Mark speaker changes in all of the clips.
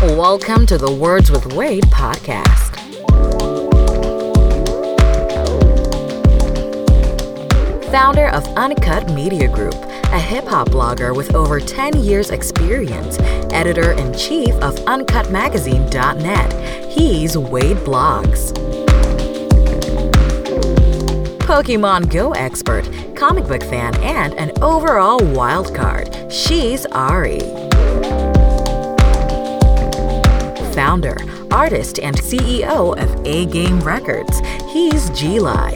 Speaker 1: Welcome to the Words with Wade podcast. Founder of Uncut Media Group, a hip hop blogger with over 10 years' experience, editor in chief of UncutMagazine.net, he's Wade Blogs. Pokemon Go expert, comic book fan, and an overall wild card, she's Ari. founder, artist, and CEO of A Game Records. He's G Lai.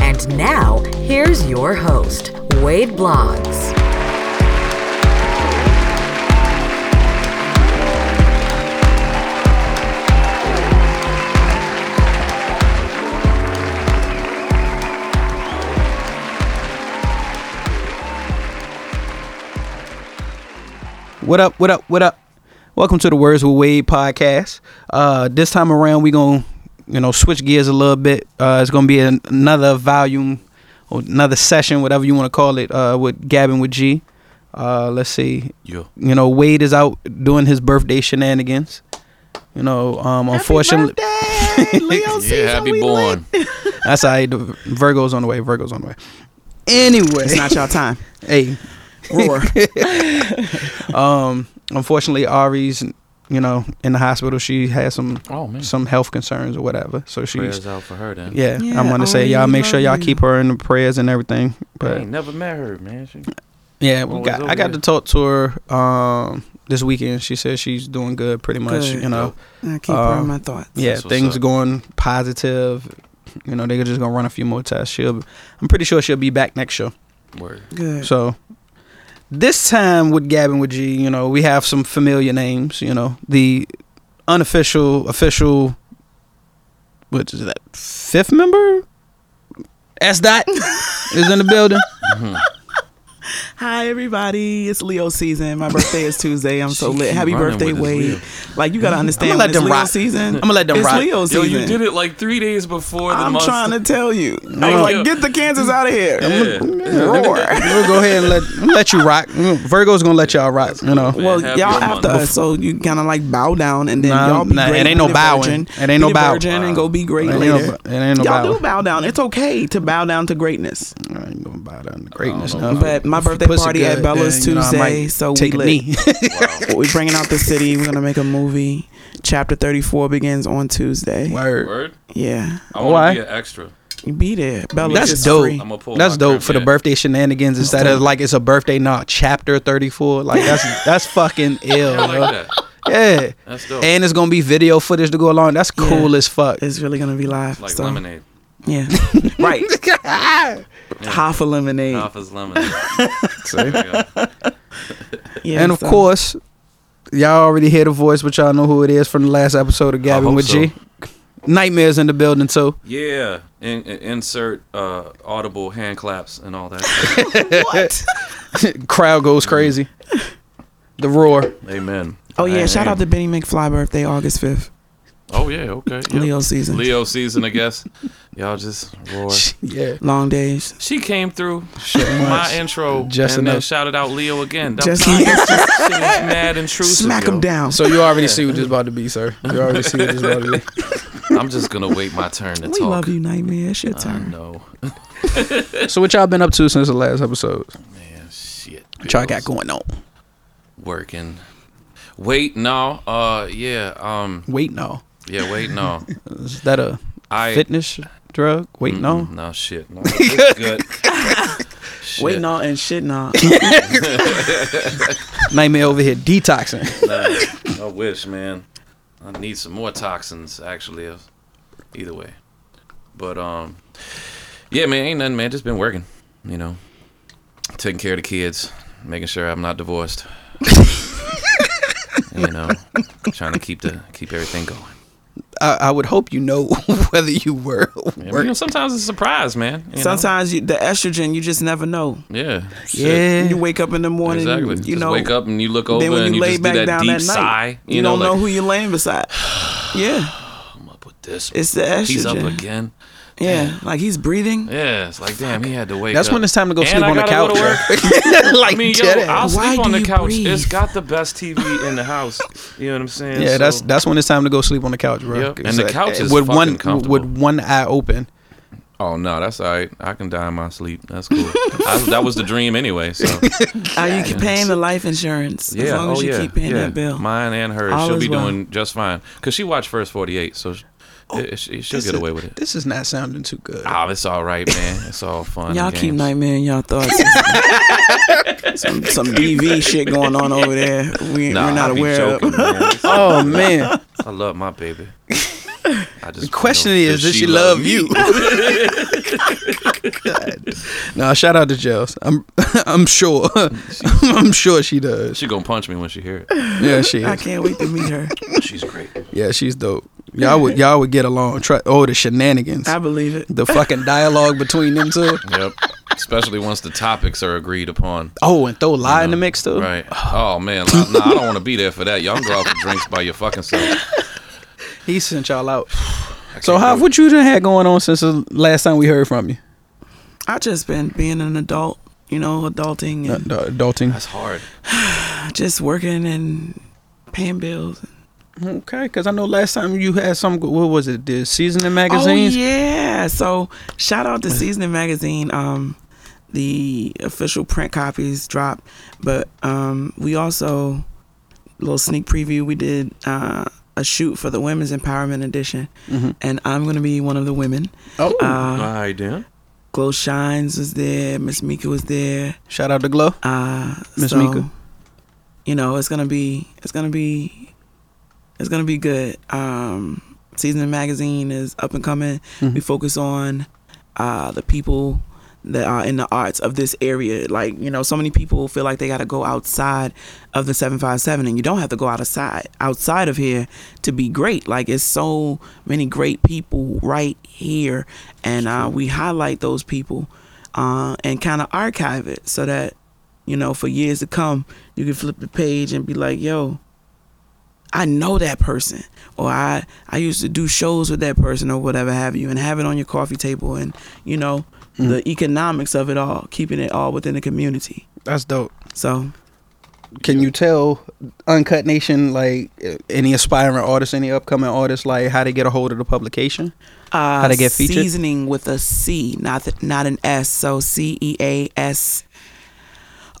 Speaker 1: And now, here's your host, Wade Blogs.
Speaker 2: What up, what up, what up? Welcome to the Words with Wade podcast. Uh, this time around, we're going to, you know, switch gears a little bit. Uh, it's going to be an, another volume or another session, whatever you want to call it, uh, with Gavin with G. Uh, let's see.
Speaker 3: Yeah.
Speaker 2: You know, Wade is out doing his birthday shenanigans. You know, um, unfortunately,
Speaker 3: yeah, happy born.
Speaker 2: that's how I, Virgo's on the way. Virgo's on the way. Anyway,
Speaker 4: It's not y'all time.
Speaker 2: hey, Um,
Speaker 4: Roar.
Speaker 2: unfortunately Ari's you know in the hospital she has some
Speaker 3: Oh, man.
Speaker 2: some health concerns or whatever so she's
Speaker 3: Prayers out for her then.
Speaker 2: yeah,
Speaker 4: Yeah,
Speaker 2: I'm gonna say
Speaker 4: Ari,
Speaker 2: y'all
Speaker 4: we
Speaker 2: make sure
Speaker 4: love
Speaker 2: y'all
Speaker 4: you.
Speaker 2: keep her in the prayers and everything
Speaker 3: I
Speaker 2: but
Speaker 3: ain't never met her, man. She,
Speaker 2: yeah we
Speaker 3: always
Speaker 2: got I
Speaker 3: over
Speaker 2: got to
Speaker 3: there.
Speaker 2: talk to her um this weekend she said she's doing good pretty much
Speaker 4: Good.
Speaker 2: you know
Speaker 4: I keep
Speaker 2: Uh,
Speaker 4: her in my thoughts.
Speaker 2: yeah
Speaker 3: That's what's
Speaker 2: things
Speaker 3: up.
Speaker 2: going positive you know they're just gonna run a few more tests she'll I'm pretty sure she'll be back next year
Speaker 3: word.
Speaker 4: Good.
Speaker 2: So this time with Gavin with G, you know, we have some familiar names, you know. The unofficial official what is that? Fifth member? S dot is in the building.
Speaker 4: Hi everybody, it's Leo season. My birthday is Tuesday. I'm so
Speaker 3: She
Speaker 4: lit.
Speaker 3: keep
Speaker 4: Happy
Speaker 3: running
Speaker 4: birthday,
Speaker 3: with this
Speaker 4: Wade.
Speaker 3: Leo.
Speaker 4: Like you gotta understand,
Speaker 2: Mm-hmm. let
Speaker 4: when it's
Speaker 2: them
Speaker 4: Leo
Speaker 2: rock.
Speaker 4: season.
Speaker 2: I'ma let them
Speaker 4: it's
Speaker 2: rock.
Speaker 4: Leo
Speaker 3: Yo,
Speaker 4: season.
Speaker 3: you did it like three days before the
Speaker 4: I'm
Speaker 3: month.
Speaker 4: trying to tell you. I'm
Speaker 3: you.
Speaker 4: like, get the Kansas out of here.
Speaker 3: Yeah.
Speaker 4: Roar.
Speaker 2: We'll go ahead and let let you rock. Mm, Virgo's gonna let y'all rock, you know.
Speaker 3: Man,
Speaker 4: Well,
Speaker 3: happy
Speaker 4: y'all
Speaker 3: month.
Speaker 4: after us, so you kind of like bow down and then
Speaker 2: Nah,
Speaker 4: y'all be
Speaker 2: nah,
Speaker 4: great.
Speaker 2: it ain't
Speaker 4: Be
Speaker 2: no
Speaker 4: the
Speaker 2: bowing.
Speaker 4: virgin.
Speaker 2: It ain't
Speaker 4: Be
Speaker 2: no
Speaker 4: the
Speaker 2: bowing.
Speaker 4: virgin and go be great
Speaker 2: It ain't no
Speaker 4: later.
Speaker 2: bo- it ain't no
Speaker 4: y'all
Speaker 2: bowing.
Speaker 4: do bow down. It's okay to bow down to greatness.
Speaker 2: I ain't gonna buy down the greatness.
Speaker 3: I don't know.
Speaker 2: nothing.
Speaker 4: But my
Speaker 2: If you
Speaker 4: birthday
Speaker 2: pussy
Speaker 4: party at Bella's
Speaker 2: then, you know, I might
Speaker 4: Tuesday, so we
Speaker 2: take a
Speaker 4: lit.
Speaker 2: knee.
Speaker 4: We're bringing out the city. We're gonna make a movie. Chapter 34 begins on Tuesday.
Speaker 2: Word.
Speaker 3: Word.
Speaker 4: Yeah,
Speaker 3: I
Speaker 2: Why?
Speaker 3: want to be an extra.
Speaker 4: you be there. Bella,
Speaker 2: That's
Speaker 4: it's
Speaker 2: dope.
Speaker 4: free.
Speaker 3: I'ma pull
Speaker 2: That's
Speaker 3: my
Speaker 2: dope for the
Speaker 3: granddad.
Speaker 2: birthday shenanigans instead of like it's a birthday not chapter 34. Like that's that's fucking ill.
Speaker 3: I like
Speaker 2: bro.
Speaker 3: that.
Speaker 2: Yeah.
Speaker 3: That's dope.
Speaker 2: And it's gonna be video footage to go along. That's
Speaker 4: Yeah.
Speaker 2: cool as fuck.
Speaker 4: It's really gonna be live.
Speaker 3: like
Speaker 4: so,
Speaker 3: lemonade.
Speaker 4: Yeah, right. Half a lemonade.
Speaker 3: Half is lemonade.
Speaker 2: See?
Speaker 3: There you go.
Speaker 4: Yeah,
Speaker 2: and of
Speaker 4: so-
Speaker 2: course, y'all already hear the voice, but y'all know who it is from the last episode of Gavin
Speaker 3: hope
Speaker 2: with G. Nightmares in the building too.
Speaker 3: yeah. In, in- insert uh, audible hand claps and all that.
Speaker 4: what?
Speaker 2: Crowd goes crazy. The roar.
Speaker 3: Amen.
Speaker 4: Oh yeah, shout out to
Speaker 3: Amen.
Speaker 4: Benny McFly birthday August 5th.
Speaker 3: Oh yeah. Okay. Yep.
Speaker 4: Leo season.
Speaker 3: Leo season, I guess. Y'all just roar.
Speaker 2: Yeah.
Speaker 4: Long days.
Speaker 3: She came through
Speaker 2: much.
Speaker 3: my intro
Speaker 2: Just
Speaker 3: and then
Speaker 2: enough.
Speaker 3: shouted out Leo again. That
Speaker 4: Just
Speaker 3: just
Speaker 4: enough.
Speaker 3: shit is mad intrusive.
Speaker 4: Smack
Speaker 3: yo.
Speaker 4: him down.
Speaker 2: So you already see what this about to be, sir. You already see what this about to be.
Speaker 3: I'm just gonna wait my turn to
Speaker 4: we
Speaker 3: talk.
Speaker 4: love you, Nightmare. It's your
Speaker 3: I
Speaker 4: turn.
Speaker 3: know.
Speaker 2: So what y'all been up to since the last episode?
Speaker 3: Man, shit.
Speaker 2: What y'all got
Speaker 3: bills,
Speaker 2: going on?
Speaker 3: working. Wait, no. Uh, yeah. Um,
Speaker 2: Wait, no.
Speaker 3: yeah. Wait, no.
Speaker 2: Is that a
Speaker 3: I
Speaker 2: fitness drug? Wait, no.
Speaker 3: Mm, No shit. No, it's good. Shit.
Speaker 4: Waiting on and shitting on.
Speaker 3: Mm-hmm.
Speaker 2: Nightmare over here detoxing.
Speaker 3: Nah, I wish, man. I need some more toxins, actually. if- Either way, but um, yeah, man, ain't nothing, man. Just been working, you know, taking care of the kids, making sure I'm not divorced. you know, trying to keep the keep everything going.
Speaker 2: I, I would hope you know whether you were or
Speaker 3: Yeah, but, you know,
Speaker 2: weren't.
Speaker 3: sometimes it's a surprise, man. you know?
Speaker 4: Sometimes you, the estrogen, you just never know.
Speaker 3: yeah, shit.
Speaker 2: Yeah.
Speaker 4: You wake up in the morning,
Speaker 3: exactly.
Speaker 4: you
Speaker 3: just
Speaker 4: know.
Speaker 3: wake up and you look over
Speaker 4: then when
Speaker 3: and
Speaker 4: you
Speaker 3: you
Speaker 4: lay
Speaker 3: just do
Speaker 4: back
Speaker 3: that
Speaker 4: down
Speaker 3: deep
Speaker 4: that night,
Speaker 3: sigh.
Speaker 4: you,
Speaker 3: You, know,
Speaker 4: don't know
Speaker 3: like,
Speaker 4: who you're laying beside. Yeah,
Speaker 3: I'm up with this.
Speaker 4: it's the
Speaker 3: He's up
Speaker 4: estrogen.
Speaker 3: again.
Speaker 4: Yeah, like he's breathing.
Speaker 3: Yeah, it's like damn, he had to wake.
Speaker 2: That's
Speaker 3: up.
Speaker 2: when it's time to go
Speaker 3: And
Speaker 2: sleep
Speaker 3: I
Speaker 2: on the
Speaker 3: gotta go
Speaker 2: couch.
Speaker 3: to work.
Speaker 2: yo. like
Speaker 3: I mean, yo,
Speaker 2: dead ass.
Speaker 3: I'll
Speaker 4: Why
Speaker 3: sleep
Speaker 4: do
Speaker 3: on the
Speaker 4: you
Speaker 3: couch.
Speaker 4: breathe?
Speaker 3: It's got the best TV in the house. You know what I'm saying?
Speaker 2: Yeah,
Speaker 3: So-
Speaker 2: that's that's when it's time to go sleep on the couch, bro.
Speaker 3: Yep.
Speaker 2: 'Cause
Speaker 3: And the
Speaker 2: that-
Speaker 3: couch is
Speaker 2: with
Speaker 3: fucking
Speaker 2: one
Speaker 3: comfortable.
Speaker 2: with one eye open.
Speaker 3: Oh no, that's all right. I can die in my sleep. That's cool. I, that was the dream anyway. So
Speaker 4: Are you paying the life insurance?
Speaker 3: yeah,
Speaker 4: as long
Speaker 3: oh
Speaker 4: as you
Speaker 3: yeah,
Speaker 4: keep paying
Speaker 3: yeah.
Speaker 4: that bill.
Speaker 3: Mine and hers,
Speaker 4: All
Speaker 3: she'll
Speaker 4: is
Speaker 3: be
Speaker 4: well.
Speaker 3: doing just fine. Cause she watched First 48, so she, it, she, she'll
Speaker 2: Oh, This
Speaker 3: get
Speaker 2: is-
Speaker 3: away with it.
Speaker 2: This is not sounding too good.
Speaker 3: Oh, it's all right, man. It's all fun. and
Speaker 4: Y'all keep
Speaker 3: games.
Speaker 4: nightmare in y'all thoughts. some some BV shit going on over there. We,
Speaker 3: Nah,
Speaker 4: we're not
Speaker 3: I be
Speaker 4: aware of.
Speaker 3: joking, man. It's-
Speaker 2: Oh man,
Speaker 3: I love my baby. I
Speaker 2: the
Speaker 3: just
Speaker 2: question
Speaker 3: know,
Speaker 2: is, does she, love,
Speaker 3: me?
Speaker 2: you? God. No, shout out to Jels. I'm I'm sure. I'm sure she does.
Speaker 3: She gonna punch me when she hear it.
Speaker 2: Yeah, she.
Speaker 4: I
Speaker 2: Is.
Speaker 4: can't wait to meet her.
Speaker 3: She's great.
Speaker 2: Yeah, she's dope. Y'all would y'all would get along. Try, oh, the shenanigans,
Speaker 4: I believe it.
Speaker 2: the fucking dialogue between them two.
Speaker 3: Yep. Especially once the topics are agreed upon.
Speaker 2: Oh, and throw lie in the mix too.
Speaker 3: Right. Oh man, no, nah, I don't want to be there for that. Y'all can go out for drinks by your fucking self.
Speaker 2: He sent y'all out.
Speaker 3: I
Speaker 2: So,
Speaker 3: can't
Speaker 2: how
Speaker 3: do
Speaker 2: what you done had going on since the last time we heard from you?
Speaker 4: I just been being an adult, you know, adulting
Speaker 2: Uh,
Speaker 4: and
Speaker 2: d- adulting.
Speaker 3: That's hard.
Speaker 4: just working and paying bills.
Speaker 2: Okay, because I know last time you had some. What was it? The seasoning magazines.
Speaker 4: Oh yeah. So shout out to Seasoning Magazine. Um, the official print copies dropped, but um, we also little sneak preview. We did uh, a shoot for the Women's Empowerment Edition, and I'm gonna be one of the women.
Speaker 2: Oh,
Speaker 4: Uh,
Speaker 3: I do.
Speaker 4: Glow Shines was there. Miss Mika was there.
Speaker 2: shout out to Glow.
Speaker 4: Uh,
Speaker 2: Miss
Speaker 4: so,
Speaker 2: Mika.
Speaker 4: You know, it's gonna be it's gonna be it's gonna be good. Um, Season Magazine is up and coming.
Speaker 2: Mm-hmm.
Speaker 4: We focus on uh, the people that are in the arts of this area. Like you know, so many people feel like they got to go outside of the seven five seven, and you don't have to go outside outside of here to be great. Like it's so many great people right here, and uh, we highlight those people uh, and kind of archive it so that you know, for years to come, you can flip the page and be like, yo, I know that person, or I I used to do shows with that person, or whatever have you, and have it on your coffee table, and you know the economics of it all, keeping it all within the community.
Speaker 2: That's dope.
Speaker 4: So
Speaker 2: Can you tell Uncut Nation like uh, any aspiring artists, any upcoming artists, like how they get a hold of the publication?
Speaker 4: uh,
Speaker 2: to get featured?
Speaker 4: Seasoning with a C, not th- not an S. So C E A S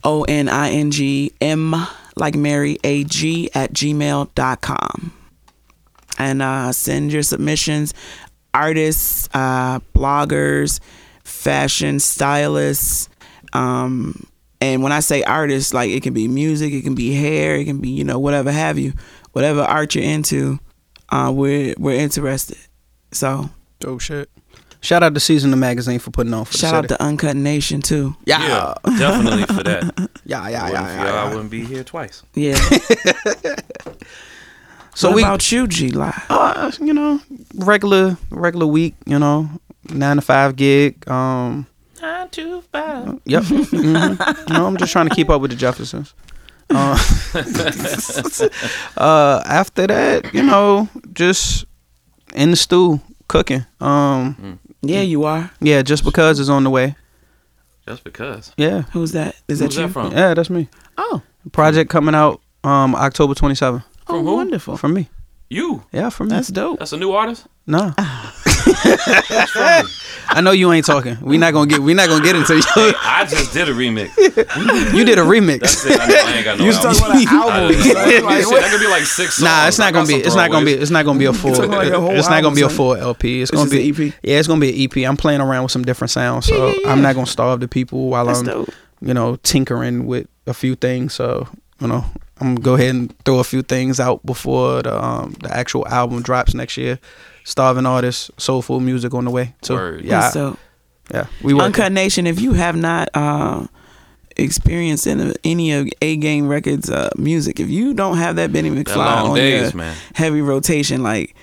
Speaker 4: O N I N G M like Mary A G at gmail.com. And uh, send your submissions, artists, uh, bloggers, fashion stylists. Um, and when I say artists, like it can be music, it can be hair, it can be, you know, whatever have you, whatever art you're into, uh, we're, we're interested. So
Speaker 2: Dope shit. Shout out to Seasoning Magazine for putting on. For
Speaker 4: Shout
Speaker 2: the
Speaker 4: out
Speaker 2: city.
Speaker 4: to Uncut Nation too.
Speaker 2: yeah,
Speaker 3: definitely for that.
Speaker 2: yeah, yeah, yeah.
Speaker 3: Wouldn't
Speaker 2: yeah,
Speaker 3: for y'all, I
Speaker 2: yeah.
Speaker 3: wouldn't be here twice.
Speaker 4: Yeah.
Speaker 2: So
Speaker 4: what
Speaker 2: we,
Speaker 4: about you, G Live?
Speaker 2: uh, you know, regular regular week, you know, nine to five gig. Um,
Speaker 3: Nine two five.
Speaker 2: Yep. Mhm. No, I'm just trying to keep up with the Jeffersons. Uh, uh, after that, you know, just in the stew cooking. Um,
Speaker 4: Yeah, you are.
Speaker 2: yeah, just because is on the way.
Speaker 3: Just because.
Speaker 2: Yeah,
Speaker 4: Who's that? Is
Speaker 3: Who's
Speaker 4: that you?
Speaker 3: that from?
Speaker 2: yeah, that's me.
Speaker 4: Oh,
Speaker 2: Project coming out um October 27th
Speaker 4: oh,
Speaker 3: From who?
Speaker 4: wonderful.
Speaker 2: from me.
Speaker 3: You.
Speaker 2: Yeah, from me.
Speaker 4: That's dope.
Speaker 3: That's a new artist.
Speaker 2: nah. I know you ain't talking. We not gonna get. We not gonna get into you.
Speaker 3: I just did a remix.
Speaker 2: You did a remix.
Speaker 3: That's it. I, know, I ain't got no.
Speaker 4: You was
Speaker 3: album.
Speaker 4: talking about an
Speaker 3: I
Speaker 4: album.
Speaker 3: just-
Speaker 4: son.
Speaker 3: like,
Speaker 4: Like,
Speaker 3: shit, that could be like six.
Speaker 2: Nah,
Speaker 3: songs.
Speaker 2: it's
Speaker 3: I
Speaker 2: not
Speaker 3: got
Speaker 2: gonna be.
Speaker 3: some
Speaker 2: It's not gonna be.
Speaker 3: throwaways.
Speaker 2: It's not gonna be a full.
Speaker 4: talking like a whole
Speaker 2: it's not gonna
Speaker 4: album,
Speaker 2: be a
Speaker 4: son.
Speaker 2: full LP. It's
Speaker 4: It's
Speaker 2: gonna
Speaker 4: just
Speaker 2: be.
Speaker 4: an EP.
Speaker 2: Yeah, it's gonna be an EP. I'm playing around with some different sounds, so
Speaker 4: Yeah, yeah, yeah.
Speaker 2: I'm not gonna starve the people while
Speaker 4: That's
Speaker 2: I'm,
Speaker 4: dope.
Speaker 2: you know, tinkering with a few things. So you know, I'm gonna go ahead and throw a few things out before the um, the actual album drops next year. Starving artists, soulful music on the way. So
Speaker 3: Word.
Speaker 2: yeah,
Speaker 4: So,
Speaker 2: yeah, we work.
Speaker 4: Uncut Nation, if you have not uh, experienced any, any of A Game Records uh, music, if you don't have that Benny McFly
Speaker 3: long
Speaker 4: on
Speaker 3: days,
Speaker 4: your
Speaker 3: man.
Speaker 4: heavy rotation, like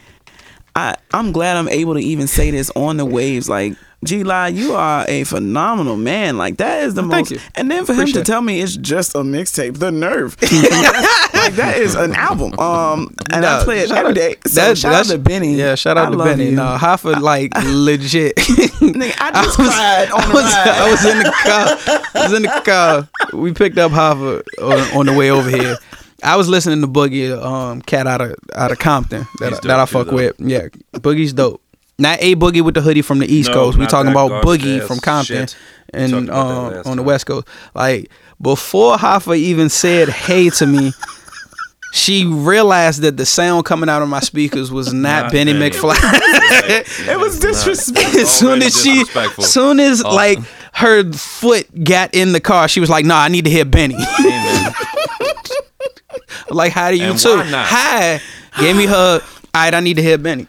Speaker 4: I, I'm glad I'm able to even say this on the waves. Like G Lai, you are a phenomenal man. Like that is the
Speaker 2: Well, thank
Speaker 4: most.
Speaker 2: you.
Speaker 4: And then for him
Speaker 2: Appreciate
Speaker 4: to
Speaker 2: it.
Speaker 4: tell me it's just a mixtape, the nerve. like that is an album. Um, and I play it
Speaker 2: shout
Speaker 4: every
Speaker 2: out-
Speaker 4: day. So
Speaker 2: that-
Speaker 4: shout out
Speaker 2: that's-
Speaker 4: to Benny.
Speaker 2: Yeah, shout out
Speaker 4: I
Speaker 2: to
Speaker 4: love
Speaker 2: Benny.
Speaker 4: you.
Speaker 2: No, Hoffa like legit.
Speaker 4: Nigga, I just cried on
Speaker 2: I
Speaker 4: the
Speaker 2: was,
Speaker 4: ride.
Speaker 2: I was in the car. I was in the car. We picked up Hoffa on, on the way over here. I was listening to Boogie, um, cat out of out of Compton
Speaker 3: He's
Speaker 2: that,
Speaker 3: dope
Speaker 2: that I
Speaker 3: too,
Speaker 2: fuck
Speaker 3: though.
Speaker 2: with. Yeah, Boogie's dope. Not a Boogie with the hoodie from the East
Speaker 3: No,
Speaker 2: Coast. We
Speaker 3: not
Speaker 2: talking
Speaker 3: that
Speaker 2: about
Speaker 3: garbage
Speaker 2: Boogie
Speaker 3: ass
Speaker 2: from Compton
Speaker 3: shit. We
Speaker 2: and
Speaker 3: talked about that
Speaker 2: um,
Speaker 3: last
Speaker 2: on the
Speaker 3: time.
Speaker 2: West Coast. Like before Hoffa even said hey to me. She realized that the sound coming out of my speakers was not,
Speaker 3: Not
Speaker 2: Benny
Speaker 3: Benny.
Speaker 2: McFly.
Speaker 4: It was disrespectful.
Speaker 2: as soon as she,
Speaker 3: disrespectful.
Speaker 2: soon as
Speaker 3: Oh.
Speaker 2: like her foot got in the car, she was like, "Nah, I need to hear Benny."
Speaker 3: Amen.
Speaker 2: like, how do you
Speaker 3: And
Speaker 2: too?
Speaker 3: why not?
Speaker 2: Hi, gave me her. All right, I need to hear Benny.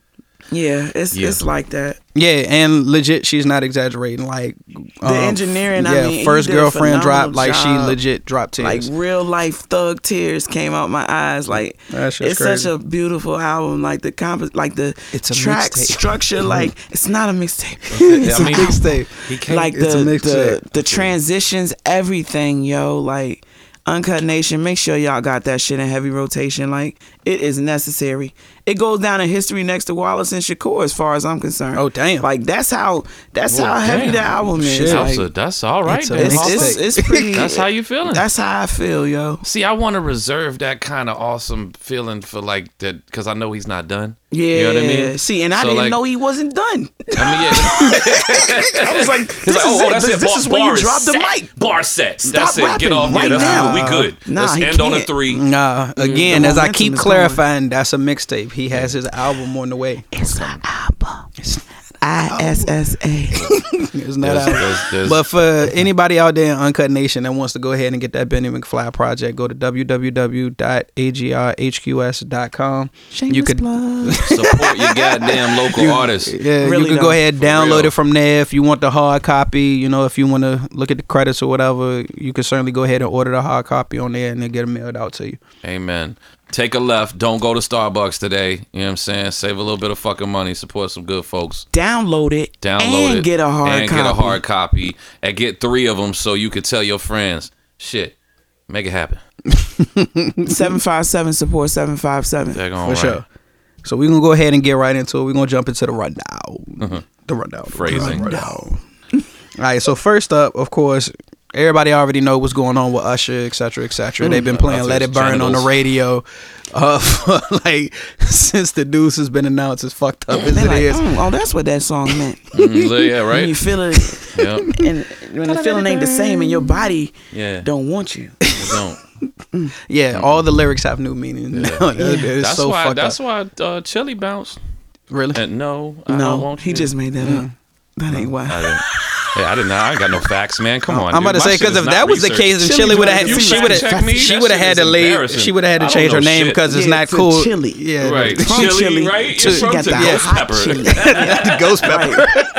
Speaker 4: Yeah, it's
Speaker 3: Yeah.
Speaker 4: it's like that.
Speaker 2: Yeah, and legit, she's not exaggerating. Like the
Speaker 4: engineering, I
Speaker 2: yeah,
Speaker 4: mean, he
Speaker 2: first
Speaker 4: did a
Speaker 2: girlfriend dropped.
Speaker 4: phenomenal
Speaker 2: Like she
Speaker 4: job.
Speaker 2: legit dropped
Speaker 4: Like
Speaker 2: tears.
Speaker 4: real life thug tears came out my eyes. Like
Speaker 2: That
Speaker 4: it's
Speaker 2: shit's
Speaker 4: such
Speaker 2: crazy.
Speaker 4: a beautiful album. Like the comp, like the
Speaker 2: It's a mixtape.
Speaker 4: track
Speaker 2: Mm-hmm.
Speaker 4: structure. Like it's not a mixtape.
Speaker 2: it's
Speaker 3: I
Speaker 2: a
Speaker 3: mean,
Speaker 2: mixtape.
Speaker 3: He can't.
Speaker 4: like
Speaker 2: it's
Speaker 4: the
Speaker 2: a
Speaker 4: the,
Speaker 2: mixtape.
Speaker 4: the transitions, everything, yo. Like Uncut Nation, make sure y'all got that shit in heavy rotation. Like it is necessary. It goes down in history next to Wallace and Shakur, as far as I'm concerned.
Speaker 2: Oh, damn.
Speaker 4: Like that's how that's
Speaker 3: Well,
Speaker 4: how heavy
Speaker 3: damn.
Speaker 4: the album is.
Speaker 2: Shit.
Speaker 4: Like,
Speaker 3: That's, a- that's all right.
Speaker 2: It's a
Speaker 3: then,
Speaker 4: it's,
Speaker 3: Hoffa.
Speaker 4: it's,
Speaker 2: mixtape.
Speaker 4: it's pretty.
Speaker 3: that's how you feeling.
Speaker 4: That's how I feel, yo.
Speaker 3: See, I want to reserve that kind of awesome feeling for like that because I know he's not done.
Speaker 4: Yeah.
Speaker 3: you know what I mean.
Speaker 4: See, and I
Speaker 3: So,
Speaker 4: didn't
Speaker 3: like-
Speaker 4: know he wasn't done.
Speaker 3: I mean, yeah.
Speaker 4: I was like, this
Speaker 3: It's like,
Speaker 4: is
Speaker 3: oh,
Speaker 4: it.
Speaker 3: that's
Speaker 4: This,
Speaker 3: it.
Speaker 4: this
Speaker 3: Bar-
Speaker 4: is where
Speaker 3: bar
Speaker 4: you drop the
Speaker 3: set.
Speaker 4: mic.
Speaker 3: Bar set.
Speaker 4: Stop
Speaker 3: that's it. Get
Speaker 4: rapping
Speaker 3: off.
Speaker 4: right
Speaker 3: yeah,
Speaker 4: now.
Speaker 3: that's cool. We good.
Speaker 4: Nah,
Speaker 3: Let's
Speaker 4: he
Speaker 3: end on a
Speaker 4: can't. Mm,
Speaker 3: three.
Speaker 2: Nah, again,
Speaker 4: the
Speaker 2: as I
Speaker 4: momentum
Speaker 2: keep
Speaker 4: is going.
Speaker 2: clarifying, that's a mixtape. He has his album on the way.
Speaker 4: It's an album. I S S A.
Speaker 2: It's not
Speaker 3: There's-
Speaker 2: out.
Speaker 3: there's- there's-
Speaker 2: but for anybody out there in Uncut Nation that wants to go ahead and get that Benny McFly project, go to www.agrhqs.com. you could
Speaker 3: Support your goddamn local artists.
Speaker 2: yeah,
Speaker 4: Really
Speaker 2: you could
Speaker 4: though.
Speaker 2: go ahead and download
Speaker 3: real.
Speaker 2: it from there if you want the hard copy. You know, if you want to look at the credits or whatever, you can certainly go ahead and order the hard copy on there and then get it mailed out to you.
Speaker 3: Amen. Take a left. Don't go to Starbucks today. You know what I'm saying? Save a little bit of fucking money. Support some good folks.
Speaker 4: Download it.
Speaker 3: Download
Speaker 4: and
Speaker 3: it.
Speaker 4: get a hard
Speaker 3: and
Speaker 4: copy.
Speaker 3: get a hard copy. And get three of them so you can tell your friends. Shit. Make it happen.
Speaker 4: Seven five seven support seven five seven.
Speaker 3: They're
Speaker 2: For sure. So we're gonna go ahead and get right into it. We're gonna jump into the rundown. The rundown. the
Speaker 3: Mm-hmm. Phrasing.
Speaker 2: Rundown. All right. So first up, of course, everybody already know what's going on with Usher, et cetera, et cetera. They've been playing
Speaker 3: Usher's
Speaker 2: "Let It Burn" on the
Speaker 3: genitals.
Speaker 2: radio, uh, for, like since the deuce has been announced. It's fucked up as
Speaker 4: They're
Speaker 2: it
Speaker 4: like,
Speaker 2: is.
Speaker 4: mm, oh, that's what that song meant.
Speaker 3: Mm, yeah,
Speaker 4: When
Speaker 3: Mm-hmm.
Speaker 4: you
Speaker 3: right?
Speaker 4: feel it,
Speaker 3: yep.
Speaker 4: and when the feeling ain't the same, and your body
Speaker 3: Yeah.
Speaker 4: don't want you.
Speaker 3: Don't.
Speaker 2: Yeah, all the lyrics have new meaning. now. it's
Speaker 3: mm-hmm. That's
Speaker 2: so
Speaker 3: why.
Speaker 2: fucked
Speaker 3: That's
Speaker 2: up.
Speaker 3: why uh, Chili bounced.
Speaker 2: Really?
Speaker 3: And no, I don't
Speaker 4: No,
Speaker 3: want
Speaker 4: he
Speaker 3: you. Mm-hmm.
Speaker 4: just made that up. That ain't
Speaker 3: I
Speaker 4: why.
Speaker 3: didn't. Yeah, I didn't. I ain't got no facts, man. Come on.
Speaker 2: I'm about
Speaker 3: dude.
Speaker 2: to
Speaker 3: My
Speaker 2: say
Speaker 3: shit
Speaker 2: because
Speaker 3: is
Speaker 2: if
Speaker 3: not
Speaker 2: that was the
Speaker 3: research.
Speaker 2: case, then
Speaker 4: Chili
Speaker 2: Chili would have
Speaker 4: Brown,
Speaker 3: You
Speaker 2: she
Speaker 4: fact
Speaker 2: would
Speaker 4: check
Speaker 2: have
Speaker 4: me?
Speaker 2: she
Speaker 3: That
Speaker 2: would have
Speaker 3: shit
Speaker 2: had to
Speaker 3: is
Speaker 2: leave.
Speaker 3: embarrassing.
Speaker 2: She would have
Speaker 3: I
Speaker 2: had to
Speaker 3: don't
Speaker 2: change her
Speaker 3: know
Speaker 2: name
Speaker 3: shit.
Speaker 2: because it's
Speaker 4: Yeah,
Speaker 2: not
Speaker 4: it's a
Speaker 2: cool.
Speaker 4: chili.
Speaker 2: Yeah,
Speaker 3: Right.
Speaker 4: From
Speaker 3: Chili,
Speaker 4: Chili.
Speaker 3: right? It's
Speaker 4: She
Speaker 3: from
Speaker 4: got
Speaker 3: to
Speaker 4: that
Speaker 3: ghost
Speaker 4: hot
Speaker 3: pepper.
Speaker 4: chili.
Speaker 2: the ghost pepper.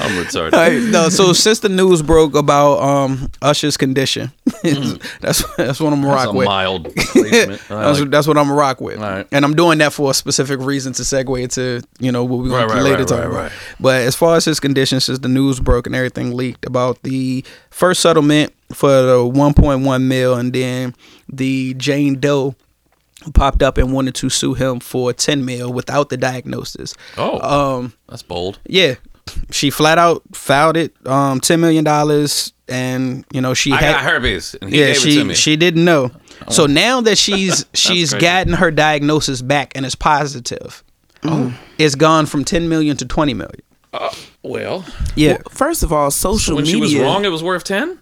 Speaker 3: I'm retarded.
Speaker 2: All right, no, so since the news broke about um, Usher's condition, that's that's what I'm gonna
Speaker 3: Mm. That's
Speaker 2: rock
Speaker 3: a
Speaker 2: with.
Speaker 3: mild placement. I
Speaker 2: That's,
Speaker 3: like
Speaker 2: that's what I'm gonna rock with,
Speaker 3: All right.
Speaker 2: and I'm doing that for a specific reason to segue into you know what we
Speaker 3: Right,
Speaker 2: gonna
Speaker 3: right,
Speaker 2: later
Speaker 3: right,
Speaker 2: talk
Speaker 3: right,
Speaker 2: about.
Speaker 3: right.
Speaker 2: But as far as his condition, since the news broke and everything leaked about the first settlement for the 1.1 mil, and then the Jane Doe popped up and wanted to sue him for 10 mil without the diagnosis.
Speaker 3: Oh.
Speaker 2: um,
Speaker 3: That's bold.
Speaker 2: yeah, she flat out filed it, um, ten million dollars, and you know she
Speaker 3: I
Speaker 2: had.
Speaker 3: got herpes, and he
Speaker 2: yeah,
Speaker 3: gave
Speaker 2: she
Speaker 3: it to me.
Speaker 2: she didn't know.
Speaker 4: Oh.
Speaker 2: So now that she's she's
Speaker 3: crazy.
Speaker 2: gotten her diagnosis back and it's positive,
Speaker 4: Oh.
Speaker 2: it's gone from ten million to twenty million.
Speaker 3: Uh, well,
Speaker 2: Yeah,
Speaker 4: First of all, social
Speaker 3: when
Speaker 4: media.
Speaker 3: she was wrong, it was worth ten.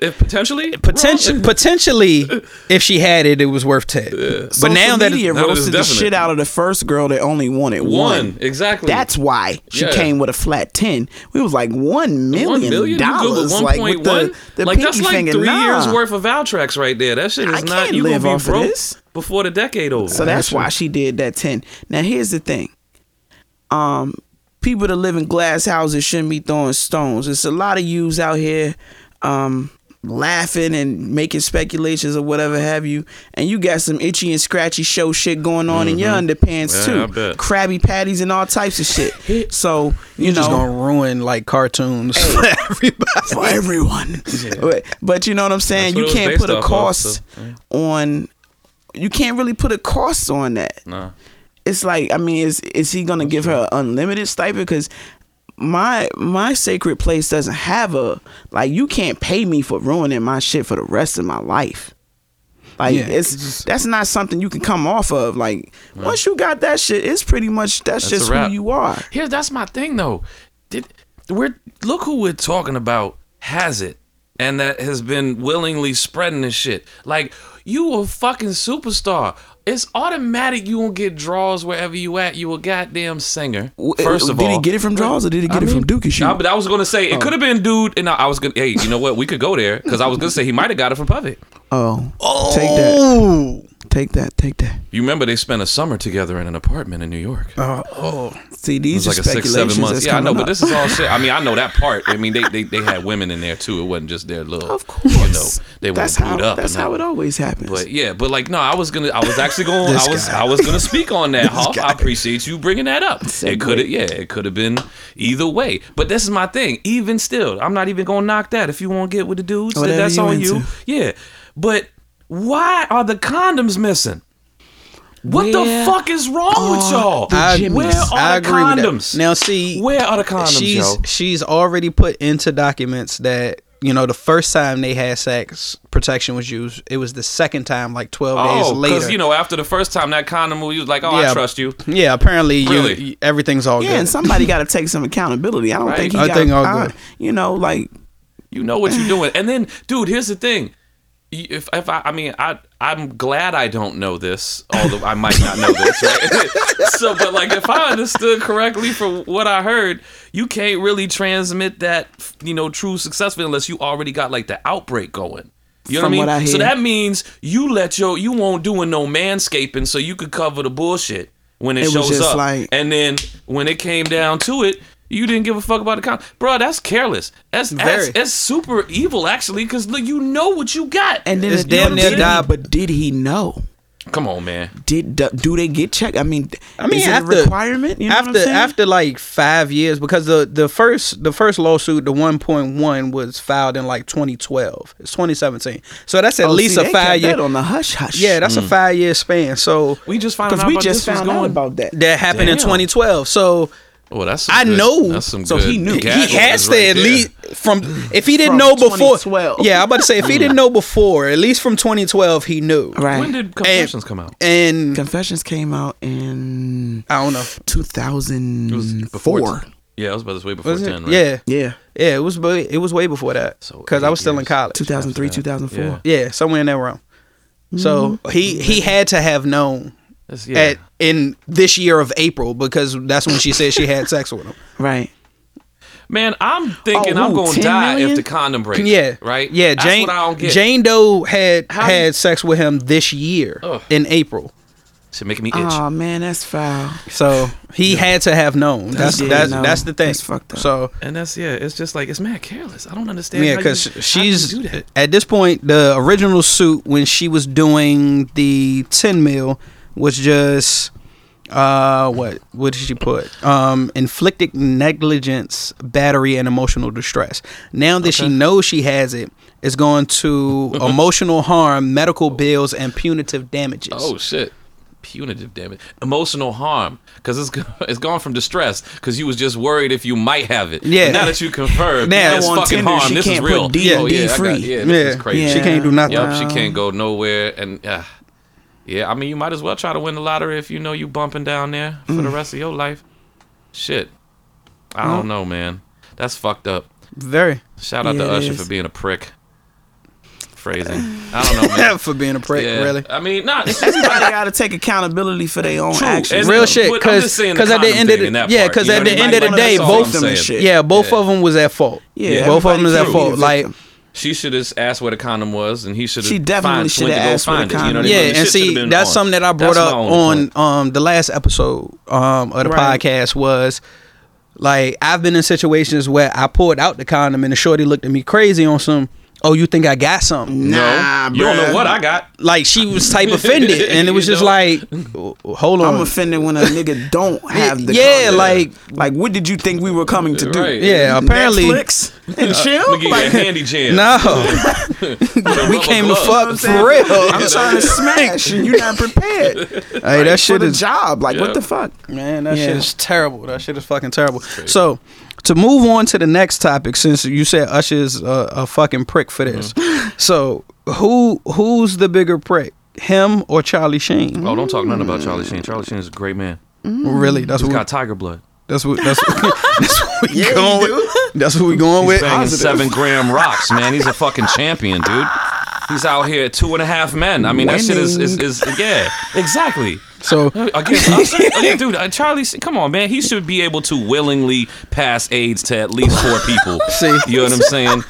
Speaker 3: If potentially,
Speaker 2: Potenti-
Speaker 3: wrong.
Speaker 2: potentially, if she had it, it was worth ten. but
Speaker 4: social
Speaker 2: now that
Speaker 4: media
Speaker 2: it,
Speaker 3: now that it's
Speaker 4: roasted the
Speaker 3: definite.
Speaker 4: shit out of the first girl that only wanted one.
Speaker 3: one exactly.
Speaker 4: That's why she
Speaker 3: Yeah.
Speaker 4: came with a flat ten. We was like one
Speaker 3: one
Speaker 4: million,
Speaker 3: million. You Google
Speaker 4: dollars,
Speaker 3: one
Speaker 4: like
Speaker 3: point
Speaker 4: with
Speaker 3: one.
Speaker 4: the, the
Speaker 3: Like
Speaker 4: pinky
Speaker 3: that's like
Speaker 4: finger.
Speaker 3: three
Speaker 4: Nah.
Speaker 3: years worth of Valtrex right there. That shit is
Speaker 4: I
Speaker 3: not.
Speaker 4: can't
Speaker 3: you
Speaker 4: live
Speaker 3: gonna be
Speaker 4: off of
Speaker 3: broke
Speaker 4: this.
Speaker 3: before the decade over.
Speaker 4: So that's why she did that ten. Now here's the thing. Um, people that live in glass houses shouldn't be throwing stones. It's a lot of yous out here, um, laughing and making speculations or whatever have you. And you got some itchy and scratchy show shit going on in your underpants
Speaker 3: Yeah, I
Speaker 4: too.
Speaker 3: bet.
Speaker 4: Krabby patties and all types of shit. So you
Speaker 2: you're
Speaker 4: know,
Speaker 2: just gonna ruin like cartoons for everybody.
Speaker 4: for everyone. But, but you know what I'm
Speaker 3: That's
Speaker 4: saying?
Speaker 3: what
Speaker 4: You
Speaker 3: it was
Speaker 4: can't
Speaker 3: based
Speaker 4: put a
Speaker 3: off of,
Speaker 4: cost
Speaker 3: so,
Speaker 4: on you can't really put a cost on that.
Speaker 3: No.
Speaker 4: It's like I mean, is is he gonna give her unlimited stipend? Because my my sacred place doesn't have a like you can't pay me for ruining my shit for the rest of my life. Like
Speaker 2: Yeah,
Speaker 4: it's
Speaker 2: it's just-
Speaker 4: that's not something you can come off of. Like once you got that shit, it's pretty much that's,
Speaker 3: That's a
Speaker 4: just who
Speaker 3: wrap.
Speaker 4: you are.
Speaker 3: Here, that's my thing though. Did we're look who we're talking about has it, and that has been willingly spreading this shit. Like you a fucking superstar. It's automatic. You won't get draws wherever you at. You a goddamn singer.
Speaker 4: W- uh,
Speaker 3: First of
Speaker 4: did
Speaker 3: all,
Speaker 4: he get it from Oh. Draws or did he
Speaker 3: I
Speaker 4: get it from
Speaker 3: mean,
Speaker 4: Duke and
Speaker 3: nah, but I was gonna say it could have been dude, and I, I was gonna. Hey, you know what? We could go there because I was gonna say he might have got it from Puppet.
Speaker 4: Oh, take that,
Speaker 3: Oh!
Speaker 2: Ooh.
Speaker 4: take that, take that.
Speaker 3: You remember they spent a summer together in an apartment in New York.
Speaker 2: Uh, oh.
Speaker 4: See,
Speaker 3: It
Speaker 4: these
Speaker 3: was like
Speaker 4: are
Speaker 3: a six,
Speaker 4: speculations.
Speaker 3: seven months.
Speaker 4: that's
Speaker 3: Yeah, I know,
Speaker 4: coming
Speaker 3: but
Speaker 4: up.
Speaker 3: this is all shit. I mean, I know that part. I mean, they, they, they had women in there too. It wasn't just their little.
Speaker 4: Of course,
Speaker 3: You know, they weren't
Speaker 4: that's
Speaker 3: booed
Speaker 4: how
Speaker 3: up.
Speaker 4: that's
Speaker 3: and
Speaker 4: how
Speaker 3: all.
Speaker 4: it always happens.
Speaker 3: But yeah, but like no, I was gonna, I was actually going,
Speaker 2: This
Speaker 3: I was,
Speaker 2: guy.
Speaker 3: I was gonna speak on that. Hoff,
Speaker 2: guy.
Speaker 3: I appreciate you bringing that up.
Speaker 4: Segue.
Speaker 3: It could have, yeah, it could have been either way. But this is my thing. Even still, I'm not even gonna knock that. If you want to get with the dudes, then
Speaker 4: Whatever
Speaker 3: that's
Speaker 4: you
Speaker 3: on
Speaker 4: into.
Speaker 3: you. Yeah, but why are the condoms missing? What the
Speaker 4: Where
Speaker 3: fuck is wrong with y'all?
Speaker 4: Oh, the
Speaker 2: I,
Speaker 4: Jimmies?
Speaker 3: Where are
Speaker 2: I
Speaker 3: the
Speaker 2: agree with
Speaker 3: condoms?
Speaker 2: that. Now see,
Speaker 3: Where are the condoms,
Speaker 2: she's
Speaker 3: yo?
Speaker 2: she's already put into documents that you know the first time they had sex, protection was used. It was the second time, like twelve days
Speaker 3: Oh,
Speaker 2: later.
Speaker 3: because you know, after the first time that condom, you was like, "Oh, I trust you."
Speaker 2: Yeah, apparently you-
Speaker 3: Really?
Speaker 2: everything's all
Speaker 4: yeah,
Speaker 2: good.
Speaker 4: and somebody got to take some accountability. I don't
Speaker 3: Right.
Speaker 4: think he
Speaker 2: I
Speaker 4: got.
Speaker 2: think I'll
Speaker 4: I-
Speaker 2: go.
Speaker 4: you know, like
Speaker 3: You know what you're doing. And then, dude, here's the thing. You- If, if I, I mean, I, I'm glad I don't know this, although I might not know this, right? so, but like, if I understood correctly from what I heard, you can't really transmit that, you know, true successfully unless you already got like the outbreak going. You know
Speaker 4: From
Speaker 3: what
Speaker 4: what
Speaker 3: I
Speaker 4: I
Speaker 3: mean?
Speaker 4: hear.
Speaker 3: So that means you let your, you won't doing no manscaping so you could cover the bullshit when it,
Speaker 4: It was
Speaker 3: shows
Speaker 4: just
Speaker 3: up.
Speaker 4: like-
Speaker 3: and then when it came down to it, you didn't give a fuck about the con. Bro, that's careless. That's
Speaker 2: Very.
Speaker 3: that's, that's super evil, actually, because look, you know what you got.
Speaker 4: and then
Speaker 2: It's
Speaker 4: at the end
Speaker 2: damn
Speaker 4: of
Speaker 2: near
Speaker 4: the day,
Speaker 2: died.
Speaker 4: But did he know?
Speaker 3: come on, man.
Speaker 4: Did do- do they get checked? I mean,
Speaker 2: I mean,
Speaker 4: is it
Speaker 2: after
Speaker 4: a requirement? You know
Speaker 2: after
Speaker 4: what I'm saying?
Speaker 2: after like five years, because the the first the first lawsuit, the one point one was filed in like 2012. It's 2017, so that's at
Speaker 4: Oh,
Speaker 2: least
Speaker 4: see,
Speaker 2: a
Speaker 4: they
Speaker 2: five
Speaker 4: kept
Speaker 2: year.
Speaker 4: that on the hush hush.
Speaker 2: Yeah, that's
Speaker 3: Mm.
Speaker 2: a five year span. So
Speaker 3: We just found
Speaker 4: because
Speaker 3: out
Speaker 4: we
Speaker 3: about
Speaker 4: just
Speaker 3: this was
Speaker 4: found out
Speaker 3: going.
Speaker 4: about that.
Speaker 2: that happened in
Speaker 3: Damn.
Speaker 2: 2012. So
Speaker 3: Oh, that's some
Speaker 2: I
Speaker 3: good-
Speaker 2: know.
Speaker 3: That's some
Speaker 4: So
Speaker 3: good
Speaker 4: he knew.
Speaker 2: he
Speaker 3: gag
Speaker 2: has
Speaker 3: orders
Speaker 2: to
Speaker 3: right
Speaker 2: at
Speaker 3: there.
Speaker 2: least from if he didn't
Speaker 4: From
Speaker 2: know before.
Speaker 4: 2012.
Speaker 2: Yeah, I'm about to say if he didn't know before, at least from 2012 he knew.
Speaker 4: Right.
Speaker 3: When did Confessions come out?
Speaker 2: And
Speaker 4: Confessions came out in
Speaker 2: I don't know.
Speaker 4: 2004.
Speaker 3: Yeah, it was about this way before
Speaker 2: Was it?
Speaker 3: ten. Right?
Speaker 2: Yeah,
Speaker 4: yeah,
Speaker 2: yeah. It was bu- it was way before that
Speaker 3: So
Speaker 2: because I
Speaker 3: eight
Speaker 2: was still in
Speaker 3: years.
Speaker 2: college.
Speaker 4: 2003,
Speaker 3: After that.
Speaker 4: 2004.
Speaker 3: Yeah.
Speaker 2: Yeah, somewhere in that realm. So he he had to have known
Speaker 3: That's- yeah.
Speaker 2: at in this year of April because that's when she said she had sex with him.
Speaker 4: Right.
Speaker 3: man, I'm thinking
Speaker 4: Oh,
Speaker 3: I'm
Speaker 4: who,
Speaker 3: gonna
Speaker 4: 10
Speaker 3: die
Speaker 4: million?
Speaker 3: if the condom breaks.
Speaker 2: Yeah,
Speaker 3: right.
Speaker 2: Yeah,
Speaker 3: That's
Speaker 2: Jane
Speaker 3: What I don't get.
Speaker 2: Jane Doe had
Speaker 3: How
Speaker 2: had
Speaker 3: you-
Speaker 2: sex with him this year
Speaker 3: Ugh.
Speaker 2: in April.
Speaker 3: Shit making me itch.
Speaker 2: Uh,
Speaker 4: Oh man, that's foul.
Speaker 2: So he had to have known. That's
Speaker 4: did
Speaker 2: that's
Speaker 4: know.
Speaker 2: that's the thing.
Speaker 4: That's fucked up.
Speaker 2: So
Speaker 3: and that's yeah. It's just like it's mad careless. I don't understand.
Speaker 2: yeah,
Speaker 3: how you-
Speaker 2: because
Speaker 3: how you
Speaker 2: she's
Speaker 3: do that.
Speaker 2: at this point the original suit when she was doing the ten mil was just uh what what did she put um inflicted negligence battery and emotional distress now that she knows she has it it's going to emotional harm medical bills and punitive damages
Speaker 3: Oh shit. Punitive damage. Emotional harm because it's go- it's gone from distress because you was just worried if you might have it.
Speaker 2: Yeah.
Speaker 3: But now that you confirmed,
Speaker 2: Now
Speaker 3: now it's
Speaker 2: on
Speaker 3: fucking
Speaker 4: Tinder,
Speaker 3: harm.
Speaker 4: she
Speaker 3: This is
Speaker 4: can't
Speaker 3: real.
Speaker 4: put D
Speaker 3: oh,
Speaker 4: and D
Speaker 3: yeah, I got-
Speaker 4: free.
Speaker 3: yeah,
Speaker 2: yeah,
Speaker 3: this is crazy.
Speaker 2: she can't do nothing
Speaker 3: Yep, she
Speaker 4: Wow.
Speaker 3: can't go nowhere, and uh, yeah, I mean, you might as well try to win the lottery if you know you bumping down there for
Speaker 4: Mm.
Speaker 3: the rest of your life. Shit, I don't know, man. That's fucked up.
Speaker 2: very
Speaker 3: Shout out
Speaker 4: Yeah,
Speaker 3: to
Speaker 4: it
Speaker 3: Usher
Speaker 4: is.
Speaker 3: for being a prick. Phrasing. I don't know, man.
Speaker 2: for being a prick
Speaker 3: Yeah.
Speaker 2: really
Speaker 3: I mean, not
Speaker 4: Everybody got to take accountability for their own
Speaker 3: True,
Speaker 4: actions.
Speaker 3: and-
Speaker 2: real
Speaker 3: But
Speaker 2: shit
Speaker 3: I'm
Speaker 2: because
Speaker 3: just saying the
Speaker 2: at the
Speaker 3: condom
Speaker 2: end of
Speaker 3: thing
Speaker 2: the
Speaker 3: in that
Speaker 2: yeah
Speaker 3: part,
Speaker 2: because
Speaker 3: you
Speaker 2: at
Speaker 3: know,
Speaker 2: the
Speaker 3: you
Speaker 2: end of
Speaker 3: might
Speaker 2: the
Speaker 3: wanna-
Speaker 2: day
Speaker 3: that's all
Speaker 2: both
Speaker 3: I'm
Speaker 2: of them
Speaker 3: saying.
Speaker 4: shit.
Speaker 2: yeah both
Speaker 3: Yeah.
Speaker 2: of them was at fault
Speaker 4: Yeah,
Speaker 2: both of them
Speaker 4: everybody
Speaker 2: was at
Speaker 4: can't
Speaker 2: fault
Speaker 4: be a
Speaker 2: like
Speaker 4: victim.
Speaker 3: She should have asked where the condom was, and he should have.
Speaker 4: She definitely should have asked where the condom was.
Speaker 2: yeah
Speaker 4: Like,
Speaker 2: and see that's something that I brought up on um the last episode um of the
Speaker 4: Right.
Speaker 2: podcast was like I've been in situations where I pulled out the condom and the shorty looked at me crazy on some oh, you think I got something?
Speaker 4: Nah,
Speaker 3: no, you don't know
Speaker 4: bruh.
Speaker 3: what I got.
Speaker 2: Like she was type offended, and it was
Speaker 3: You
Speaker 2: just
Speaker 3: know?
Speaker 2: like, oh, hold on.
Speaker 4: I'm offended when a nigga don't have the
Speaker 2: yeah,
Speaker 4: content.
Speaker 2: like-
Speaker 4: like what did you think we were coming to do?
Speaker 3: Right. Uh,
Speaker 2: yeah, apparently,
Speaker 4: Netflix and
Speaker 3: Let me
Speaker 4: chill.
Speaker 3: give you a
Speaker 4: Like,
Speaker 3: handy jam.
Speaker 2: no, we came to fuck for real.
Speaker 4: I'm trying to smash and you're not prepared.
Speaker 2: hey, that
Speaker 4: for
Speaker 2: shit
Speaker 4: the
Speaker 2: is
Speaker 4: job. Like
Speaker 3: Yeah.
Speaker 4: what the fuck?
Speaker 2: Man, that
Speaker 4: Yeah.
Speaker 2: shit is terrible. That shit is fucking terrible. So, to move on to the next topic, since you said Usher's a, a fucking prick for this,
Speaker 3: Mm-hmm.
Speaker 2: so who who's the bigger prick, him or Charlie Sheen?
Speaker 3: Oh, don't talk nothing about Charlie Sheen. Charlie Sheen is a great man.
Speaker 2: Really? That's
Speaker 3: He's
Speaker 2: what,
Speaker 3: got tiger blood.
Speaker 2: that's what that's what that's what we going
Speaker 4: do.
Speaker 2: with. That's what we going with.
Speaker 3: Banging
Speaker 2: Positive.
Speaker 3: seven gram rocks, man. He's a fucking champion, dude. He's out here at two and a half men. I mean, that shit is, is, is yeah, exactly.
Speaker 2: So
Speaker 3: Against us, uh, dude, uh, Charlie, come on, man. He should be able to willingly pass AIDS to at least four people.
Speaker 2: See?
Speaker 3: you know what I'm saying?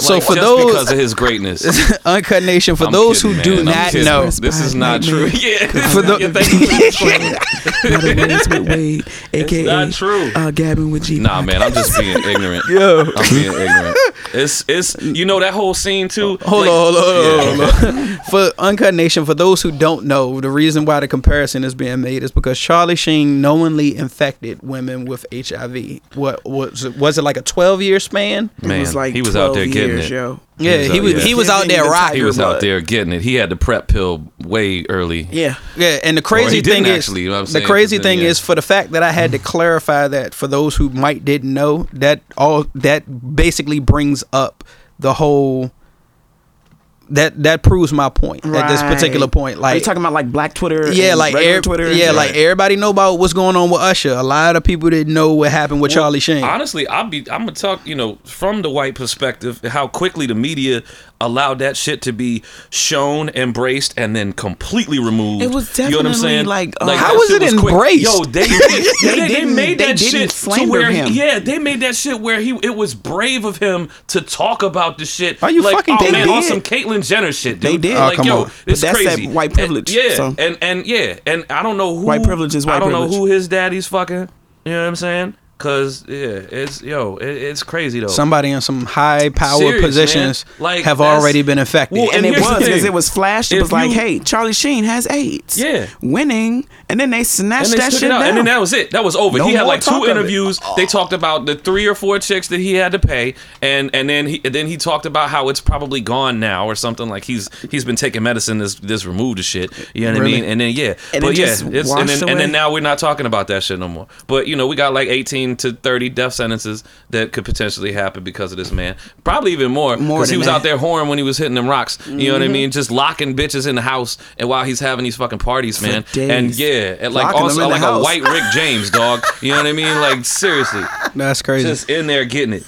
Speaker 2: So
Speaker 3: Like,
Speaker 2: for
Speaker 3: just
Speaker 2: those-
Speaker 3: because of his greatness.
Speaker 2: Uncut Nation, for
Speaker 3: I'm
Speaker 2: those
Speaker 3: kidding,
Speaker 2: who do
Speaker 3: man. I'm
Speaker 2: not
Speaker 3: kidding.
Speaker 2: know,
Speaker 3: this is not true. Yeah,
Speaker 2: For the-
Speaker 3: yeah, thank you.
Speaker 4: Better ways with Wade, aka
Speaker 3: not true.
Speaker 4: Uh, Gavin with G.
Speaker 3: Nah, man, I'm just being ignorant.
Speaker 2: Yo.
Speaker 3: I'm being ignorant. It's it's you know that whole scene too.
Speaker 2: Hold
Speaker 3: like-
Speaker 2: on, hold on, hold on,
Speaker 3: Yeah.
Speaker 2: hold on. For Uncut Nation, for those who don't know, the reason why the comparison is being made is because Charlie Sheen knowingly infected women with HIV. What was it, was it like a twelve year span?
Speaker 3: Man,
Speaker 4: it was like
Speaker 3: he was
Speaker 4: 12
Speaker 3: out there getting
Speaker 4: years,
Speaker 3: it.
Speaker 4: yo.
Speaker 2: Yeah, he was
Speaker 3: out-
Speaker 2: he
Speaker 3: yeah.
Speaker 2: was out there
Speaker 4: Giving the
Speaker 2: rocking.
Speaker 3: He was
Speaker 4: Blood.
Speaker 3: out there getting it. He had the prep pill way early.
Speaker 4: Yeah.
Speaker 2: Yeah, and the crazy
Speaker 3: he
Speaker 2: thing
Speaker 3: didn't
Speaker 2: is,
Speaker 3: actually, you know what I'm
Speaker 2: the
Speaker 3: saying?
Speaker 2: crazy
Speaker 3: Then,
Speaker 2: thing
Speaker 3: yeah.
Speaker 2: is, for the fact that I had to clarify that for those who might didn't know that all that basically brings up the whole. That that proves my point at this particular
Speaker 4: Right.
Speaker 2: point.
Speaker 4: Are
Speaker 2: Like
Speaker 4: you talking about like Black Twitter?
Speaker 2: yeah,
Speaker 4: and
Speaker 2: like
Speaker 4: regular
Speaker 2: ev-
Speaker 4: Twitter.
Speaker 2: yeah, like everybody know about what's going on with Usher. A lot of people didn't know what happened with Charlie Sheen.
Speaker 3: Honestly, I'll be I'm gonna talk, you know, from the white perspective, how quickly the media allowed that shit to be shown, embraced, and then completely removed.
Speaker 4: It was
Speaker 3: you know what I'm
Speaker 4: definitely,
Speaker 3: saying?
Speaker 4: like, uh,
Speaker 3: that
Speaker 4: How
Speaker 2: was
Speaker 3: shit
Speaker 2: it
Speaker 3: quick.
Speaker 2: embraced?
Speaker 3: Yo, they they, they,
Speaker 4: didn't-
Speaker 3: made
Speaker 4: they
Speaker 3: that
Speaker 4: didn't
Speaker 3: shit to
Speaker 4: slander
Speaker 3: where he-
Speaker 4: him.
Speaker 3: yeah, they made that shit where he it was brave of him to talk about the shit.
Speaker 2: Are you
Speaker 3: like,
Speaker 2: fucking-
Speaker 3: oh,
Speaker 2: they
Speaker 3: man,
Speaker 2: did.
Speaker 3: on some Caitlyn Jenner shit, dude.
Speaker 4: They did. Oh,
Speaker 3: Like,
Speaker 2: come
Speaker 3: yo,
Speaker 2: on.
Speaker 3: it's
Speaker 4: But that's that
Speaker 3: crazy.
Speaker 4: white privilege,
Speaker 3: And, yeah,
Speaker 4: so.
Speaker 3: and and yeah, and I don't know who
Speaker 4: White privilege is white
Speaker 3: I don't know
Speaker 4: privilege.
Speaker 3: who his daddy's fucking. You know what I'm saying? Cause yeah, it's yo, it, it's crazy though.
Speaker 2: Somebody in some high power
Speaker 3: Serious,
Speaker 2: positions
Speaker 3: man. Like,
Speaker 2: have
Speaker 3: that's-
Speaker 2: already been infected.
Speaker 3: Well,
Speaker 4: and,
Speaker 3: And
Speaker 4: it
Speaker 3: here's the
Speaker 4: was because
Speaker 3: thing.
Speaker 4: it was flashed. It
Speaker 3: If
Speaker 4: was like,
Speaker 3: you-
Speaker 4: hey, Charlie Sheen has AIDS.
Speaker 3: Yeah.
Speaker 4: winning, and then they snatched
Speaker 3: and they
Speaker 4: that
Speaker 3: took
Speaker 4: shit
Speaker 3: it out,
Speaker 4: down.
Speaker 3: and then that was it. That was over.
Speaker 4: No
Speaker 3: he had
Speaker 4: more Oh.
Speaker 3: like
Speaker 4: talk
Speaker 3: two
Speaker 4: of it.
Speaker 3: interviews. They talked about the three or four chicks that he had to pay, and and then he and then he talked about how it's probably gone now or something. Like he's he's been taking medicine this this removed the shit. You know what
Speaker 2: Really?
Speaker 3: I mean? And then yeah,
Speaker 4: And
Speaker 3: but
Speaker 4: it
Speaker 3: yeah, it's,
Speaker 4: just
Speaker 3: and
Speaker 4: washed
Speaker 3: then and
Speaker 4: away.
Speaker 3: then now we're not talking about that shit no more. But you know we got like eighteen to thirty death sentences that could potentially happen because of this man. Probably even more
Speaker 4: More
Speaker 3: because he
Speaker 4: than
Speaker 3: was
Speaker 4: that. Mm-hmm.
Speaker 3: out there whoring when he was hitting them rocks. You know what I mean? Just locking bitches in the house and while he's having these fucking parties, man. And
Speaker 4: days.
Speaker 3: yeah, and like
Speaker 4: Locking them
Speaker 3: also
Speaker 4: in the
Speaker 3: like a
Speaker 4: house.
Speaker 3: white Rick James, dog. You know what I mean? Like seriously,
Speaker 2: That's crazy.
Speaker 3: just in there getting it,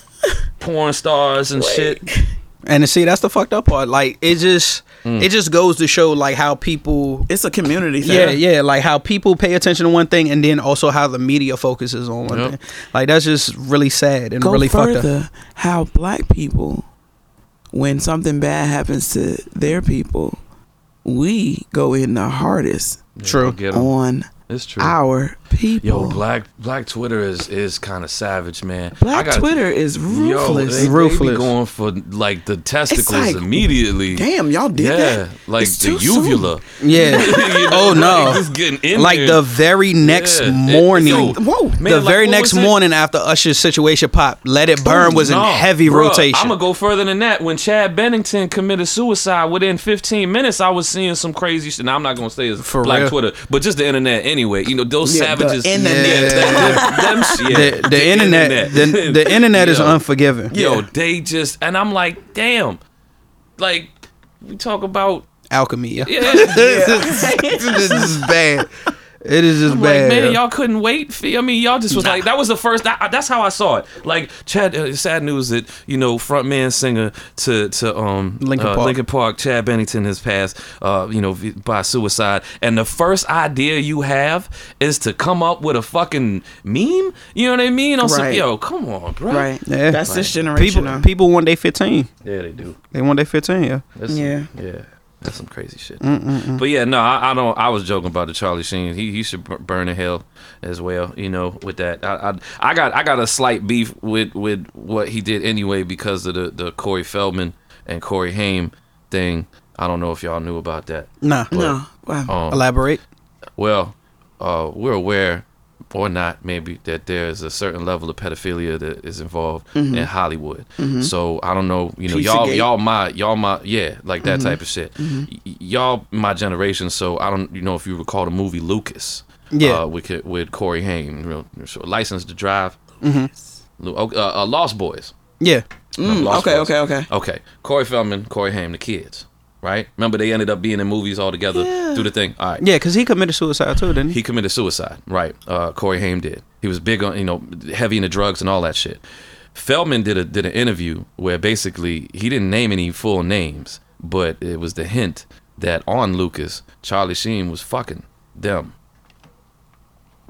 Speaker 3: porn stars and shit.
Speaker 2: and see, that's the fucked up part. Like it just it just goes to show like how people
Speaker 4: it's a community thing.
Speaker 2: yeah, yeah, like how people pay attention to one thing and then also how the media focuses on one
Speaker 3: Yep.
Speaker 2: thing. Like that's just really sad and
Speaker 4: Go
Speaker 2: really fucked up.
Speaker 4: further, how black people, when something bad happens to their people, we go in the hardest
Speaker 2: True.
Speaker 3: Get 'em.
Speaker 4: on
Speaker 3: It's true.
Speaker 4: our people.
Speaker 3: Yo, black black Twitter is is kind of savage, man. I
Speaker 4: Black
Speaker 3: gotta-
Speaker 4: Twitter is
Speaker 3: Yo, they-
Speaker 4: ruthless.
Speaker 3: they, be
Speaker 2: Ruthless.
Speaker 3: going for like the testicles
Speaker 4: like,
Speaker 3: immediately.
Speaker 4: Damn, y'all did
Speaker 3: yeah,
Speaker 4: that.
Speaker 3: like
Speaker 4: It's
Speaker 3: the
Speaker 4: too soon.
Speaker 3: uvula.
Speaker 2: Yeah.
Speaker 3: You know,
Speaker 2: oh no.
Speaker 3: like, it's getting in
Speaker 2: Like
Speaker 3: there.
Speaker 2: the very next
Speaker 3: Yeah, it-
Speaker 2: morning.
Speaker 3: yo,
Speaker 4: Whoa.
Speaker 3: man,
Speaker 2: the
Speaker 3: like,
Speaker 2: very
Speaker 3: what
Speaker 2: next
Speaker 3: was it?
Speaker 2: morning after Usher's situation popped, Let It Burn was in heavy rotation.
Speaker 3: I'm gonna go further than that. When Chad Bennington committed suicide, within 15 minutes, I was seeing some crazy shit. Now I'm not gonna say it's
Speaker 2: For
Speaker 3: black
Speaker 2: real.
Speaker 3: Twitter, but just the internet anyway. You know those
Speaker 4: Yeah, the
Speaker 3: savages.
Speaker 4: internet.
Speaker 3: Yeah, them- them- yeah,
Speaker 2: the, the, internet, the, the internet is
Speaker 3: Yo,
Speaker 2: unforgiving.
Speaker 3: Yo, they just and I'm like, damn, like we talk about.
Speaker 2: Alchemy. Yeah.
Speaker 3: Yeah,
Speaker 2: this is bad. It is just
Speaker 3: I'm
Speaker 2: bad.
Speaker 3: like, man, y'all couldn't wait. For, I mean, y'all just was like, that was the first. I, I- that's how I saw it. Like, Chad. Uh, sad news that you know, frontman singer to to um
Speaker 2: Linkin
Speaker 3: uh,
Speaker 2: Park.
Speaker 3: Linkin Park, Chad Bennington has passed. Uh, you know, v- by suicide. And the first idea you have is to come up with a fucking meme. You know what I mean? On some-
Speaker 4: Right.
Speaker 3: yo, come on, bro.
Speaker 4: Right.
Speaker 2: Yeah.
Speaker 4: That's this generation.
Speaker 2: people
Speaker 4: now.
Speaker 2: people want they 15.
Speaker 3: Yeah, they do.
Speaker 2: They want they 15. Yeah.
Speaker 3: That's
Speaker 4: Yeah.
Speaker 3: yeah. That's some crazy shit. But yeah, no, I, I don't. I was joking about the Charlie Sheen. He he should bur- burn in hell as well. You know, with that, I, I I got I got a slight beef with with what he did anyway because of the the Corey Feldman and Corey Haim thing. I don't know if y'all knew about that.
Speaker 2: Nah.
Speaker 4: no. Wow.
Speaker 3: Um,
Speaker 2: Elaborate.
Speaker 3: well, uh, we're aware, or not maybe, that there's a certain level of pedophilia that is involved in Hollywood. So I don't know, you know, y'all,
Speaker 4: Pizzagate.
Speaker 3: y'all my, y'all my, yeah, like that type of shit. Y- y'all my generation, so I don't, you know, if you recall the movie Lucas,
Speaker 2: Yeah.
Speaker 3: uh, with with Corey Haim, real, sure, License to Drive, Lu- oh, uh, uh, Lost Boys.
Speaker 2: Yeah.
Speaker 3: No,
Speaker 4: Mm,
Speaker 3: Lost Um,
Speaker 4: okay,
Speaker 3: Boys.
Speaker 4: okay, okay.
Speaker 3: Okay. Corey Feldman, Corey Haim, the kids, right? Remember they ended up being in movies all together
Speaker 4: Yeah.
Speaker 3: through the thing. All right.
Speaker 2: Yeah, because he committed suicide too, didn't he?
Speaker 3: He committed suicide, right? Uh, Corey Haim did. He was big on, you know, heavy into drugs and all that shit. Feldman did a did an interview where basically he didn't name any full names, but it was the hint that on Lucas, Charlie Sheen was fucking them.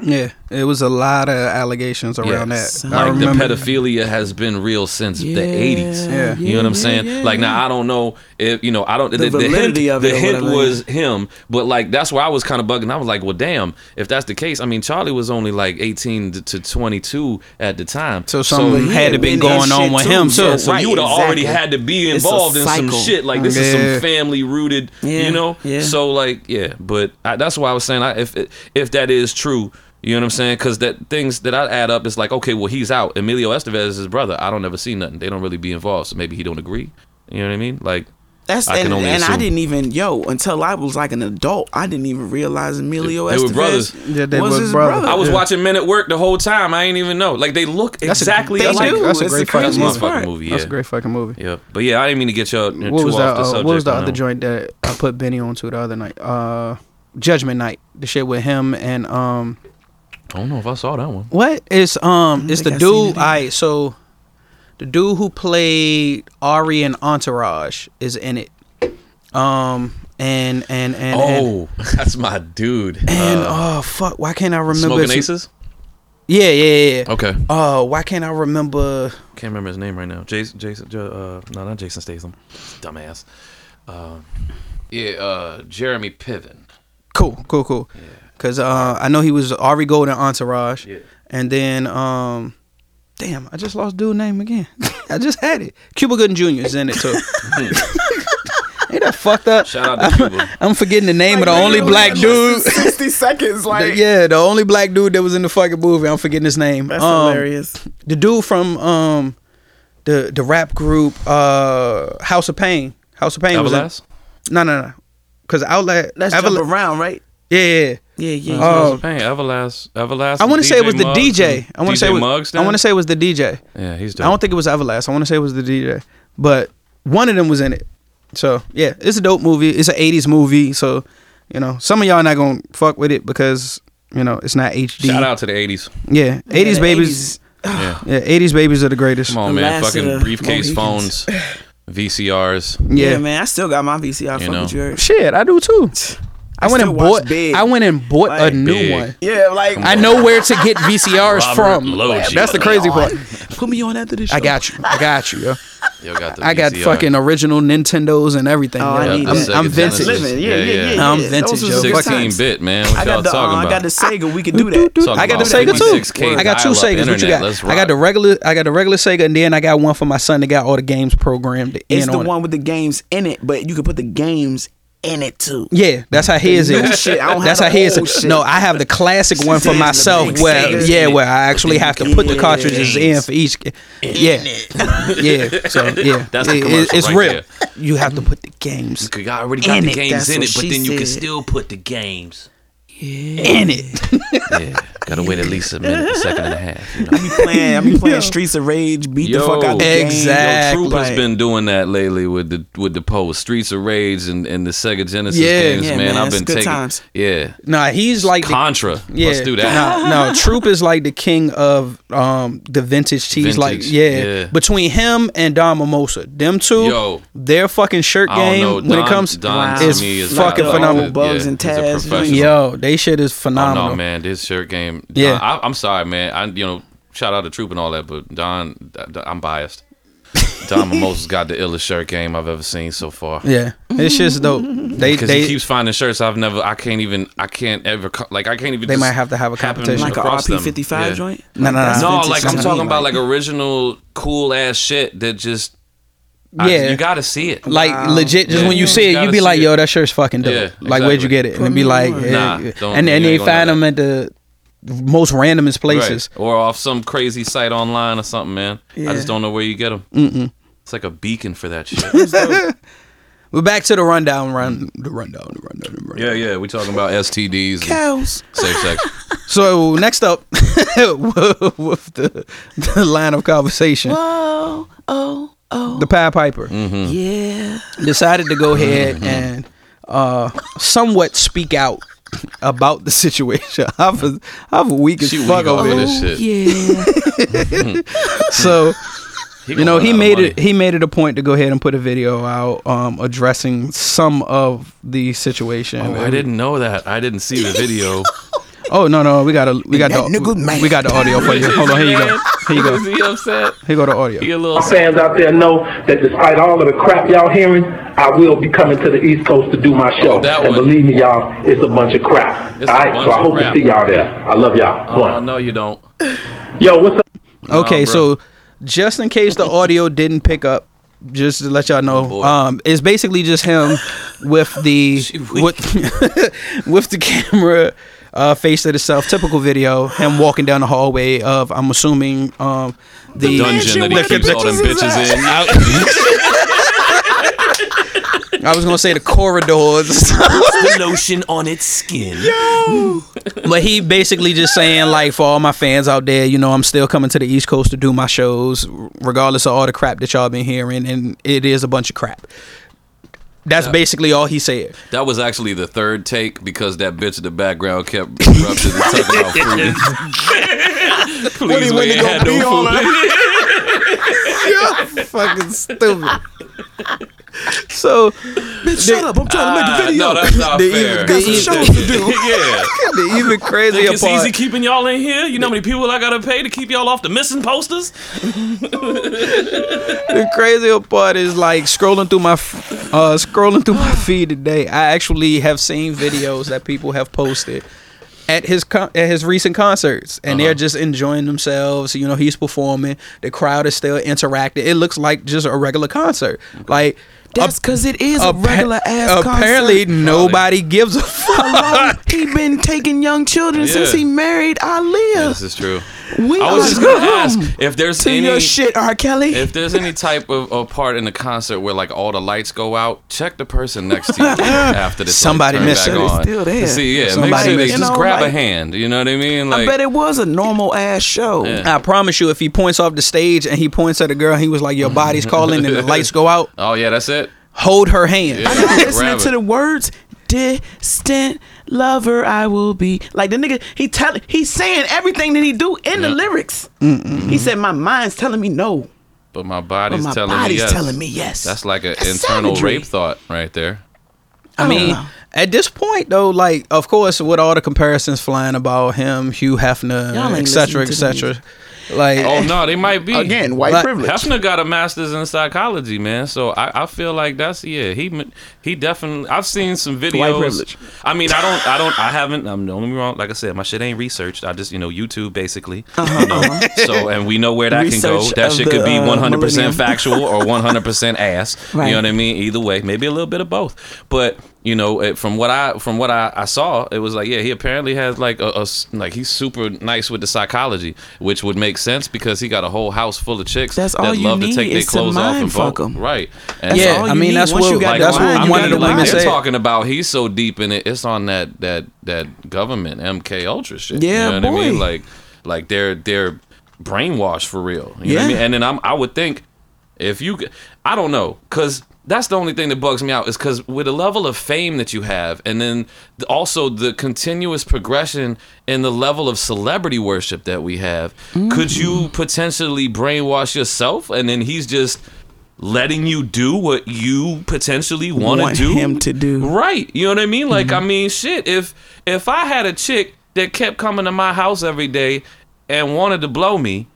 Speaker 2: Yeah. It was a lot of allegations around
Speaker 3: Yes.
Speaker 2: that.
Speaker 3: Like
Speaker 2: I
Speaker 3: the
Speaker 2: remember.
Speaker 3: pedophilia has been real since the
Speaker 4: Yeah,
Speaker 3: eighties.
Speaker 2: Yeah.
Speaker 3: You know what I'm
Speaker 4: yeah,
Speaker 3: saying?
Speaker 4: yeah,
Speaker 3: like now I don't know if you know I don't the, the hint,
Speaker 4: validity of
Speaker 3: the
Speaker 4: it or
Speaker 3: hint
Speaker 4: whatever.
Speaker 3: was him, but like that's why I was kind of bugging. I was like, well, damn, if that's the case, I mean Charlie was only like 18 to- to 22 at the time,
Speaker 2: So something
Speaker 4: So-
Speaker 2: had to
Speaker 4: Yeah,
Speaker 2: been
Speaker 4: and
Speaker 2: going
Speaker 4: that
Speaker 2: on
Speaker 4: shit
Speaker 2: with
Speaker 4: too.
Speaker 2: him
Speaker 3: so,
Speaker 2: too.
Speaker 4: Yeah,
Speaker 3: so
Speaker 4: right,
Speaker 3: you would have already
Speaker 4: exactly.
Speaker 3: had to be
Speaker 4: It's a
Speaker 3: involved in some
Speaker 4: cycle.
Speaker 3: shit. Like this
Speaker 2: Yeah.
Speaker 3: is some family rooted,
Speaker 4: Yeah,
Speaker 3: you know.
Speaker 4: yeah.
Speaker 3: So like, yeah. But I, that's why I was saying, I, if if that is true, you know what I'm saying? Because that things that I add up, it's like, okay, well he's out. Emilio Estevez is his brother. I don't ever see nothing. They don't really be involved, so maybe he don't agree. You know what I mean? Like,
Speaker 4: That's
Speaker 3: I can
Speaker 4: and,
Speaker 3: only
Speaker 4: and I
Speaker 3: assume.
Speaker 4: didn't even yo until I was like an adult. I didn't even realize Emilio
Speaker 3: They were
Speaker 4: Estevez
Speaker 3: brothers.
Speaker 2: Yeah, they
Speaker 4: was
Speaker 2: were
Speaker 4: his
Speaker 2: brothers.
Speaker 4: brother.
Speaker 3: I was
Speaker 2: Oh, Yeah.
Speaker 3: watching Men at Work the whole time. I ain't even know. Like they look
Speaker 2: That's a-
Speaker 3: exactly
Speaker 2: they
Speaker 4: They
Speaker 3: alike.
Speaker 4: do.
Speaker 2: that's a
Speaker 4: It's
Speaker 2: great
Speaker 4: the
Speaker 2: fucking
Speaker 3: That's
Speaker 4: craziest
Speaker 2: movie.
Speaker 3: my
Speaker 4: part.
Speaker 3: fucking movie. Yeah.
Speaker 2: That's a great fucking movie.
Speaker 3: Yeah, but yeah, I didn't mean to get y'all.
Speaker 2: What was that?
Speaker 3: off the
Speaker 2: Uh,
Speaker 3: subject,
Speaker 2: what was the
Speaker 3: I
Speaker 2: other
Speaker 3: know.
Speaker 2: joint that I put Benny onto the other night? Uh, Judgment Night. The shit with him and um,
Speaker 3: I don't know if I saw that one.
Speaker 2: what is um,
Speaker 4: don't
Speaker 2: it's the
Speaker 4: think Mm, I seen
Speaker 2: dude.
Speaker 4: it either.
Speaker 2: All right, so the dude who played Ari in Entourage is in it. Um, and and and and,
Speaker 3: Oh, that's my dude.
Speaker 2: and,
Speaker 3: Uh,
Speaker 2: oh fuck, why can't I remember?
Speaker 3: Smoking
Speaker 2: his-
Speaker 3: Aces.
Speaker 2: Yeah, yeah, yeah.
Speaker 3: Okay.
Speaker 2: Oh, why can't I remember?
Speaker 3: Can't remember his name right now. Jason. Jason. Ju- Uh, no, not Jason Statham. Dumbass. Um yeah. Uh, Jeremy Piven.
Speaker 2: Cool, cool, cool. Cause uh, I know he was Ari Gold in Entourage,
Speaker 3: Yeah.
Speaker 2: and then um, damn, I just lost dude name again. I just had it. Cuba Gooding Jr. is in it too. Ain't that fucked up?
Speaker 3: Shout out to Cuba.
Speaker 2: I'm forgetting the name of the only black dude.
Speaker 4: Sixty seconds, like
Speaker 2: yeah, the only black dude that was in the fucking movie. I'm forgetting his name.
Speaker 4: that's
Speaker 2: Um,
Speaker 4: hilarious.
Speaker 2: The dude from um, the the rap group uh, House of Pain. House of Pain was in-
Speaker 3: Everlast?
Speaker 2: No, no, no. Cause Outlet.
Speaker 4: Let's
Speaker 2: Everla-
Speaker 4: jump around, right?
Speaker 2: Yeah, yeah.
Speaker 4: Yeah, yeah. yeah.
Speaker 2: Oh.
Speaker 3: Hey, Everlast. Everlast.
Speaker 2: I want to say it was the
Speaker 3: Muggs
Speaker 2: DJ.
Speaker 3: and
Speaker 2: I want to say it
Speaker 3: DJ
Speaker 2: was.
Speaker 3: Muggs.
Speaker 2: I want to
Speaker 3: then?
Speaker 2: say it was the DJ.
Speaker 3: Yeah, he's dope.
Speaker 2: I don't think it was Everlast. I want to say it was the DJ, but one of them was in it. So yeah, it's a dope movie. It's an '80s movie, so you know some of y'all not gonna fuck with it because you know it's not HD.
Speaker 3: Shout out to the '80s.
Speaker 2: Yeah,
Speaker 4: Yeah,
Speaker 2: '80s
Speaker 4: the
Speaker 2: babies.
Speaker 3: Yeah.
Speaker 2: Yeah, '80s babies are the greatest.
Speaker 3: Come on,
Speaker 4: The
Speaker 3: man.
Speaker 4: last of
Speaker 3: Fucking
Speaker 4: the
Speaker 3: briefcase
Speaker 4: Mohicans.
Speaker 3: phones, VCRs.
Speaker 2: Yeah.
Speaker 4: Yeah. man. I still got my VCR.
Speaker 3: You
Speaker 4: fuck
Speaker 3: know.
Speaker 4: with you. Eric.
Speaker 2: Shit, I do too. I, went
Speaker 4: still
Speaker 2: and
Speaker 4: watch
Speaker 2: bought.
Speaker 4: Big.
Speaker 2: I went and bought
Speaker 4: Like-
Speaker 2: a new
Speaker 3: Big.
Speaker 2: one.
Speaker 4: Yeah, like
Speaker 2: I know where to get VCRs
Speaker 3: Robert
Speaker 2: from.
Speaker 3: Logie.
Speaker 2: That's the crazy part.
Speaker 4: Put me on after this. Show.
Speaker 2: I got you. I got you. Yo.
Speaker 3: Yo, got the
Speaker 2: I got
Speaker 3: VCR.
Speaker 2: fucking original Nintendos and everything.
Speaker 4: Oh, I
Speaker 2: yo.
Speaker 4: need
Speaker 2: I'm,
Speaker 4: that.
Speaker 2: I'm
Speaker 3: Sega
Speaker 2: vintage.
Speaker 3: Genesis.
Speaker 4: Living, yeah, yeah,
Speaker 3: Yeah,
Speaker 4: yeah.
Speaker 3: yeah.
Speaker 4: yeah.
Speaker 2: I'm
Speaker 4: Those
Speaker 2: vintage,
Speaker 4: was
Speaker 2: yo.
Speaker 4: good
Speaker 3: 16
Speaker 4: times.
Speaker 3: bit, man. What
Speaker 4: I
Speaker 3: y'all
Speaker 4: got the
Speaker 3: talking
Speaker 4: uh, I
Speaker 3: about?
Speaker 4: got the Sega. We could do that.
Speaker 2: Dude,
Speaker 3: Talking
Speaker 2: I got the
Speaker 3: about
Speaker 2: Sega too.
Speaker 3: 56K
Speaker 2: I got two
Speaker 3: dial-up
Speaker 2: Segas. What you
Speaker 3: internet.
Speaker 2: got?
Speaker 3: Let's
Speaker 2: I got the
Speaker 3: rock.
Speaker 2: regular. I got the regular Sega, and then I got one for my son that got all the games programmed in
Speaker 4: It's the
Speaker 2: on it.
Speaker 4: one with the games in it, but you can put the games in it too.
Speaker 2: Yeah, that's how his
Speaker 4: new
Speaker 2: is.
Speaker 4: shit. I don't have
Speaker 2: that's
Speaker 4: the
Speaker 2: how his
Speaker 4: old
Speaker 2: is.
Speaker 4: shit.
Speaker 2: No, I have the classic one for
Speaker 4: Damn, the
Speaker 2: myself.
Speaker 4: big
Speaker 2: Where
Speaker 4: Segas.
Speaker 2: yeah, where I actually have to put the
Speaker 4: Yeah.
Speaker 2: cartridges in for each. ga- Yeah, yeah. So yeah,
Speaker 3: That's the
Speaker 2: It-
Speaker 3: commercial
Speaker 2: it's
Speaker 3: right
Speaker 2: real.
Speaker 3: there.
Speaker 2: You have to put the games
Speaker 3: You got- already got
Speaker 4: In
Speaker 3: the
Speaker 4: it,
Speaker 3: games
Speaker 4: that's
Speaker 3: in
Speaker 4: what
Speaker 3: it, but
Speaker 4: she
Speaker 3: then you can
Speaker 4: said.
Speaker 3: still put the games.
Speaker 2: in it.
Speaker 3: Yeah, gotta wait at least a minute, a second and a half. You know?
Speaker 4: I be playing. I be playing Streets of Rage. Beat the fuck out the game.
Speaker 2: Exact-
Speaker 3: Yo, Troop has
Speaker 4: like-
Speaker 3: been doing that lately with the with the post Streets of Rage and, and the Sega Genesis
Speaker 2: Yeah.
Speaker 3: games,
Speaker 4: Yeah,
Speaker 3: man.
Speaker 4: man,
Speaker 3: I've
Speaker 4: it's
Speaker 3: been
Speaker 4: good
Speaker 3: taking
Speaker 4: times.
Speaker 3: yeah
Speaker 2: Nah, he's like the
Speaker 3: Contra. Let's do that.
Speaker 2: No, no, Troop is like the king of um the vintage tees. Like,
Speaker 3: Vintage,
Speaker 2: yeah.
Speaker 3: yeah.
Speaker 2: Between him and Don Mimosa, them two,
Speaker 3: Yo.
Speaker 2: their fucking shirt
Speaker 3: I don't
Speaker 2: game
Speaker 3: know,
Speaker 2: when it
Speaker 3: Don-
Speaker 2: comes
Speaker 3: Don
Speaker 4: to
Speaker 2: is
Speaker 3: me is
Speaker 2: fucking
Speaker 3: like the-
Speaker 2: phenomenal.
Speaker 4: Bugs and
Speaker 3: Yeah, he's a
Speaker 4: Taz.
Speaker 3: professional.
Speaker 2: Yo, they shit is
Speaker 3: Oh
Speaker 2: phenomenal.
Speaker 3: no, man, this shirt game.
Speaker 2: Yeah.
Speaker 3: Yeah, I, I'm sorry, man. I you know shout out to Troop and all that, but Don, Don- I'm biased. Don Mimosa's got the illest shirt game I've ever seen so far.
Speaker 2: Yeah, it's just dope. They
Speaker 3: Because
Speaker 2: they
Speaker 3: he keeps finding shirts I've never, I can't even, I can't ever, co- like I can't even.
Speaker 2: They
Speaker 3: just
Speaker 2: might have to have a
Speaker 3: happen
Speaker 2: competition.
Speaker 4: like a
Speaker 3: across them.
Speaker 4: RP fifty five
Speaker 3: Yeah.
Speaker 4: joint.
Speaker 2: No, no, no.
Speaker 4: that's
Speaker 3: No,
Speaker 4: vintage
Speaker 3: like
Speaker 4: to
Speaker 3: I'm
Speaker 4: me,
Speaker 3: talking about like original cool ass shit that just I-
Speaker 2: Yeah.
Speaker 3: you got to see it.
Speaker 2: Like
Speaker 4: Wow.
Speaker 2: legit, just
Speaker 3: Yeah.
Speaker 2: when you see
Speaker 3: You
Speaker 2: it, you
Speaker 3: gotta
Speaker 2: be
Speaker 3: see
Speaker 2: like,
Speaker 3: it.
Speaker 2: "Yo, that shirt's fucking dope."
Speaker 3: Yeah,
Speaker 2: Like, where'd you
Speaker 3: exactly.
Speaker 2: get it? And it'd be
Speaker 4: me
Speaker 2: like,
Speaker 4: on.
Speaker 2: eh,
Speaker 3: Nah,
Speaker 2: and
Speaker 3: don't-
Speaker 2: and
Speaker 3: you ain't
Speaker 2: they
Speaker 3: gonna
Speaker 2: find
Speaker 3: know
Speaker 2: them at the most randomest
Speaker 3: Right.
Speaker 2: places.
Speaker 3: or off some crazy site online or something, man. I
Speaker 4: Yeah.
Speaker 3: just don't know where you get them. Mm-mm. It's like a beacon for that shit.
Speaker 2: We're back to the rundown, run the rundown, the rundown, the rundown.
Speaker 3: yeah, yeah. We talking about STDs, and
Speaker 4: Cows.
Speaker 3: safe sex.
Speaker 2: So next up, with the, the line of conversation,
Speaker 4: Whoa. Oh. Oh.
Speaker 2: the Pie Piper
Speaker 3: Mm-hmm.
Speaker 4: Yeah.
Speaker 2: decided to go ahead and uh, somewhat speak out about the situation. I'm a, I'm a weak as
Speaker 3: She
Speaker 2: fuck
Speaker 3: weak over
Speaker 2: over
Speaker 3: this.
Speaker 2: this.
Speaker 4: Oh,
Speaker 3: shit.
Speaker 4: Yeah.
Speaker 2: So.
Speaker 3: gonna
Speaker 2: you know
Speaker 3: run
Speaker 2: he
Speaker 3: out of
Speaker 2: made
Speaker 3: money.
Speaker 2: it he made it a point to go ahead and put a video out um addressing some of the situation
Speaker 3: Oh, I didn't know that. I didn't see the video.
Speaker 2: oh no no we got a we got
Speaker 5: That nigga
Speaker 2: the
Speaker 5: mad.
Speaker 2: we got the audio for you hold on here you go here you
Speaker 3: Is
Speaker 2: go
Speaker 3: he upset?
Speaker 2: here go the audio
Speaker 3: He a little
Speaker 6: My fans out there know that despite all of the crap y'all hearing, I will be coming to the East Coast to do my show.
Speaker 3: Oh, that
Speaker 6: and
Speaker 3: one.
Speaker 6: believe me, y'all, it's a bunch of crap.
Speaker 3: It's a
Speaker 6: all right,
Speaker 3: bunch
Speaker 6: so I
Speaker 3: of
Speaker 6: hope
Speaker 3: crap.
Speaker 6: to see y'all there. I love y'all. Go
Speaker 7: Uh,
Speaker 3: Oh,
Speaker 6: on.
Speaker 3: no, you don't.
Speaker 6: Yo, what's up?
Speaker 2: okay
Speaker 3: Nah, bro.
Speaker 2: so just in case the audio didn't pick up just to let y'all know
Speaker 3: Oh, boy.
Speaker 2: um it's basically just him with the with, with the camera uh faced at itself typical video him walking down the hallway of i'm assuming um the,
Speaker 3: Dungeon that he
Speaker 2: the-
Speaker 3: keeps
Speaker 2: the-
Speaker 3: all them bitches in.
Speaker 2: I was gonna say the corridors,
Speaker 7: the lotion on its skin.
Speaker 2: but he basically just saying like for all my fans out there, you know, I'm still coming to the East Coast to do my shows, regardless of all the crap that y'all been hearing, and it is a bunch of crap. That's basically all he said.
Speaker 3: That was actually the third take because that bitch in the background kept interrupting and talking about food. Please, we ain't had no food.
Speaker 2: Fucking stupid. so
Speaker 4: Bitch, shut up. I'm trying to make a video.
Speaker 3: No, that's not
Speaker 2: They
Speaker 3: fair.
Speaker 2: even- they even-
Speaker 4: shows to do.
Speaker 3: yeah.
Speaker 2: the even crazier
Speaker 7: It's
Speaker 2: part.
Speaker 7: easy keeping y'all in here. You know how many people I gotta pay to keep y'all off the missing posters?
Speaker 2: The crazier part is like scrolling through my f- uh, scrolling through my feed today. I actually have seen videos that people have posted at his con- at his recent concerts, and
Speaker 4: Uh-huh.
Speaker 2: they're just enjoying themselves. You know, he's performing. The crowd is still interacting. It looks like just a regular concert. Like
Speaker 4: That's
Speaker 2: ap-
Speaker 4: because it is a
Speaker 2: appa-
Speaker 4: regular ass
Speaker 2: Apparently,
Speaker 4: concert.
Speaker 2: nobody gives a fuck.
Speaker 4: Alone, he been taking young children since
Speaker 3: Yeah.
Speaker 4: he married
Speaker 3: This
Speaker 4: Aaliyah.
Speaker 3: is true.
Speaker 4: We
Speaker 3: I
Speaker 4: are
Speaker 3: was just gonna ask
Speaker 4: dumb
Speaker 3: if there's
Speaker 4: to
Speaker 3: any
Speaker 4: your shit, R. Kelly.
Speaker 3: if there's any type of, of part in the concert where like all the lights go out, check the person next to you after this.
Speaker 2: Somebody
Speaker 3: like, turn
Speaker 2: missed
Speaker 3: back
Speaker 2: it. It's
Speaker 3: on.
Speaker 4: still there.
Speaker 3: See, yeah,
Speaker 2: Somebody
Speaker 3: make sure they
Speaker 2: missed it.
Speaker 3: just
Speaker 4: You know,
Speaker 3: grab a
Speaker 4: like-
Speaker 3: hand. You know what I mean? Like,
Speaker 4: I bet it was a normal ass show.
Speaker 2: I promise you, if he points off the stage and he points at a girl, he was like, "Your body's calling," and the lights go out.
Speaker 3: oh yeah, that's it.
Speaker 2: Hold her hand.
Speaker 3: Yeah,
Speaker 4: listening
Speaker 3: grab
Speaker 4: to
Speaker 3: it.
Speaker 4: the words distant lover i will be like the nigga he tell he's saying everything that he do in the lyrics he said my mind's telling me no
Speaker 3: But my
Speaker 4: but
Speaker 3: body's
Speaker 4: my
Speaker 3: telling
Speaker 4: body's
Speaker 3: me yes.
Speaker 4: telling me yes
Speaker 3: That's like an
Speaker 4: That's
Speaker 3: internal
Speaker 4: savagery.
Speaker 3: rape thought right there.
Speaker 2: I
Speaker 4: don't
Speaker 2: mean,
Speaker 4: know.
Speaker 2: at this point though, like of course, with all the comparisons flying about him, Hugh Hefner,
Speaker 4: Y'all ain't
Speaker 2: etc.,
Speaker 4: listening to the
Speaker 2: etc., like
Speaker 3: Oh no, they might be
Speaker 4: again white
Speaker 2: Like-
Speaker 4: privilege
Speaker 3: Hefner got a master's in psychology, man. So I, I feel like that's yeah. He he definitely. I've seen some videos.
Speaker 4: privilege.
Speaker 3: I mean, I don't, I don't, I haven't. I'm don't get me wrong. Like I said, my shit ain't researched. I just you know YouTube basically. you know? So and we know where that can go.
Speaker 4: Uh-huh, Research
Speaker 3: That
Speaker 4: of
Speaker 3: shit
Speaker 4: the,
Speaker 3: could be 100
Speaker 4: uh, millennium.
Speaker 3: percent factual or 100 percent ass.
Speaker 4: Right.
Speaker 3: You know what I mean? Either way, maybe a little bit of both. But you know, it, from what I from what I, I saw, it was like yeah, he apparently has like a, a s- like he's super nice with the psychology, which would make sense because he got a whole house full of chicks
Speaker 4: That's all
Speaker 3: that
Speaker 4: you
Speaker 3: love
Speaker 4: need
Speaker 3: to take their
Speaker 4: is to
Speaker 3: clothes off and
Speaker 4: mind fuck
Speaker 3: vote.
Speaker 4: 'em.
Speaker 3: Right. And
Speaker 4: That's
Speaker 2: yeah,
Speaker 4: all
Speaker 2: I
Speaker 4: you
Speaker 2: mean
Speaker 4: need
Speaker 2: that's
Speaker 4: once
Speaker 2: what
Speaker 4: you got
Speaker 2: that's
Speaker 4: the
Speaker 2: what
Speaker 4: line,
Speaker 2: one
Speaker 4: you
Speaker 2: of the
Speaker 4: got the
Speaker 2: women
Speaker 4: line.
Speaker 3: They're
Speaker 2: said.
Speaker 3: talking about he's so deep in it. It's on that that that government MK Ultra shit.
Speaker 4: Yeah,
Speaker 3: you know what I mean?
Speaker 4: boy.
Speaker 3: Like like they're they're brainwashed for real. You know what I
Speaker 4: Yeah.
Speaker 3: mean? And then I'm I would think if you, I don't know, cause that's the only thing that bugs me out is cause with the level of fame that you have, and then th- also the continuous progression in the level of celebrity worship that we have, could you potentially brainwash yourself? And then he's just letting you do what you potentially want to
Speaker 4: Want
Speaker 3: do.
Speaker 4: him to do. Mm-hmm.
Speaker 3: right? You know what I mean? Like I mean, shit. If if I had a chick that kept coming to my house every day and wanted to blow me,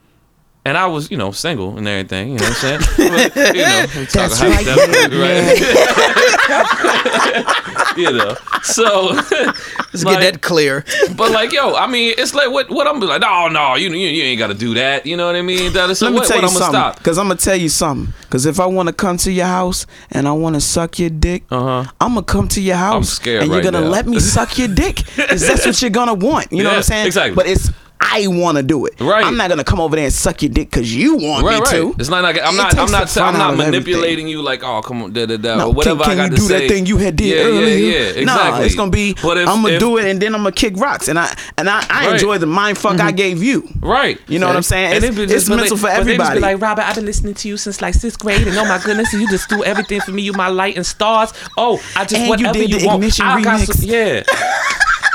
Speaker 3: And I was, you know, single and everything. You know what I'm saying? But, you know, we talking
Speaker 5: That's
Speaker 3: hypothetically,
Speaker 5: right,
Speaker 3: right? you know, so
Speaker 2: Let's
Speaker 3: like-
Speaker 2: get that clear.
Speaker 3: But like, yo, I mean, it's like what what I'm like, no, no, you you, you ain't got to do that. You know what I mean? That- So
Speaker 4: Let me
Speaker 3: what,
Speaker 4: tell
Speaker 3: what
Speaker 4: you
Speaker 3: I'm gonna
Speaker 4: something.
Speaker 3: stop?
Speaker 4: Because I'm going to tell you something. Because if I want to come to your house and I want to suck your dick,
Speaker 3: Uh-huh.
Speaker 4: I'm going to come to your house.
Speaker 3: scared
Speaker 4: And you're
Speaker 3: right
Speaker 4: going to
Speaker 3: now.
Speaker 4: let me suck your dick. Because that's what you're going to want. You know what
Speaker 3: Yeah,
Speaker 4: I'm saying?
Speaker 3: exactly.
Speaker 4: But it's, I want to do it.
Speaker 3: Right.
Speaker 4: I'm not going to come over there and suck your dick because you want me to.
Speaker 3: It's not like I'm
Speaker 4: It
Speaker 3: not.
Speaker 4: takes
Speaker 3: I'm
Speaker 4: the
Speaker 3: not.
Speaker 4: fun
Speaker 3: I'm
Speaker 4: out
Speaker 3: not
Speaker 4: of everything.
Speaker 3: manipulating you. Like, oh, come on, da da da,
Speaker 4: No,
Speaker 3: or whatever
Speaker 4: can, can
Speaker 3: I got
Speaker 4: you
Speaker 3: to
Speaker 4: do
Speaker 3: say.
Speaker 4: that thing you had did
Speaker 3: yeah,
Speaker 4: earlier?
Speaker 3: Yeah, yeah, exactly.
Speaker 4: Nah, it's gonna be.
Speaker 3: But if,
Speaker 4: I'm gonna
Speaker 3: if-
Speaker 4: do it, and then I'm gonna kick rocks, and I and I, I
Speaker 3: Right.
Speaker 4: enjoy the mind fuck
Speaker 2: Mm-hmm.
Speaker 4: I gave you.
Speaker 3: Right.
Speaker 4: You know what I'm saying?
Speaker 3: And
Speaker 4: It's-
Speaker 3: it be
Speaker 4: it's
Speaker 3: but
Speaker 4: mental for
Speaker 3: but they just be
Speaker 4: everybody.
Speaker 7: Like Robert, I've been listening to you since like sixth grade, and oh my goodness, and you just do everything for me. You my light and stars. Oh, I just
Speaker 4: And you
Speaker 7: whatever
Speaker 4: did
Speaker 7: you,
Speaker 4: the
Speaker 7: want.
Speaker 4: Ignition
Speaker 7: I got
Speaker 4: remix.
Speaker 7: some, yeah.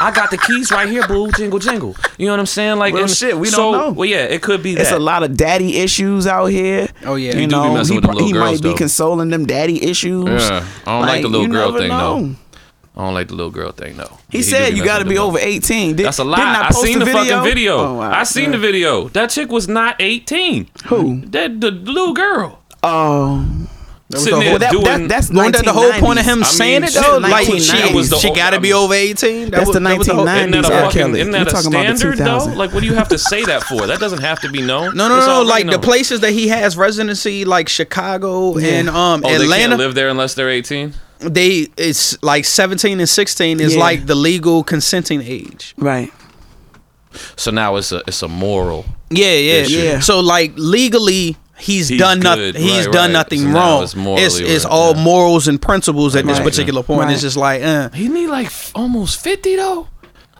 Speaker 7: I got the keys right here, boo. Jingle, jingle. You know what I'm saying? Like,
Speaker 4: Real
Speaker 7: and
Speaker 4: shit, we don't
Speaker 7: so,
Speaker 4: know.
Speaker 7: Well, yeah, it could be
Speaker 4: It's
Speaker 7: that.
Speaker 4: a lot of daddy issues out here.
Speaker 2: Oh, yeah.
Speaker 4: you,
Speaker 2: You do be
Speaker 4: know
Speaker 3: messing
Speaker 4: he,
Speaker 3: with them
Speaker 4: pro-
Speaker 3: little
Speaker 4: he
Speaker 3: girls,
Speaker 4: might be
Speaker 3: though.
Speaker 4: consoling them daddy issues.
Speaker 3: Yeah, I don't like the little
Speaker 4: you
Speaker 3: girl
Speaker 4: never
Speaker 3: thing, though.
Speaker 4: know.
Speaker 3: I don't like the little girl thing though.
Speaker 4: He said you got to be over
Speaker 3: eight.
Speaker 4: 18. Did,
Speaker 3: That's a
Speaker 4: Didn't
Speaker 3: lie.
Speaker 4: I,
Speaker 3: I,
Speaker 4: post
Speaker 3: seen
Speaker 4: the
Speaker 3: the,
Speaker 4: video?
Speaker 3: fucking video.
Speaker 4: Oh, wow.
Speaker 3: I seen the video. That chick was not 18.
Speaker 4: Who?
Speaker 3: That the little girl.
Speaker 4: Oh,
Speaker 2: the-
Speaker 3: Sitting there
Speaker 2: well,
Speaker 4: that-
Speaker 3: doing,
Speaker 4: that- that's
Speaker 2: Wasn't that the whole point of him
Speaker 4: 1990s.
Speaker 2: saying it
Speaker 3: mean,
Speaker 2: though?
Speaker 4: shit,
Speaker 2: Like she,
Speaker 4: 1990s
Speaker 2: was
Speaker 4: was
Speaker 2: the
Speaker 4: the
Speaker 2: she
Speaker 3: whole-
Speaker 2: got to
Speaker 3: I
Speaker 2: be
Speaker 3: mean,
Speaker 2: over eighteen. That
Speaker 4: That's
Speaker 2: was-
Speaker 4: the
Speaker 2: that was whole-
Speaker 4: 1990s.
Speaker 3: Isn't that a
Speaker 4: R.
Speaker 3: fucking?
Speaker 4: Kelly.
Speaker 3: Isn't
Speaker 4: We
Speaker 3: that a
Speaker 4: talking about the
Speaker 3: standard though?
Speaker 4: 2000.
Speaker 3: Like, what do you have to say that for? That doesn't have to be known.
Speaker 2: No, no,
Speaker 3: It's
Speaker 2: no.
Speaker 3: already
Speaker 2: Like the
Speaker 3: known.
Speaker 2: places that he has residency, like Chicago and um
Speaker 3: Oh, they can't
Speaker 2: Atlanta.
Speaker 3: live there unless they're 18.
Speaker 2: they it's like 17 and 16 is
Speaker 4: Yeah.
Speaker 2: like the legal consenting age
Speaker 4: right.
Speaker 3: So now it's a it's a moral.
Speaker 2: yeah yeah
Speaker 3: Issue.
Speaker 4: Yeah.
Speaker 2: so like legally he's,
Speaker 3: He's
Speaker 2: done nothing
Speaker 3: good,
Speaker 2: he's
Speaker 3: right,
Speaker 2: done
Speaker 3: right.
Speaker 2: nothing
Speaker 3: So now
Speaker 2: wrong it's
Speaker 3: it's morally
Speaker 2: it's,
Speaker 3: right,
Speaker 2: all
Speaker 3: yeah.
Speaker 2: morals and principles at this
Speaker 4: Right.
Speaker 2: particular point
Speaker 4: Right.
Speaker 2: it's just like uh
Speaker 3: He need like f- almost 50 though.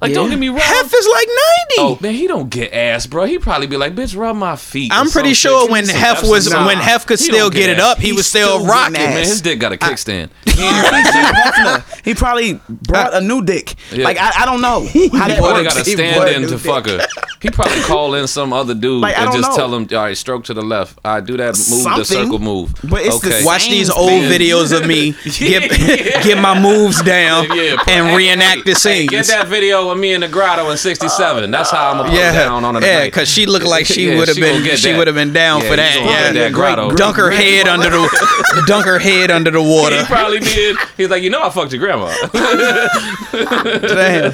Speaker 3: Like, don't
Speaker 4: Yeah.
Speaker 3: get me wrong.
Speaker 2: Hef is like 90
Speaker 3: Oh man, he don't get ass, bro. He probably be like, "Bitch, rub my feet." or
Speaker 2: I'm pretty
Speaker 3: some
Speaker 2: sure
Speaker 3: shit.
Speaker 2: when
Speaker 3: Some
Speaker 2: Hef
Speaker 3: absolute-
Speaker 2: was
Speaker 3: Nah,
Speaker 2: when Hef could
Speaker 3: he
Speaker 2: still
Speaker 3: don't
Speaker 2: get it
Speaker 3: ass.
Speaker 2: up, he
Speaker 4: He's
Speaker 2: was still
Speaker 4: still getting
Speaker 2: rocking.
Speaker 4: ass.
Speaker 3: Man, his dick got a kickstand.
Speaker 4: He probably brought a new dick.
Speaker 3: Yeah.
Speaker 4: Like I, I don't know how that
Speaker 3: Boy, they
Speaker 4: works.
Speaker 3: got a
Speaker 4: He
Speaker 3: stand
Speaker 4: brought a
Speaker 3: in
Speaker 4: new
Speaker 3: to
Speaker 4: dick.
Speaker 3: fuck her. He probably call in some other dude
Speaker 4: Like, I
Speaker 3: and
Speaker 4: don't
Speaker 3: just
Speaker 4: know.
Speaker 3: tell him, all right, stroke to the left. I do that move, the
Speaker 4: Something.
Speaker 3: circle move.
Speaker 4: But it's the
Speaker 2: Watch
Speaker 4: Same
Speaker 2: these old
Speaker 4: thing.
Speaker 2: videos of me get get my moves down
Speaker 3: put-
Speaker 2: and
Speaker 3: hey,
Speaker 2: reenact
Speaker 3: hey,
Speaker 2: the
Speaker 3: hey,
Speaker 2: scenes.
Speaker 3: Get that video of me in the grotto in '67. That's how I'm gonna put
Speaker 2: Yeah,
Speaker 3: down on it.
Speaker 2: yeah, because she looked like she
Speaker 3: Yeah,
Speaker 2: would have
Speaker 3: she gonna
Speaker 2: been
Speaker 3: get
Speaker 2: she
Speaker 3: that.
Speaker 2: would have been down
Speaker 3: Yeah,
Speaker 2: for
Speaker 3: you
Speaker 2: that.
Speaker 3: gonna
Speaker 2: Yeah,
Speaker 3: get that grotto.
Speaker 2: dunk her head under the dunk her head under the
Speaker 3: He
Speaker 2: water.
Speaker 3: probably did. He's like, you know, I fucked your grandma.
Speaker 2: Damn.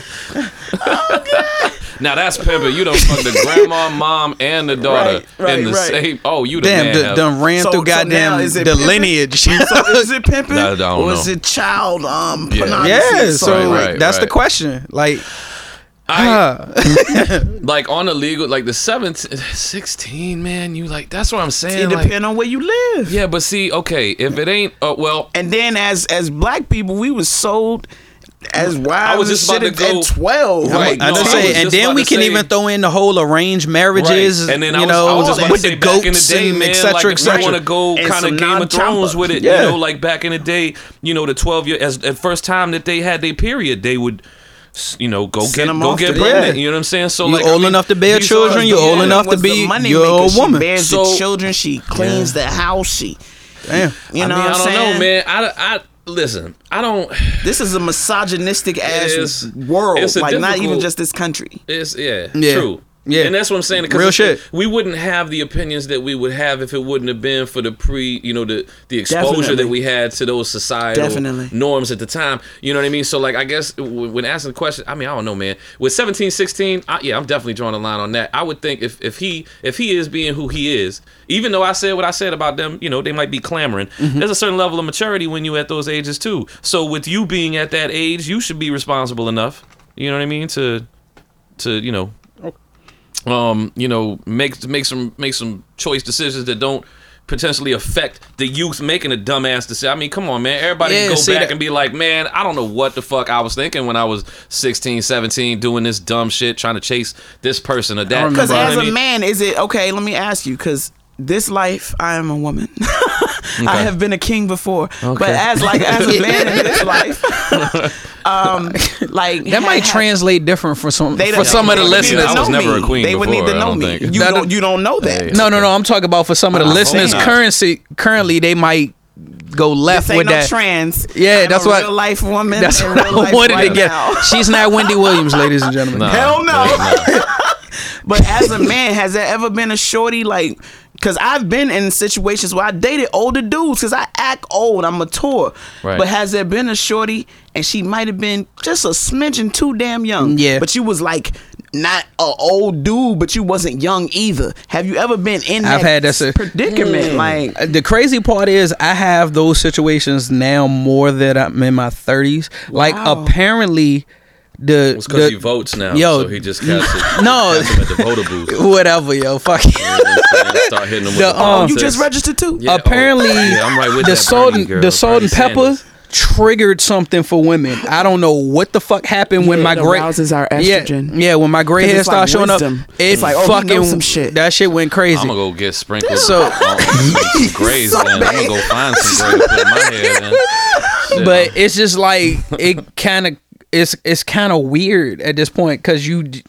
Speaker 3: now that's pimping. You don't fuck the grandma, mom, and the daughter
Speaker 4: Right, right,
Speaker 3: in the
Speaker 4: right.
Speaker 3: same. Oh, you the
Speaker 2: Damn,
Speaker 3: man.
Speaker 2: d- done ran
Speaker 4: So-
Speaker 2: through
Speaker 4: so now
Speaker 2: goddamn
Speaker 4: is it
Speaker 2: the
Speaker 4: pimping?
Speaker 2: lineage.
Speaker 4: So is it pimping?
Speaker 3: Nah, I don't
Speaker 4: or is
Speaker 3: know.
Speaker 4: it child um
Speaker 3: Yeah.
Speaker 4: pornography?
Speaker 2: yeah, so
Speaker 3: Right, right,
Speaker 2: that's the
Speaker 3: right.
Speaker 2: question. Like,
Speaker 3: I,
Speaker 2: uh,
Speaker 3: like on the legal, like the 17, 16, man. You like that's what I'm
Speaker 4: it
Speaker 3: saying. like-
Speaker 4: depends on where you live.
Speaker 3: yeah, but see, okay, if it ain't, uh, well,
Speaker 4: And then as as black people, we was sold as wives
Speaker 3: was just
Speaker 4: and
Speaker 3: about
Speaker 4: shit
Speaker 3: to
Speaker 4: at-
Speaker 3: go-
Speaker 4: at twelve.
Speaker 3: Right,
Speaker 2: I
Speaker 3: no,
Speaker 2: just
Speaker 3: I
Speaker 2: say,
Speaker 3: was
Speaker 2: and
Speaker 3: just
Speaker 2: then
Speaker 3: about
Speaker 2: we
Speaker 3: to
Speaker 2: can
Speaker 3: say-
Speaker 2: even throw in the whole arranged marriages,
Speaker 3: Right. And then
Speaker 2: you
Speaker 3: I was,
Speaker 2: know,
Speaker 3: I was just about
Speaker 2: with
Speaker 3: to
Speaker 2: the
Speaker 3: say back in
Speaker 2: goats
Speaker 3: the day,
Speaker 2: and
Speaker 3: man,
Speaker 2: et cetera,
Speaker 3: like
Speaker 2: et
Speaker 3: if you
Speaker 2: cetera.
Speaker 3: want to go
Speaker 4: And
Speaker 3: kind
Speaker 4: some
Speaker 3: of Game of
Speaker 4: non-drama.
Speaker 3: Thrones with it,
Speaker 4: Yeah.
Speaker 3: you know, like back in the day, you know, the twelve year as the first time that they had their period, they would. s- You know, go get
Speaker 4: them
Speaker 3: go
Speaker 4: off
Speaker 3: get
Speaker 4: to-
Speaker 3: pregnant.
Speaker 2: yeah.
Speaker 3: You know what I'm saying? So
Speaker 2: You
Speaker 3: like,
Speaker 2: old
Speaker 3: I mean,
Speaker 2: enough to bear
Speaker 3: these
Speaker 2: children,
Speaker 3: are-
Speaker 2: you old
Speaker 3: yeah.
Speaker 2: enough to
Speaker 4: was the
Speaker 2: be
Speaker 4: moneymaker.
Speaker 2: your
Speaker 4: She
Speaker 2: woman.
Speaker 4: bears the
Speaker 3: So-
Speaker 4: children. She cleans the house. She,
Speaker 2: Damn.
Speaker 4: you know,
Speaker 3: I mean,
Speaker 4: what
Speaker 3: I
Speaker 4: I'm
Speaker 3: don't
Speaker 4: saying?
Speaker 3: know, man. I, I listen. I don't.
Speaker 4: This is a misogynistic ass
Speaker 3: is.
Speaker 4: world.
Speaker 3: It's a
Speaker 4: like not even
Speaker 3: difficult-
Speaker 4: just this country.
Speaker 3: It's yeah,
Speaker 2: Yeah.
Speaker 3: true.
Speaker 2: Yeah.
Speaker 3: and that's what I'm saying. 'cause
Speaker 2: Real
Speaker 3: it's-
Speaker 2: shit.
Speaker 3: We wouldn't have the opinions that we would have if it wouldn't have been for the pre, you know, the the exposure
Speaker 4: Definitely.
Speaker 3: that we had to those societal
Speaker 4: Definitely.
Speaker 3: norms at the time. You know what I mean? So like, I guess w- when asking the question, I mean, I don't know, man. With 17, 16, I, yeah, I'm definitely drawing a line on that. I would think if if he if he is being who he is, even though I said what I said about them, you know, they might be clamoring.
Speaker 2: Mm-hmm.
Speaker 3: There's a certain level of maturity when you at those ages too. So with you being at that age, you should be responsible enough. You know what I mean? To to you know um you know make make some make some choice decisions that don't potentially affect the youth making a dumbass decision. I mean, come on, man. Everybody
Speaker 2: Yeah,
Speaker 3: can go
Speaker 2: see
Speaker 3: back
Speaker 2: that-
Speaker 3: and be like, "Man, I don't know what the fuck I was thinking when I was 16, 17 doing this dumb shit trying to chase this person or that."
Speaker 4: Because
Speaker 2: remember.
Speaker 3: You know
Speaker 4: as
Speaker 3: what I
Speaker 4: a
Speaker 3: mean?
Speaker 4: man, is it okay? Let me ask you, because this life, I am a woman. I have been a king before, but as like as a man in this life, um, like
Speaker 2: That might
Speaker 4: ha- ha-
Speaker 2: translate different for some
Speaker 4: they
Speaker 2: for
Speaker 4: don't-
Speaker 2: some of
Speaker 4: they
Speaker 2: the
Speaker 4: would need to
Speaker 3: Yeah,
Speaker 2: listeners.
Speaker 3: I was
Speaker 4: know
Speaker 3: never
Speaker 4: me.
Speaker 3: a queen
Speaker 4: They would need
Speaker 3: before,
Speaker 4: to
Speaker 3: I
Speaker 4: know
Speaker 3: don't
Speaker 4: me.
Speaker 3: think.
Speaker 4: You
Speaker 2: That-
Speaker 4: don't, you don't know
Speaker 3: Hey.
Speaker 4: that.
Speaker 2: No, no, no. I'm talking about for some of the
Speaker 3: I hope
Speaker 2: listeners.
Speaker 3: not.
Speaker 2: Currency, currently, they might go left
Speaker 4: This ain't
Speaker 2: with
Speaker 4: no
Speaker 2: that.
Speaker 4: trans.
Speaker 2: Yeah,
Speaker 4: I'm
Speaker 2: that's
Speaker 4: a
Speaker 2: what-
Speaker 4: real life woman.
Speaker 2: That's
Speaker 4: in
Speaker 2: what
Speaker 4: real
Speaker 2: I
Speaker 4: life
Speaker 2: wanted
Speaker 4: right
Speaker 2: to get.
Speaker 4: now.
Speaker 2: She's not Wendy Williams, ladies and gentlemen.
Speaker 3: Nah,
Speaker 4: Hell no.
Speaker 3: nah.
Speaker 4: But as a man, has there ever been a shorty like? Cause I've been in situations where I dated older dudes. Cause I act old, I'm mature.
Speaker 3: Right.
Speaker 4: But has there been a shorty and she might have been just a smidgen too damn young?
Speaker 2: Yeah.
Speaker 4: But you was like not a old dude, but you wasn't young either. Have you ever been in?
Speaker 2: I've
Speaker 4: that
Speaker 2: had that si-
Speaker 4: predicament. Like
Speaker 2: Uh, The crazy part is I have those situations now more that I'm in my 30s. Like
Speaker 4: Wow.
Speaker 2: apparently the
Speaker 3: It's because
Speaker 2: the-
Speaker 3: he votes now.
Speaker 2: Yo,
Speaker 3: so he just cast it.
Speaker 2: no.
Speaker 3: cast him at the voter booth. You know
Speaker 2: whatever, yo, fuck. it.
Speaker 3: what I'm saying? Start hitting him with
Speaker 2: The, um,
Speaker 3: the
Speaker 4: oh, you
Speaker 3: politics.
Speaker 4: just registered too.
Speaker 3: Yeah, oh,
Speaker 2: apparently
Speaker 3: yeah, I'm right with
Speaker 2: the
Speaker 3: that
Speaker 2: salt
Speaker 3: Bernie
Speaker 2: and
Speaker 3: girl,
Speaker 2: the salt and
Speaker 3: Bernie
Speaker 2: pepper
Speaker 3: Sanders.
Speaker 2: triggered something for women. I don't know what the fuck happened when
Speaker 4: Yeah,
Speaker 2: my
Speaker 4: it
Speaker 2: gray
Speaker 4: arouses our estrogen.
Speaker 2: Yeah, yeah when my gray
Speaker 4: 'Cause
Speaker 2: hair
Speaker 4: it's like
Speaker 2: started showing up,
Speaker 4: wisdom.
Speaker 2: it
Speaker 4: It's like, oh, he
Speaker 2: fucking
Speaker 4: knows some shit.
Speaker 2: That shit went crazy.
Speaker 3: I'm gonna go get sprinkled.
Speaker 2: So-
Speaker 3: So some grays, then. I'm gonna go find some grays to put in my hair. Then. Shit,
Speaker 2: but
Speaker 3: I'm-
Speaker 2: it's just like it kind of it's it's kind of weird at this point because you d-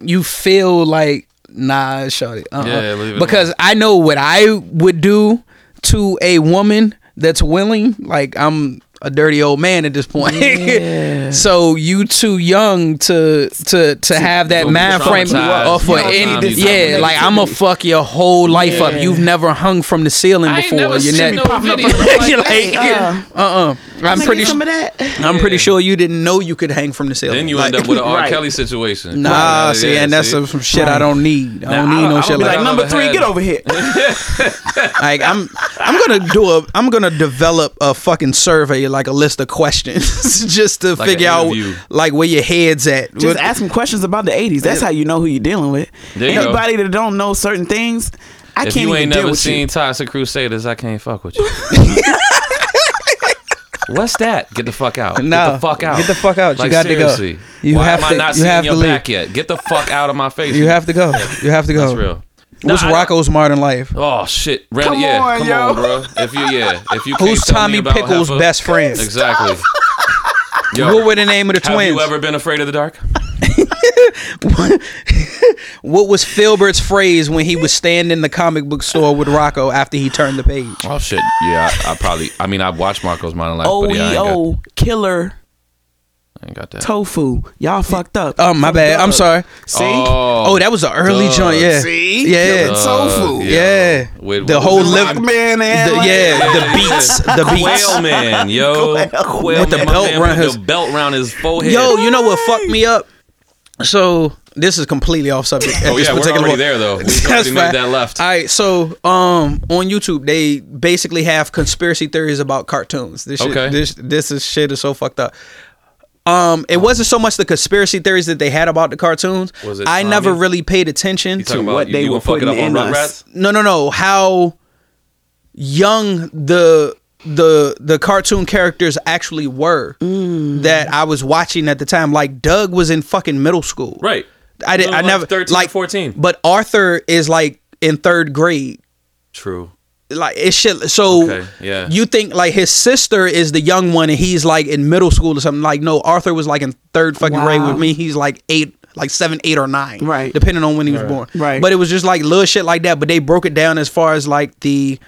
Speaker 2: you feel like nah shut it uh-uh.
Speaker 3: Yeah, leave it
Speaker 2: because
Speaker 3: alone.
Speaker 2: I know what I would do to a woman that's willing like I'm a dirty old man at this point so you too young to to to have that
Speaker 3: You'll be
Speaker 2: mind frame
Speaker 3: traumatized.
Speaker 2: or for
Speaker 3: You don't
Speaker 2: any
Speaker 3: need this
Speaker 2: yeah
Speaker 3: type of
Speaker 2: like I'm gonna fuck your whole life up you've never hung from the ceiling
Speaker 7: I ain't
Speaker 2: before
Speaker 7: never
Speaker 2: You're
Speaker 7: seen
Speaker 2: not-
Speaker 7: no video
Speaker 2: You're
Speaker 7: like
Speaker 2: like,
Speaker 7: that.
Speaker 2: uh-uh. I'm pretty sure.
Speaker 4: some of that.
Speaker 2: I'm pretty sure you didn't know you could hang from the ceiling.
Speaker 3: then you end
Speaker 2: Like,
Speaker 3: up with an R.
Speaker 4: Right.
Speaker 3: Kelly situation.
Speaker 2: Nah,
Speaker 3: Yeah,
Speaker 2: see,
Speaker 3: yeah,
Speaker 2: and that's
Speaker 3: see?
Speaker 2: some some shit I don't need. I don't
Speaker 3: Nah, I
Speaker 2: need
Speaker 3: don't-
Speaker 2: no
Speaker 3: I
Speaker 2: shit
Speaker 3: don't
Speaker 2: like that.
Speaker 3: like
Speaker 4: Like
Speaker 3: I've
Speaker 4: number
Speaker 3: never
Speaker 4: three,
Speaker 3: had-
Speaker 4: get over here.
Speaker 2: Like I'm, I'm gonna do a, I'm gonna develop a fucking survey, like a list of questions, just to
Speaker 3: Like
Speaker 2: figure
Speaker 3: an
Speaker 2: out
Speaker 3: interview.
Speaker 2: like where your head's at.
Speaker 4: Just
Speaker 2: What-
Speaker 4: ask them questions about the '80s. That's how you know who you're dealing with.
Speaker 3: There you go.
Speaker 4: Anybody that don't know certain things, I
Speaker 3: If
Speaker 4: can't
Speaker 3: you
Speaker 4: even
Speaker 3: ain't
Speaker 4: deal
Speaker 3: never
Speaker 4: with
Speaker 3: seen
Speaker 4: you.
Speaker 3: Toxic Crusaders, I can't fuck with you. What's that? Get the fuck out.
Speaker 2: No.
Speaker 3: Get the fuck out.
Speaker 2: Get the fuck out. You got to go.
Speaker 3: seriously.
Speaker 2: You
Speaker 3: Why
Speaker 2: have
Speaker 3: am
Speaker 2: to-
Speaker 3: I not
Speaker 2: you
Speaker 3: seeing
Speaker 2: have
Speaker 3: your
Speaker 2: to leave.
Speaker 3: back yet? Get the fuck out of my face.
Speaker 2: you have to go. You have to go.
Speaker 3: That's real.
Speaker 2: What's
Speaker 3: Nah, I-
Speaker 2: Rocco's modern life?
Speaker 3: Oh shit! Ren-
Speaker 4: Come
Speaker 3: yeah,
Speaker 4: on,
Speaker 3: come
Speaker 4: yo.
Speaker 3: on, bro. If you yeah, if you
Speaker 2: Who's
Speaker 3: can't tell
Speaker 2: Tommy
Speaker 3: me about
Speaker 2: Pickles'
Speaker 3: Heifer-
Speaker 2: best friend?
Speaker 3: Exactly. Yo,
Speaker 2: What were the name of the
Speaker 3: have
Speaker 2: twins?
Speaker 3: you ever been afraid of the dark?
Speaker 2: what was Filbert's phrase when he was standing in the comic book store with Rocco after he turned the page?
Speaker 3: Oh shit! Yeah, I, I probably. I mean, I watched Marco's Modern Life, but yeah, I ain't
Speaker 2: E
Speaker 3: got,
Speaker 4: OEO Oh, killer
Speaker 3: I ain't got that.
Speaker 4: tofu. Y'all fucked up.
Speaker 2: Oh my
Speaker 4: Fucked
Speaker 2: bad. I'm
Speaker 4: up.
Speaker 2: sorry.
Speaker 4: See,
Speaker 2: Oh, that was an early
Speaker 3: duh.
Speaker 2: joint. Yeah.
Speaker 4: See?
Speaker 2: Yeah.
Speaker 4: Killing tofu.
Speaker 3: Uh, yeah.
Speaker 2: Yeah.
Speaker 3: With-
Speaker 2: the
Speaker 3: with
Speaker 2: whole
Speaker 3: the
Speaker 2: live.
Speaker 4: Rock man and
Speaker 2: the-
Speaker 4: like-
Speaker 2: yeah, the beats, the
Speaker 3: Quail
Speaker 2: beats.
Speaker 3: man, yo, Quail
Speaker 2: With the
Speaker 3: man, my
Speaker 2: belt
Speaker 3: man
Speaker 2: around
Speaker 3: with
Speaker 2: his-
Speaker 3: the belt around his forehead.
Speaker 2: Yo, you know what fucked me up? So this is completely off subject. At
Speaker 3: oh
Speaker 2: this
Speaker 3: yeah, we're
Speaker 2: particular
Speaker 3: already
Speaker 2: point.
Speaker 3: there though. We already made
Speaker 2: fine.
Speaker 3: that left.
Speaker 2: All right, so um, on YouTube they basically have conspiracy theories about cartoons. This shit,
Speaker 3: Okay.
Speaker 2: this this is shit is so fucked up. Um, it wasn't so much the conspiracy theories that they had about the cartoons.
Speaker 3: Was it
Speaker 2: I never
Speaker 3: Tommy?
Speaker 2: really paid attention
Speaker 3: You talking about
Speaker 4: what
Speaker 3: you,
Speaker 4: they
Speaker 3: you
Speaker 4: were
Speaker 3: gonna fuck it up
Speaker 4: putting
Speaker 3: on
Speaker 4: in us.
Speaker 3: Rugrats?
Speaker 2: no no no how young the the the cartoon characters actually were that I was watching at the time. Like Doug was in fucking middle school.
Speaker 3: Right.
Speaker 2: I did
Speaker 3: No,
Speaker 2: I
Speaker 3: like
Speaker 2: never
Speaker 3: 13 or
Speaker 2: like
Speaker 3: 14.
Speaker 2: But Arthur is like in third grade.
Speaker 3: True.
Speaker 2: Like it's shit. So
Speaker 3: Okay, yeah.
Speaker 2: you think like his sister is the young one and he's like in middle school or something. Like no, Arthur was like in third fucking grade
Speaker 4: Wow.
Speaker 2: with me. He's like eight, like seven, eight or nine,
Speaker 4: Right.
Speaker 2: Depending on when he was born,
Speaker 4: Right.
Speaker 2: But it was just like little shit like that. But they broke it down as far as like the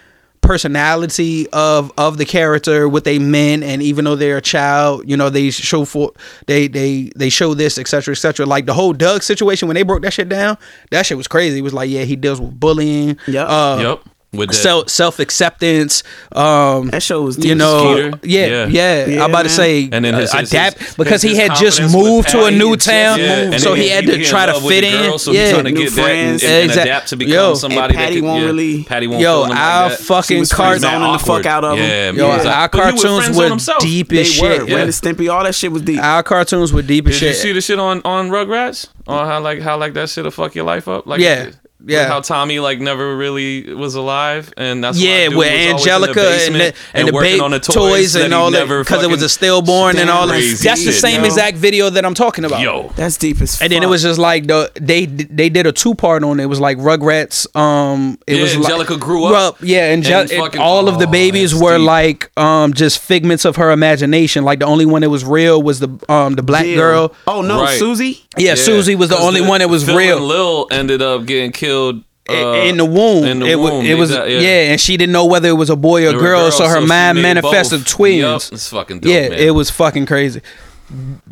Speaker 2: personality of of the character, what they meant, and even though they're a child, you know they show for they they they show this, etc., etc. Like the whole Doug situation when they broke that shit down, that shit was crazy. It was like yeah, he deals with bullying,
Speaker 4: Yep.
Speaker 2: uh,
Speaker 3: Yep. With that.
Speaker 2: self self acceptance. Um,
Speaker 4: That show was deep
Speaker 2: you
Speaker 4: as
Speaker 2: know,
Speaker 3: Skeeter.
Speaker 2: yeah, yeah,
Speaker 3: Yeah.
Speaker 2: I'm about to
Speaker 4: man.
Speaker 2: say,
Speaker 3: And then his-
Speaker 2: uh,
Speaker 3: his-
Speaker 2: adapt
Speaker 3: his-
Speaker 2: because he
Speaker 3: his
Speaker 2: had just
Speaker 3: confidence with
Speaker 2: moved to a
Speaker 3: Patty,
Speaker 2: new
Speaker 3: he just-
Speaker 2: town,
Speaker 3: yeah, and
Speaker 2: so
Speaker 3: then
Speaker 2: he had to
Speaker 3: in
Speaker 2: try to
Speaker 3: love with the
Speaker 2: fit in.
Speaker 3: girl, so
Speaker 2: yeah,
Speaker 3: he's trying to
Speaker 4: New
Speaker 3: get that and,
Speaker 4: friends.
Speaker 3: and, and
Speaker 2: Exact-
Speaker 3: adapt to become
Speaker 2: Yo.
Speaker 3: somebody.
Speaker 4: And Patty
Speaker 3: that could,
Speaker 4: won't
Speaker 3: yeah,
Speaker 4: really-
Speaker 3: Patty won't.
Speaker 2: yo,
Speaker 3: feel him like
Speaker 2: our
Speaker 3: that.
Speaker 4: She
Speaker 2: fucking
Speaker 4: was friend
Speaker 2: cards.
Speaker 4: zoning the fuck out of him.
Speaker 3: Yeah,
Speaker 2: Yo,
Speaker 3: he's
Speaker 2: our
Speaker 3: like, but he was
Speaker 2: cartoons
Speaker 3: friends on
Speaker 2: were
Speaker 3: himself.
Speaker 2: deep
Speaker 4: They
Speaker 2: as
Speaker 4: were.
Speaker 2: shit.
Speaker 4: Ren
Speaker 3: yeah.
Speaker 4: and Stimpy, all that shit was deep.
Speaker 2: Our cartoons were deep as
Speaker 3: Did you
Speaker 2: shit.
Speaker 3: see the shit on on Rugrats on how like how like that shit'll fuck your life up? Like
Speaker 2: Yeah,
Speaker 3: like
Speaker 2: yeah.
Speaker 3: How Tommy like never really was alive, and that's
Speaker 2: yeah,
Speaker 3: why
Speaker 2: with
Speaker 3: dude was always in the
Speaker 2: Angelica and
Speaker 3: basement
Speaker 2: the, and the
Speaker 3: working
Speaker 2: ba-
Speaker 3: on the toys,
Speaker 2: toys and
Speaker 3: he
Speaker 2: all that
Speaker 3: never
Speaker 2: because it was
Speaker 3: fucking-
Speaker 2: a stillborn and all that.
Speaker 3: Crazy
Speaker 2: That's the
Speaker 3: shit,
Speaker 2: same
Speaker 3: yo.
Speaker 2: exact video that I'm talking about.
Speaker 3: Yo,
Speaker 4: That's deep as fuck.
Speaker 2: And then it was just like the they they did a two part on it. It was like Rugrats. Um, it
Speaker 3: Yeah,
Speaker 2: was
Speaker 3: Angelica
Speaker 2: like,
Speaker 3: grew up
Speaker 2: Yeah, Ange-
Speaker 3: and
Speaker 2: it-
Speaker 3: fucking-
Speaker 2: all of the
Speaker 3: oh,
Speaker 2: babies
Speaker 3: that's
Speaker 2: were
Speaker 3: deep.
Speaker 2: like um just figments of her imagination. Like the only one that was real was the um the black
Speaker 4: Deal.
Speaker 2: girl.
Speaker 4: Oh no,
Speaker 3: Right.
Speaker 4: Susie.
Speaker 2: Yeah, Susie was the
Speaker 3: 'Cause
Speaker 2: only one that was
Speaker 3: Phil
Speaker 2: real.
Speaker 3: And Lil ended up getting killed uh,
Speaker 2: I- in the womb.
Speaker 3: In the
Speaker 2: it, wa-
Speaker 3: womb,
Speaker 2: it was
Speaker 3: exactly,
Speaker 2: yeah. and she didn't know whether it was a boy or
Speaker 3: They were
Speaker 2: girl,
Speaker 3: girls,
Speaker 2: so her
Speaker 3: she
Speaker 2: mind
Speaker 3: made
Speaker 2: manifested
Speaker 3: both.
Speaker 2: twins.
Speaker 3: Yup, it's fucking dope,
Speaker 2: yeah,
Speaker 3: man.
Speaker 2: it was fucking crazy.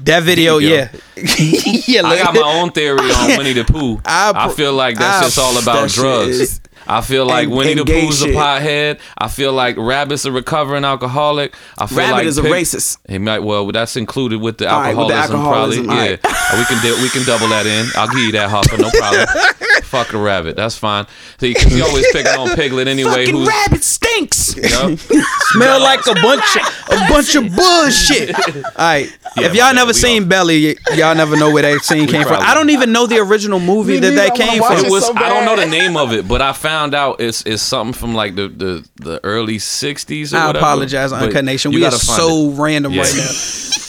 Speaker 2: That video,
Speaker 3: There
Speaker 2: yeah, yeah.
Speaker 3: I
Speaker 2: look-
Speaker 3: got my own theory on Winnie the Pooh.
Speaker 2: I
Speaker 3: I,
Speaker 2: pr-
Speaker 3: feel like
Speaker 2: I-
Speaker 3: that's just all
Speaker 4: that
Speaker 3: about
Speaker 4: shit is-
Speaker 3: drugs. I feel like
Speaker 4: and-
Speaker 3: Winnie
Speaker 4: and
Speaker 3: the
Speaker 4: gay
Speaker 3: Pooh's
Speaker 4: shit.
Speaker 3: a pothead. I feel like Rabbit's a recovering alcoholic. I feel
Speaker 4: Rabbit
Speaker 3: like
Speaker 4: is a
Speaker 3: Pig-
Speaker 4: racist.
Speaker 3: He might well that's included with the
Speaker 4: All right,
Speaker 3: alcoholism,
Speaker 4: with the alcoholism, all
Speaker 3: probably.
Speaker 4: right.
Speaker 3: Yeah, we can do, we can double that in. I'll give you that Hoffa, no problem. Fuck a rabbit, that's fine. See, 'cause you always picking on Piglet anyway.
Speaker 4: Fucking
Speaker 3: Who's
Speaker 4: rabbit stinks.
Speaker 3: Yup.
Speaker 2: smell like a bunch of, a bunch of bullshit. All right,
Speaker 3: Yeah,
Speaker 2: if y'all
Speaker 3: my
Speaker 2: never
Speaker 3: bad, we
Speaker 2: seen Belly, y- y'all never know where that scene came from.
Speaker 3: probably-
Speaker 2: I don't even know the original movie
Speaker 4: Me
Speaker 2: that that
Speaker 4: neither, I
Speaker 2: came
Speaker 4: wanna watch
Speaker 2: from.
Speaker 3: It was
Speaker 4: so
Speaker 3: I don't know the
Speaker 4: bad.
Speaker 3: name of it, but I found out it's it's something from like the the, the early '60s. Or
Speaker 2: I
Speaker 3: whatever.
Speaker 2: apologize,
Speaker 3: But
Speaker 2: Uncut Nation.
Speaker 3: you
Speaker 2: We are
Speaker 3: gotta find it.
Speaker 2: so random
Speaker 3: Yeah.
Speaker 2: right now.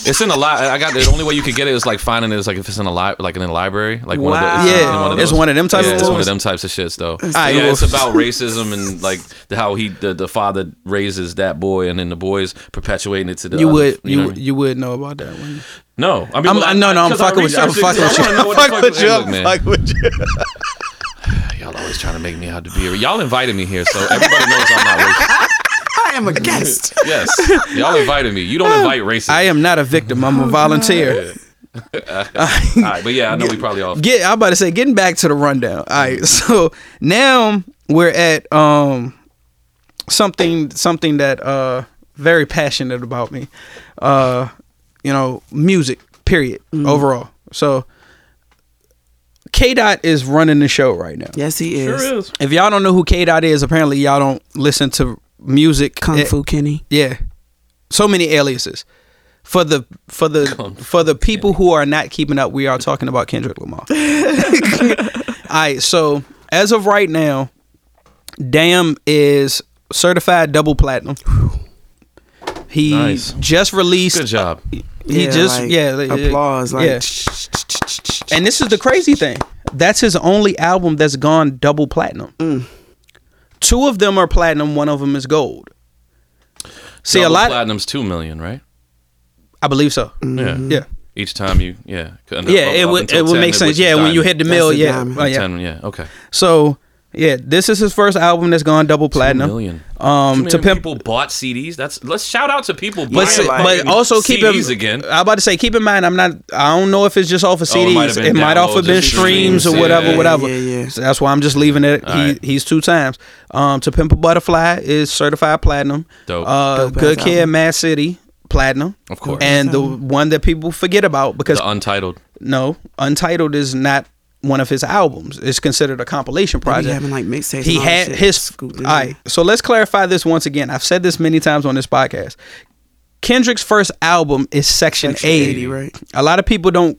Speaker 3: It's in a lot. I got the only way you could get it is like finding it is like if it's in a li- like in a library, like one
Speaker 4: Wow.
Speaker 3: of the,
Speaker 2: Yeah,
Speaker 3: in
Speaker 2: it's
Speaker 3: those.
Speaker 2: one of them types
Speaker 3: Yeah,
Speaker 2: of
Speaker 3: it's one
Speaker 2: movies.
Speaker 3: of them types of shits though.
Speaker 2: right,
Speaker 3: yeah,
Speaker 2: well-
Speaker 3: it's about racism and like the, how he the, the father raises that boy and then the boy's perpetuating it to the
Speaker 2: You
Speaker 3: other-
Speaker 2: would you
Speaker 3: know what I
Speaker 2: would-
Speaker 3: mean?
Speaker 2: you would know about that one.
Speaker 3: no I mean
Speaker 2: I'm,
Speaker 3: well,
Speaker 2: I, no no I'm
Speaker 3: 'cause I
Speaker 2: fucking with you. I'm
Speaker 3: researched it,
Speaker 2: fucking with you.
Speaker 3: 'cause I wanna know
Speaker 2: I'm
Speaker 3: what the
Speaker 2: fucking with
Speaker 3: fuck-
Speaker 2: you.
Speaker 3: Look,
Speaker 2: I'm
Speaker 3: man.
Speaker 2: fucking with you.
Speaker 3: Y'all always trying to make me out to be. a- Y'all invited me here, so everybody knows I'm not racist.
Speaker 4: I am a guest.
Speaker 3: Yes, y'all invited me. You don't invite racists.
Speaker 2: Uh, I am not a victim.
Speaker 4: Oh,
Speaker 2: I'm a volunteer.
Speaker 3: All right, but yeah, I know we probably all.
Speaker 2: Get I'm about to say getting back to the rundown. All right, so now we're at um something something that uh very passionate about me. Uh, you know, music. Period.
Speaker 4: Mm-hmm.
Speaker 2: Overall, so K Dot is running the show right now.
Speaker 4: Yes, he is.
Speaker 2: If y'all don't know who K Dot is, apparently y'all don't listen to music.
Speaker 4: Kung
Speaker 2: Eh,
Speaker 4: Fu Kenny.
Speaker 2: Yeah, so many aliases for the for the for the people who are not keeping up. We are talking about Kendrick Lamar. All right, so as of right now, Damn is certified double platinum. He
Speaker 3: Nice.
Speaker 2: just released.
Speaker 3: Good job.
Speaker 2: He just
Speaker 4: like,
Speaker 2: yeah like,
Speaker 4: applause. Like,
Speaker 2: yeah. And this is the crazy thing. That's his only album that's gone double platinum. Two of them are platinum, one of them is gold. See a
Speaker 3: Double
Speaker 2: lot
Speaker 3: platinum's two million, right?
Speaker 2: I believe so.
Speaker 3: Yeah.
Speaker 2: Mm-hmm. Yeah.
Speaker 3: Each time you, yeah,
Speaker 2: Yeah, it would it would make sense. Yeah, when you hit the mill,
Speaker 4: the
Speaker 2: yeah.
Speaker 4: diamond.
Speaker 2: Oh, yeah.
Speaker 3: ten, yeah, okay.
Speaker 2: So, yeah, this is his first album that's gone double platinum.
Speaker 3: Two million.
Speaker 2: Um
Speaker 3: Too
Speaker 2: to
Speaker 3: many
Speaker 2: pimp
Speaker 3: people bought CDs. That's let's shout out to people
Speaker 2: but,
Speaker 3: buying
Speaker 2: s-
Speaker 4: like-
Speaker 2: but
Speaker 3: fucking
Speaker 2: also keep
Speaker 3: CDs
Speaker 2: in,
Speaker 3: again.
Speaker 2: I'm about to say keep in mind I'm not I don't know if it's just off of
Speaker 3: Oh, it might
Speaker 2: CDs.
Speaker 3: have
Speaker 2: it
Speaker 3: been
Speaker 2: might off have
Speaker 3: downloads
Speaker 2: been
Speaker 3: and
Speaker 2: streams
Speaker 3: streams,
Speaker 2: or
Speaker 3: yeah,
Speaker 2: whatever,
Speaker 3: yeah,
Speaker 2: whatever.
Speaker 4: yeah, yeah.
Speaker 2: So that's why I'm just leaving it. He,
Speaker 3: right.
Speaker 2: He's two times. Um, to Pimp a Butterfly is certified platinum.
Speaker 3: Dope.
Speaker 2: Uh,
Speaker 4: Dope
Speaker 2: Good
Speaker 4: ass
Speaker 2: Kid,
Speaker 4: album.
Speaker 2: Mad City, platinum.
Speaker 3: Of course.
Speaker 2: And the one that people forget about because
Speaker 3: The Untitled.
Speaker 2: no, Untitled is not one of his albums. It's considered a compilation project.
Speaker 4: having, like, mixtapes
Speaker 2: He
Speaker 4: and all
Speaker 2: had
Speaker 4: that shit
Speaker 2: his. All
Speaker 4: scooped in
Speaker 2: right, so let's clarify this once again. I've said this many times on this podcast. Kendrick's first album is Section,
Speaker 4: Section
Speaker 2: 80.
Speaker 4: 80, right.
Speaker 2: A lot of people don't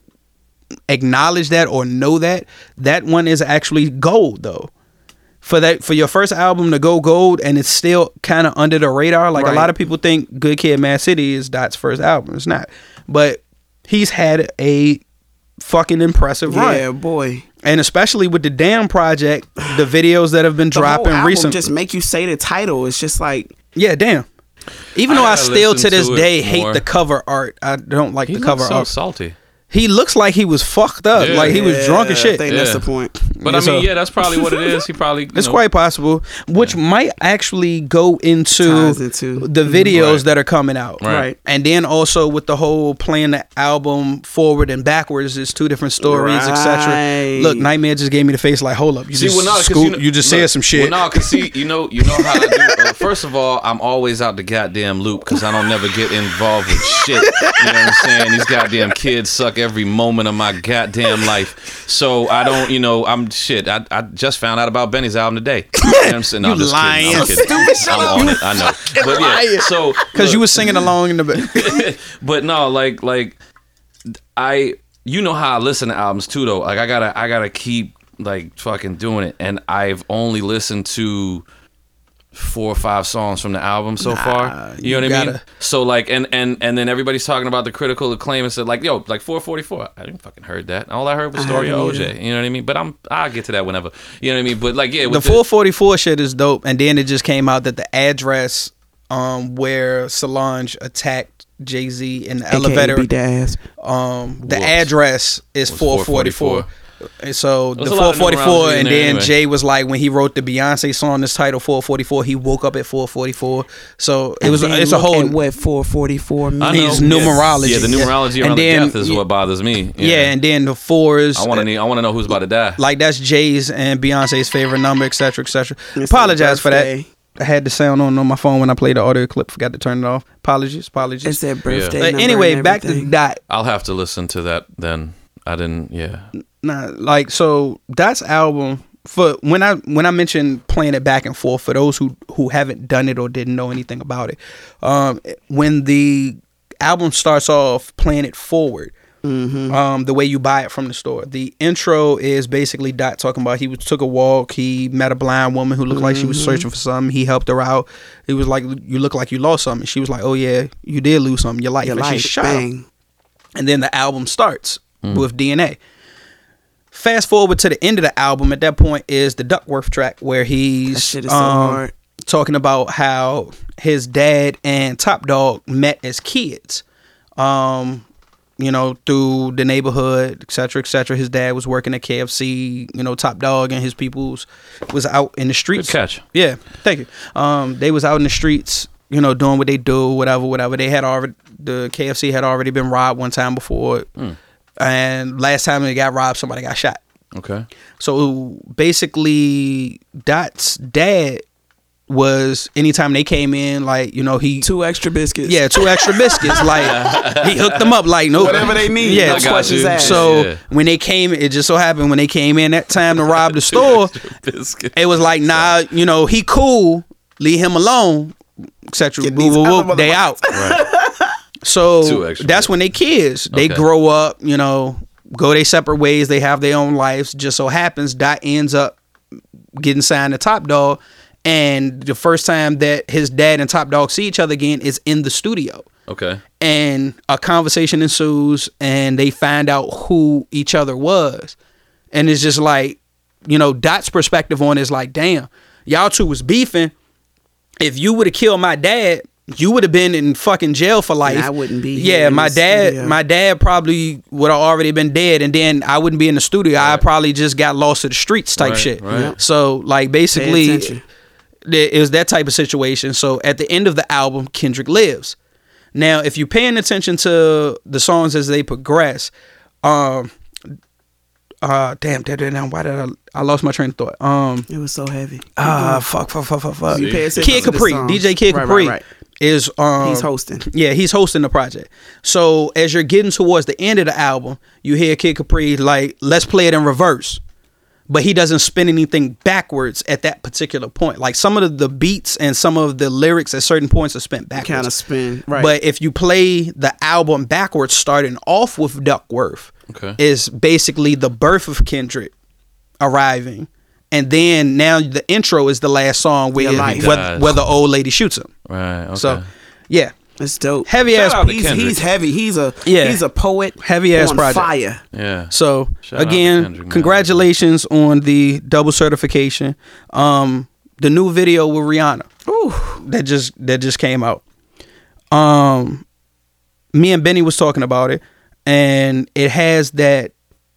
Speaker 2: acknowledge that or know that. That one is actually gold though. For that for your first album to go gold and it's still kind of under the radar. Like a
Speaker 4: Right.
Speaker 2: lot of people think Good Kid Mad City is Dot's first album. It's not. But he's had a fucking impressive
Speaker 4: Yeah,
Speaker 2: run.
Speaker 4: boy.
Speaker 2: And especially with the damn project, the videos that have been
Speaker 4: The whole
Speaker 2: dropping
Speaker 4: album
Speaker 2: recently.
Speaker 4: Just make you say the title. It's just like
Speaker 2: Yeah, damn. Even
Speaker 3: I
Speaker 2: though I
Speaker 3: gotta
Speaker 2: still to
Speaker 3: listen
Speaker 2: this
Speaker 3: to it
Speaker 2: day hate
Speaker 3: more.
Speaker 2: the cover art. I don't like
Speaker 3: He
Speaker 2: the
Speaker 3: looks
Speaker 2: cover
Speaker 3: so
Speaker 2: art.
Speaker 3: salty.
Speaker 2: He looks like he was fucked up.
Speaker 3: Yeah.
Speaker 2: Like he was drunk as
Speaker 4: Yeah, I
Speaker 2: shit.
Speaker 4: think
Speaker 3: Yeah.
Speaker 4: that's the point.
Speaker 3: But
Speaker 2: Yeah,
Speaker 3: I mean,
Speaker 2: so-
Speaker 3: yeah, that's probably what it is. He probably. you
Speaker 2: It's
Speaker 3: know,
Speaker 2: quite possible, which might actually go into,
Speaker 4: Ties into-
Speaker 2: the videos
Speaker 3: Right.
Speaker 2: that are coming out.
Speaker 3: Right.
Speaker 4: Right.
Speaker 2: And then also with the whole playing the album forward and backwards is two different stories,
Speaker 4: Right.
Speaker 2: etc. Look, Nightmare just gave me the face like, hold up, you
Speaker 3: See,
Speaker 2: just
Speaker 3: well, nah, 'cause
Speaker 2: scoop-
Speaker 3: kn-
Speaker 2: you just
Speaker 3: look,
Speaker 2: said some shit.
Speaker 3: Well, no, cause see, you know, you know how I do. Uh, first of all, I'm always out the goddamn loop because I don't never get involved with shit. You know what I'm saying? These goddamn kids suck every moment of my goddamn life. So I don't, you know, I'm shit. I, I just found out about Benny's album today. You know what I'm saying? No, I'm
Speaker 2: You
Speaker 3: just kidding.
Speaker 2: lying.
Speaker 3: I'm, kidding. I'm on it. I know. But yeah,
Speaker 2: lying.
Speaker 3: so
Speaker 2: Because you
Speaker 3: look Mm-hmm.
Speaker 2: were singing along in the back.
Speaker 3: but no, like like I you know how I listen to albums too though. Like I gotta I gotta keep like fucking doing it. And I've only listened to four or five songs from the album so far. You know what
Speaker 2: you
Speaker 3: I mean?
Speaker 2: gotta-
Speaker 3: So like and and and then everybody's talking about the critical acclaim and said like yo like 444. I didn't fucking heard that. All I heard was Story of
Speaker 4: haven't
Speaker 3: OJ. You know what I mean? But I'm I'll get to that whenever. You know what I mean? But like yeah,
Speaker 2: the
Speaker 3: with
Speaker 2: 444 shit is dope. And then it just came out that the address um, where Solange attacked Jay Z in the
Speaker 4: AKA
Speaker 2: elevator.
Speaker 4: beat the ass.
Speaker 2: Um, the
Speaker 3: Whoops.
Speaker 2: address is
Speaker 3: Was
Speaker 2: 444.
Speaker 3: 444.
Speaker 2: And so
Speaker 3: There's
Speaker 2: the
Speaker 3: a lot of
Speaker 2: 444,
Speaker 3: numerology in
Speaker 2: and
Speaker 3: there
Speaker 2: then
Speaker 3: anyway.
Speaker 2: Jay was like when he wrote the Beyonce song, this title 444. He woke up at 444. So it was
Speaker 4: And
Speaker 2: it's a
Speaker 4: look
Speaker 2: whole
Speaker 4: at what 444
Speaker 3: I
Speaker 4: means.
Speaker 3: know.
Speaker 2: It's numerology.
Speaker 3: Yeah, the numerology
Speaker 2: And
Speaker 3: around
Speaker 2: then-
Speaker 3: the death is what bothers me.
Speaker 2: yeah. and then the fours.
Speaker 3: I want to. I want to know who's about to die.
Speaker 2: like that's Jay's and Beyonce's favorite number, etc., etc. Apologize for that.
Speaker 4: birthday.
Speaker 2: I had the sound on on my phone when I played the audio clip. Forgot to turn it off. Apologies, apologies.
Speaker 4: It's their birthday.
Speaker 2: but
Speaker 4: number
Speaker 2: anyway,
Speaker 4: and
Speaker 2: back to
Speaker 4: everything.
Speaker 2: Dot.
Speaker 3: I'll have to listen to that then. I didn't. Yeah.
Speaker 2: Nah, like so Dot's album for when I when I mentioned playing it back and forth for those who who haven't done it or didn't know anything about it. Um, when the album starts off playing it forward.
Speaker 4: Mm-hmm.
Speaker 2: Um, the way you buy it from the store. The intro is basically Dot talking about he was, took a walk, he met a blind woman who looked like she was
Speaker 4: Mm-hmm.
Speaker 2: searching for something. He helped her out. It was like you look like you lost something. She was like, "Oh yeah, you did lose something. Your life."
Speaker 4: Your
Speaker 2: and
Speaker 4: life,
Speaker 2: she shot him
Speaker 4: bang.
Speaker 2: and then the album starts with DNA. Fast forward to the end of the album. At that point is the Duckworth track where
Speaker 4: That
Speaker 2: he's
Speaker 4: shit is so
Speaker 2: um,
Speaker 4: hard.
Speaker 2: talking about how his dad and Top Dog met as kids. Um, you know, through the neighborhood, et cetera, et cetera. His dad was working at KFC. You know, Top Dog and his peoples was out in the streets.
Speaker 3: catch.
Speaker 2: Yeah, thank you. Um, they was out in the streets, you know, doing what they do, whatever, whatever. They had already the KFC had already been robbed one time before, and last time they got robbed, somebody got shot.
Speaker 3: Okay.
Speaker 2: So basically, Dot's dad was anytime they came in, like you know he
Speaker 4: Two extra biscuits.
Speaker 2: yeah two extra biscuits, like he hooked them up, like no
Speaker 4: Whatever they need,
Speaker 2: yeah.
Speaker 4: no
Speaker 2: so-
Speaker 4: questions asked.
Speaker 2: So
Speaker 3: Yeah.
Speaker 2: when they came, it just so happened when they came in that time to rob the store,
Speaker 3: Biscuit.
Speaker 2: it was like, nah, you know, he cool, leave him alone, etc.
Speaker 4: Get these other
Speaker 2: They
Speaker 4: motherfuckers.
Speaker 2: out.
Speaker 3: Right.
Speaker 2: So
Speaker 3: Two extra
Speaker 2: that's when they kids. They
Speaker 3: Okay.
Speaker 2: grow up, you know, go their separate ways. They have their own lives. Just so happens Dot ends up getting signed to Top Dog, and the first time that his dad and Top Dog see each other again is in the studio.
Speaker 3: Okay.
Speaker 2: And a conversation ensues, and they find out who each other was. And it's just like, you know, Dot's perspective on it is like, damn, y'all two was beefing. If you would have killed my dad, you would have been in fucking jail for life.
Speaker 4: I wouldn't be
Speaker 2: Yeah,
Speaker 4: here in
Speaker 2: my
Speaker 4: the
Speaker 2: dad,
Speaker 4: studio.
Speaker 2: my dad probably would have already been dead, and then I wouldn't be in the studio. I probably just got lost to the streets type
Speaker 3: Right,
Speaker 2: shit.
Speaker 3: right. Yep.
Speaker 2: So like
Speaker 4: Pay
Speaker 2: basically,
Speaker 4: attention.
Speaker 2: there- it was that type of situation. So at the end of the album, Kendrick lives. Now, if you're paying attention to the songs as they progress, um, uh, damn, damn, damn, damn, why did I? I lost my train of thought. Um,
Speaker 4: It was so heavy.
Speaker 2: ah, fuck, fuck, fuck, fuck, fuck.
Speaker 4: You pay attention
Speaker 2: Kid
Speaker 4: to the
Speaker 2: Capri,
Speaker 4: songs.
Speaker 2: DJ Kid
Speaker 4: Right, right,
Speaker 2: Capri
Speaker 4: right.
Speaker 2: is um,
Speaker 4: He's hosting.
Speaker 2: yeah, he's hosting the project. So as you're getting towards the end of the album, you hear Kid Capri like, "Let's play it in reverse," but he doesn't spin anything backwards at that particular point. Like some of the, the beats and some of the lyrics at certain points are spent backwards.
Speaker 4: Kind of spin. Right.
Speaker 2: But if you play the album backwards, starting off with Duckworth,
Speaker 3: Okay.
Speaker 2: is basically the birth of Kendrick arriving, and then now the intro is the last song where
Speaker 4: Your life.
Speaker 2: where, where the old lady shoots him.
Speaker 3: Right. Okay.
Speaker 2: So, yeah.
Speaker 4: it's dope.
Speaker 2: Heavy
Speaker 3: Shout
Speaker 2: ass
Speaker 3: out to
Speaker 4: He's,
Speaker 3: Kendrick.
Speaker 4: he's heavy. He's a
Speaker 2: Yeah.
Speaker 4: he's a poet.
Speaker 2: Heavy ass
Speaker 4: on
Speaker 2: project.
Speaker 4: Fire.
Speaker 3: yeah.
Speaker 2: So
Speaker 3: Shout out to
Speaker 2: again,
Speaker 3: Kendrick, man.
Speaker 2: congratulations on the double certification. Um, the new video with Rihanna that just that just came out. Um, me and Benny was talking about it, and it has that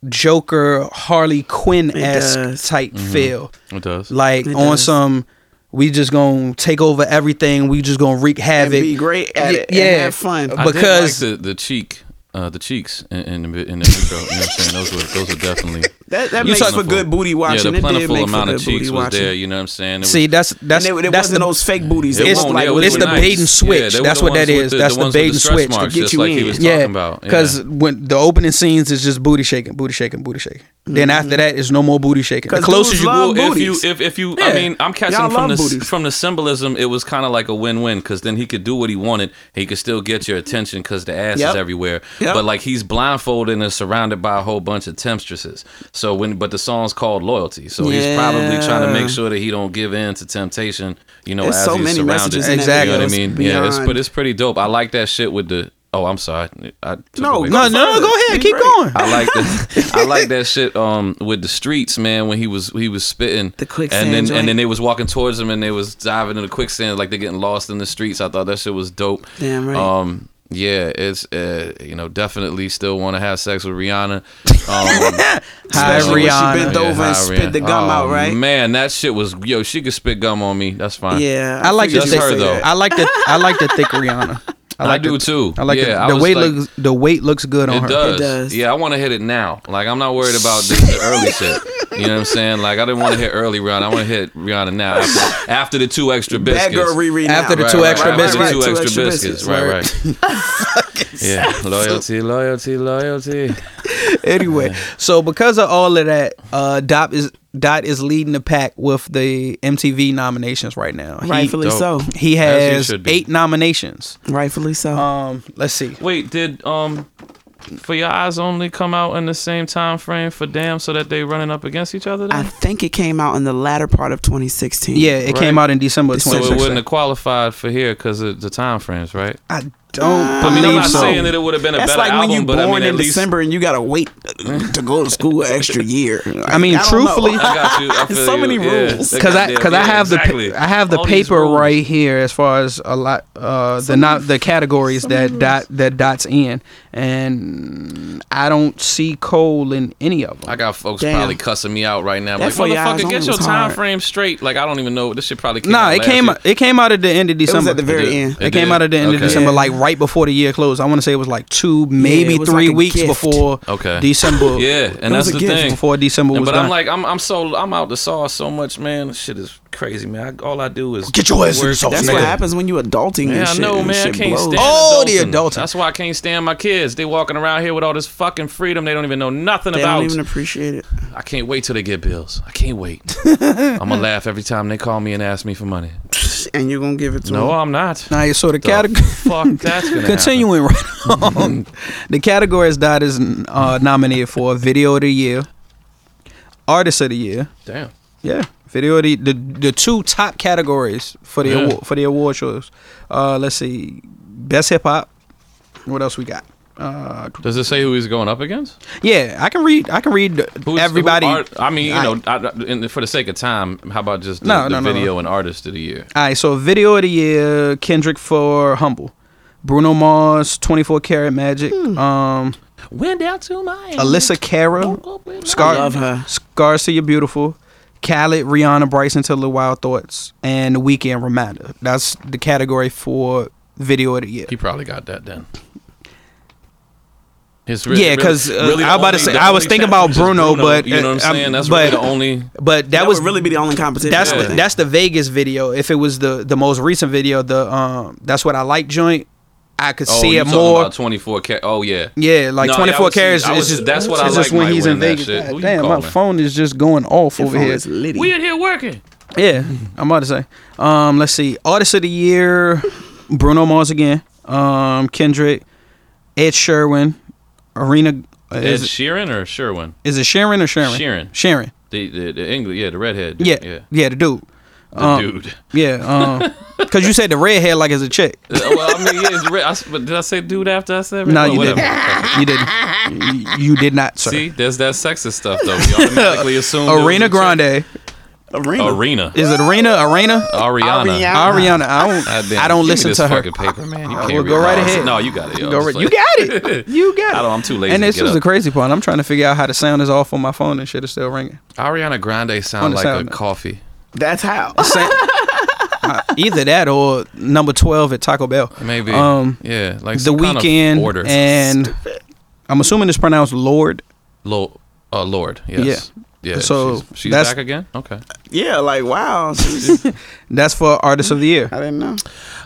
Speaker 2: Joker Harley Quinn
Speaker 4: It does.
Speaker 2: esque type
Speaker 3: Mm-hmm.
Speaker 2: feel,
Speaker 3: it does.
Speaker 2: like
Speaker 4: It
Speaker 2: on
Speaker 4: does.
Speaker 2: some. We just gonna take over everything. We just gonna wreak havoc.
Speaker 4: And be great at
Speaker 2: Y-
Speaker 4: it. Yeah. And have fun.
Speaker 2: I-
Speaker 3: I did
Speaker 2: because-
Speaker 3: like the the cheek, uh, the cheeks in, in the in the intro. you know what I'm saying? Those were those are definitely.
Speaker 4: That that
Speaker 2: You
Speaker 4: makes
Speaker 2: talk-
Speaker 4: for good booty
Speaker 3: Yeah,
Speaker 4: watching.
Speaker 3: the
Speaker 4: it did
Speaker 3: plentiful
Speaker 4: make
Speaker 3: amount
Speaker 4: for
Speaker 3: of
Speaker 4: good booty
Speaker 3: cheeks was
Speaker 4: watching.
Speaker 3: there. You know what I'm saying? It was-
Speaker 2: See, that's that's
Speaker 4: and it, it
Speaker 2: that's
Speaker 4: wasn't
Speaker 2: the
Speaker 4: those fake booties.
Speaker 3: it
Speaker 4: It
Speaker 2: it's-
Speaker 4: was
Speaker 3: won't-
Speaker 4: like
Speaker 3: it was
Speaker 2: it's the
Speaker 3: nice.
Speaker 2: bait and switch.
Speaker 3: they were
Speaker 2: That's
Speaker 3: the
Speaker 2: what that
Speaker 3: ones with
Speaker 2: is. That's the
Speaker 3: ones with
Speaker 2: bait and
Speaker 3: stretch
Speaker 2: switch to
Speaker 3: marks,
Speaker 4: get
Speaker 3: just
Speaker 4: you
Speaker 3: like he
Speaker 4: in.
Speaker 3: was
Speaker 2: yeah,
Speaker 3: talking about. Yeah.
Speaker 2: Because when the opening scenes is just booty shaking, booty shaking, booty shaking. Then after that is no more booty shaking. The
Speaker 4: Mm-hmm. 'Cause
Speaker 2: closest
Speaker 4: dudes
Speaker 2: you
Speaker 4: love
Speaker 2: will,
Speaker 3: Well, if you
Speaker 4: booties.
Speaker 3: if, if you
Speaker 2: Yeah.
Speaker 3: I mean I'm catching
Speaker 4: Y'all
Speaker 3: from
Speaker 4: love
Speaker 3: the s-
Speaker 4: booties.
Speaker 3: from the symbolism it was kind of like a win-win because then he could do what he wanted he could still get your attention because the ass
Speaker 4: Yep.
Speaker 3: is everywhere
Speaker 4: Yep.
Speaker 3: but like he's blindfolded and surrounded by a whole bunch of temptresses so when but the song's called loyalty so he's probably trying to
Speaker 4: Yeah.
Speaker 3: make sure that he don't give in to temptation you know
Speaker 4: There's
Speaker 3: as
Speaker 4: so
Speaker 3: he's
Speaker 4: many
Speaker 3: surrounded
Speaker 4: messages in
Speaker 2: that
Speaker 3: you know what I
Speaker 2: video.
Speaker 3: mean
Speaker 4: It's
Speaker 3: yeah it's,
Speaker 4: beyond-
Speaker 3: but it's pretty dope I like that shit with the oh I'm sorry I took
Speaker 4: No,
Speaker 3: away
Speaker 4: no,
Speaker 2: no, no, no, go ahead,
Speaker 4: Be
Speaker 2: keep
Speaker 4: great.
Speaker 2: going.
Speaker 3: I like that. I like that shit. Um, with the streets, man, when he was he was spitting
Speaker 4: The quicksand
Speaker 3: and then
Speaker 4: joint.
Speaker 3: and then they was walking towards him, and they was diving in the quicksand, like they getting lost in the streets. I thought that shit was dope.
Speaker 4: Damn right.
Speaker 3: Um, yeah, it's uh, you know definitely still want to have sex with Rihanna. Um,
Speaker 2: Hi,
Speaker 4: Especially when
Speaker 2: Rihanna.
Speaker 4: she bent
Speaker 3: yeah,
Speaker 4: over
Speaker 3: hi,
Speaker 4: and spit the
Speaker 3: Rihanna.
Speaker 4: gum
Speaker 3: Oh,
Speaker 4: out, right?
Speaker 3: Man, that shit was yo. She could spit gum on me. That's fine.
Speaker 4: Yeah,
Speaker 2: I like
Speaker 4: figured
Speaker 2: the
Speaker 3: Just
Speaker 4: you'd
Speaker 2: thick
Speaker 3: her,
Speaker 4: say
Speaker 3: though.
Speaker 4: that.
Speaker 2: I like the I like the thick Rihanna.
Speaker 3: I
Speaker 2: like
Speaker 3: do
Speaker 2: the-
Speaker 3: too.
Speaker 2: I like
Speaker 3: Yeah, I
Speaker 2: the, the
Speaker 3: was
Speaker 2: weight
Speaker 3: like-
Speaker 2: looks the weight looks good on
Speaker 3: It
Speaker 2: her.
Speaker 3: does.
Speaker 4: does.
Speaker 3: Yeah, I want to hit it now. Like I'm not worried about the, the early shit. You know what I'm saying? Like I didn't want to hit early Rihanna. I want to hit Rihanna now after, after the two extra
Speaker 4: Bad
Speaker 3: biscuits.
Speaker 4: girl Riri.
Speaker 2: After
Speaker 4: now.
Speaker 2: the two extra biscuits.
Speaker 3: Two,
Speaker 4: Two
Speaker 3: extra,
Speaker 4: extra
Speaker 3: biscuits.
Speaker 4: biscuits,
Speaker 3: Right, right. yeah, loyalty, loyalty, loyalty.
Speaker 2: anyway, so because of all of that, uh, Dot is Dot is leading the pack with the MTV nominations right now. He-
Speaker 4: Rightfully so.
Speaker 3: Dope.
Speaker 2: he
Speaker 3: As he
Speaker 2: has
Speaker 3: should be.
Speaker 2: eight nominations.
Speaker 4: Rightfully so.
Speaker 2: Um, let's see.
Speaker 7: Wait, did um for your eyes only come out in the same time frame for damn so that they running up against each other?
Speaker 3: Mm.
Speaker 7: Then?
Speaker 4: I think it came out in the latter part of 2016.
Speaker 2: Yeah, it came out in December of
Speaker 4: So
Speaker 3: So it
Speaker 2: 2016.
Speaker 3: wouldn't have qualified for here because of the time frames, right?
Speaker 2: I don't
Speaker 3: I mean, I'm
Speaker 2: believe
Speaker 3: not
Speaker 2: so.
Speaker 3: saying that it would have been a
Speaker 4: That's
Speaker 3: better
Speaker 4: like
Speaker 3: album,
Speaker 4: when you
Speaker 3: but
Speaker 4: born
Speaker 3: I mean, at
Speaker 4: in
Speaker 3: least
Speaker 4: December and you gotta wait uh, to go to school an extra year.
Speaker 2: I mean,
Speaker 4: don't
Speaker 2: truthfully,
Speaker 4: know.
Speaker 3: I got you. I feel
Speaker 4: So
Speaker 3: you.
Speaker 4: many
Speaker 3: Yeah,
Speaker 4: rules.
Speaker 3: that
Speaker 2: because I
Speaker 3: goddamn-
Speaker 2: because I
Speaker 3: yeah,
Speaker 2: have
Speaker 3: exactly.
Speaker 2: the pa- I have the
Speaker 7: All these
Speaker 2: paper
Speaker 7: rules.
Speaker 2: right here as far as a lot uh the not the categories that dot that dots in and I don't see Cole in any of them.
Speaker 3: I got folks
Speaker 4: Damn.
Speaker 3: probably cussing me out right now.
Speaker 4: That
Speaker 3: Like,
Speaker 4: for your eyes
Speaker 3: motherfucker,
Speaker 4: only
Speaker 3: get your
Speaker 4: was
Speaker 3: time
Speaker 4: hard.
Speaker 3: frame straight. Like, I don't even know. This shit probably came
Speaker 2: nah,
Speaker 3: out
Speaker 2: it
Speaker 3: last
Speaker 2: came
Speaker 3: year.
Speaker 2: it came out at the end of
Speaker 4: It
Speaker 2: December.
Speaker 4: was at the very
Speaker 3: did.
Speaker 4: end.
Speaker 2: It,
Speaker 3: It
Speaker 2: came
Speaker 3: did?
Speaker 2: out at the end of
Speaker 3: Okay.
Speaker 2: December,
Speaker 4: Yeah.
Speaker 2: like right before the year closed. I want to say it was like two, maybe
Speaker 4: it was
Speaker 2: three
Speaker 4: like a
Speaker 2: weeks
Speaker 4: gift.
Speaker 2: before
Speaker 3: Okay.
Speaker 2: December.
Speaker 3: Yeah, and
Speaker 4: was
Speaker 3: that's
Speaker 4: a
Speaker 3: the
Speaker 4: gift
Speaker 3: thing.
Speaker 2: Before December was
Speaker 3: but
Speaker 2: done.
Speaker 3: I'm like, I'm I'm so I'm out the sauce so much, man. This shit is crazy, man. I, all I do is
Speaker 2: Get your ass in the
Speaker 3: work,
Speaker 2: sauce,
Speaker 4: That's
Speaker 2: nigga.
Speaker 4: what
Speaker 3: work,
Speaker 4: happens when you adulting
Speaker 3: Yeah,
Speaker 4: and
Speaker 3: I
Speaker 4: shit.
Speaker 3: know,
Speaker 4: and
Speaker 3: man. I
Speaker 4: shit
Speaker 3: can't
Speaker 4: blows.
Speaker 3: stand
Speaker 2: Oh,
Speaker 3: adulting.
Speaker 2: the adulting.
Speaker 3: That's why I can't stand my kids. They walking around here with all this fucking freedom. They don't even know nothing
Speaker 4: They
Speaker 3: about.
Speaker 4: don't even appreciate it.
Speaker 3: I can't wait till they get bills. I can't wait. I'm gonna laugh every time they call me and ask me for money.
Speaker 4: And you're gonna give it to
Speaker 3: No,
Speaker 4: them.
Speaker 3: I'm not.
Speaker 2: Nah, so the
Speaker 3: The
Speaker 2: category.
Speaker 3: Fuck, that's gonna happen.
Speaker 2: Continuing right on, the categories that is uh, nominated for Video of the Year, Artist of the Year,
Speaker 3: Damn.
Speaker 2: yeah, Video of the the, the two top categories for the
Speaker 3: Yeah.
Speaker 2: award, for the award shows. Uh, let's see, Best Hip Hop. What else we got? Uh,
Speaker 3: Does it say who he's going up against?
Speaker 2: yeah, I can read. I can read
Speaker 3: Who's,
Speaker 2: everybody.
Speaker 3: who are- I mean, you
Speaker 2: I-
Speaker 3: know, I, I- in, for the sake of time, how about just the,
Speaker 2: No,
Speaker 3: the
Speaker 2: no, no, no.
Speaker 3: video and artist of the year?
Speaker 2: All right, so video of the year, Kendrick for Humble, Bruno Mars, 24 Karat Magic,
Speaker 4: Hmm.
Speaker 2: um,
Speaker 7: Went down to my
Speaker 2: Alyssa Cara, Scar,
Speaker 4: Love her.
Speaker 2: Scars to Your Beautiful, Khaled, Rihanna, Bryson to the Wild Thoughts, and The Weekend Reminder. That's the category for video of the year.
Speaker 3: He probably got that then. His
Speaker 2: Yeah, 'cause, uh, I
Speaker 3: the
Speaker 2: was about to
Speaker 3: only-
Speaker 2: say-
Speaker 3: the
Speaker 2: I was
Speaker 3: only
Speaker 2: thinking
Speaker 3: challenge
Speaker 2: about
Speaker 3: is
Speaker 2: Bruno, but,
Speaker 3: you know what
Speaker 2: uh,
Speaker 3: I'm saying. That's
Speaker 2: but-
Speaker 3: really the only.
Speaker 2: But that,
Speaker 4: That,
Speaker 2: was
Speaker 4: would really be the only competition.
Speaker 2: that's
Speaker 4: I
Speaker 3: Yeah.
Speaker 2: the,
Speaker 4: think.
Speaker 2: that's the Vegas video. If it was the the most recent video, the um that's what I like joint. I could
Speaker 3: Oh,
Speaker 2: see
Speaker 3: you
Speaker 2: it
Speaker 3: talking
Speaker 2: more.
Speaker 3: about 24 ca- Oh yeah.
Speaker 2: Yeah, like
Speaker 3: No, yeah, I
Speaker 2: 24
Speaker 3: would see-
Speaker 2: carats
Speaker 3: I
Speaker 2: is
Speaker 3: was-
Speaker 2: just
Speaker 3: that's what I
Speaker 2: it's just
Speaker 3: like
Speaker 2: when
Speaker 3: might
Speaker 2: he's in
Speaker 3: win that
Speaker 2: Vegas.
Speaker 3: shit.
Speaker 2: God
Speaker 3: Who you
Speaker 2: damn, my
Speaker 3: calling?
Speaker 2: phone is just going off
Speaker 4: Your
Speaker 2: over
Speaker 4: phone
Speaker 2: here.
Speaker 4: is litty.
Speaker 7: We in here working.
Speaker 2: Yeah, I'm about to say. Um, let's see. Artist of the year, Bruno Mars again. Um, Kendrick, Ed Sherwin, Arena. uh,
Speaker 3: Ed
Speaker 2: Is, it-
Speaker 3: Sheeran or Sherwin?
Speaker 2: is it Sharon or Sharon?
Speaker 3: Sheeran.
Speaker 2: Sharon.
Speaker 3: The the, the English, yeah, the redhead. dude,
Speaker 2: Yeah. Um,
Speaker 3: yeah.
Speaker 2: yeah. the dude.
Speaker 3: The dude.
Speaker 2: Yeah. Um, cause you said the redhead like it's a chick.
Speaker 3: Uh, well, I mean, yeah, it's red. I s but did I say dude after I said red?
Speaker 2: No,
Speaker 3: Well,
Speaker 2: you
Speaker 3: whatever.
Speaker 2: didn't. You didn't. You, you did not, sir.
Speaker 3: See, there's that sexist stuff though. We automatically assume. it was a
Speaker 2: Arena
Speaker 3: chick.
Speaker 2: Grande.
Speaker 4: Arena.
Speaker 3: Arena.
Speaker 2: Is it Arena? Arena?
Speaker 3: Ariana.
Speaker 4: Ariana.
Speaker 2: Ariana. I don't.
Speaker 3: God damn,
Speaker 2: I don't
Speaker 3: give me
Speaker 2: listen
Speaker 3: this
Speaker 2: to her. Uh,
Speaker 3: fucking Paper, man. You can't
Speaker 2: well,
Speaker 3: read
Speaker 2: go
Speaker 3: it.
Speaker 2: right
Speaker 3: No,
Speaker 2: ahead.
Speaker 3: No, you got it. Yo.
Speaker 2: Go
Speaker 3: It's
Speaker 2: right-
Speaker 3: like-
Speaker 2: you got it. You got it.
Speaker 3: I don't- I'm too lazy
Speaker 2: And
Speaker 3: to
Speaker 2: this
Speaker 3: get
Speaker 2: was
Speaker 3: up.
Speaker 2: the crazy part. I'm trying to figure out how the sound is off on my phone and shit is still ringing.
Speaker 3: Ariana Grande
Speaker 2: On
Speaker 3: sound
Speaker 2: the
Speaker 3: like
Speaker 2: sound.
Speaker 3: a coffee.
Speaker 4: That's how.
Speaker 2: Same- Uh, either that or number twelve at Taco Bell.
Speaker 3: Maybe.
Speaker 2: Um,
Speaker 3: yeah, like
Speaker 2: the
Speaker 3: some kind of
Speaker 2: weekend
Speaker 3: order.
Speaker 2: and I'm assuming it's pronounced Lord.
Speaker 3: Lo- uh, Lord. Yes.
Speaker 2: Yeah.
Speaker 3: Yeah.
Speaker 2: So,
Speaker 3: she's, she's
Speaker 2: that's-
Speaker 3: back again. Okay.
Speaker 4: Yeah, like wow.
Speaker 2: That's for Artist of the Year.
Speaker 4: I didn't know.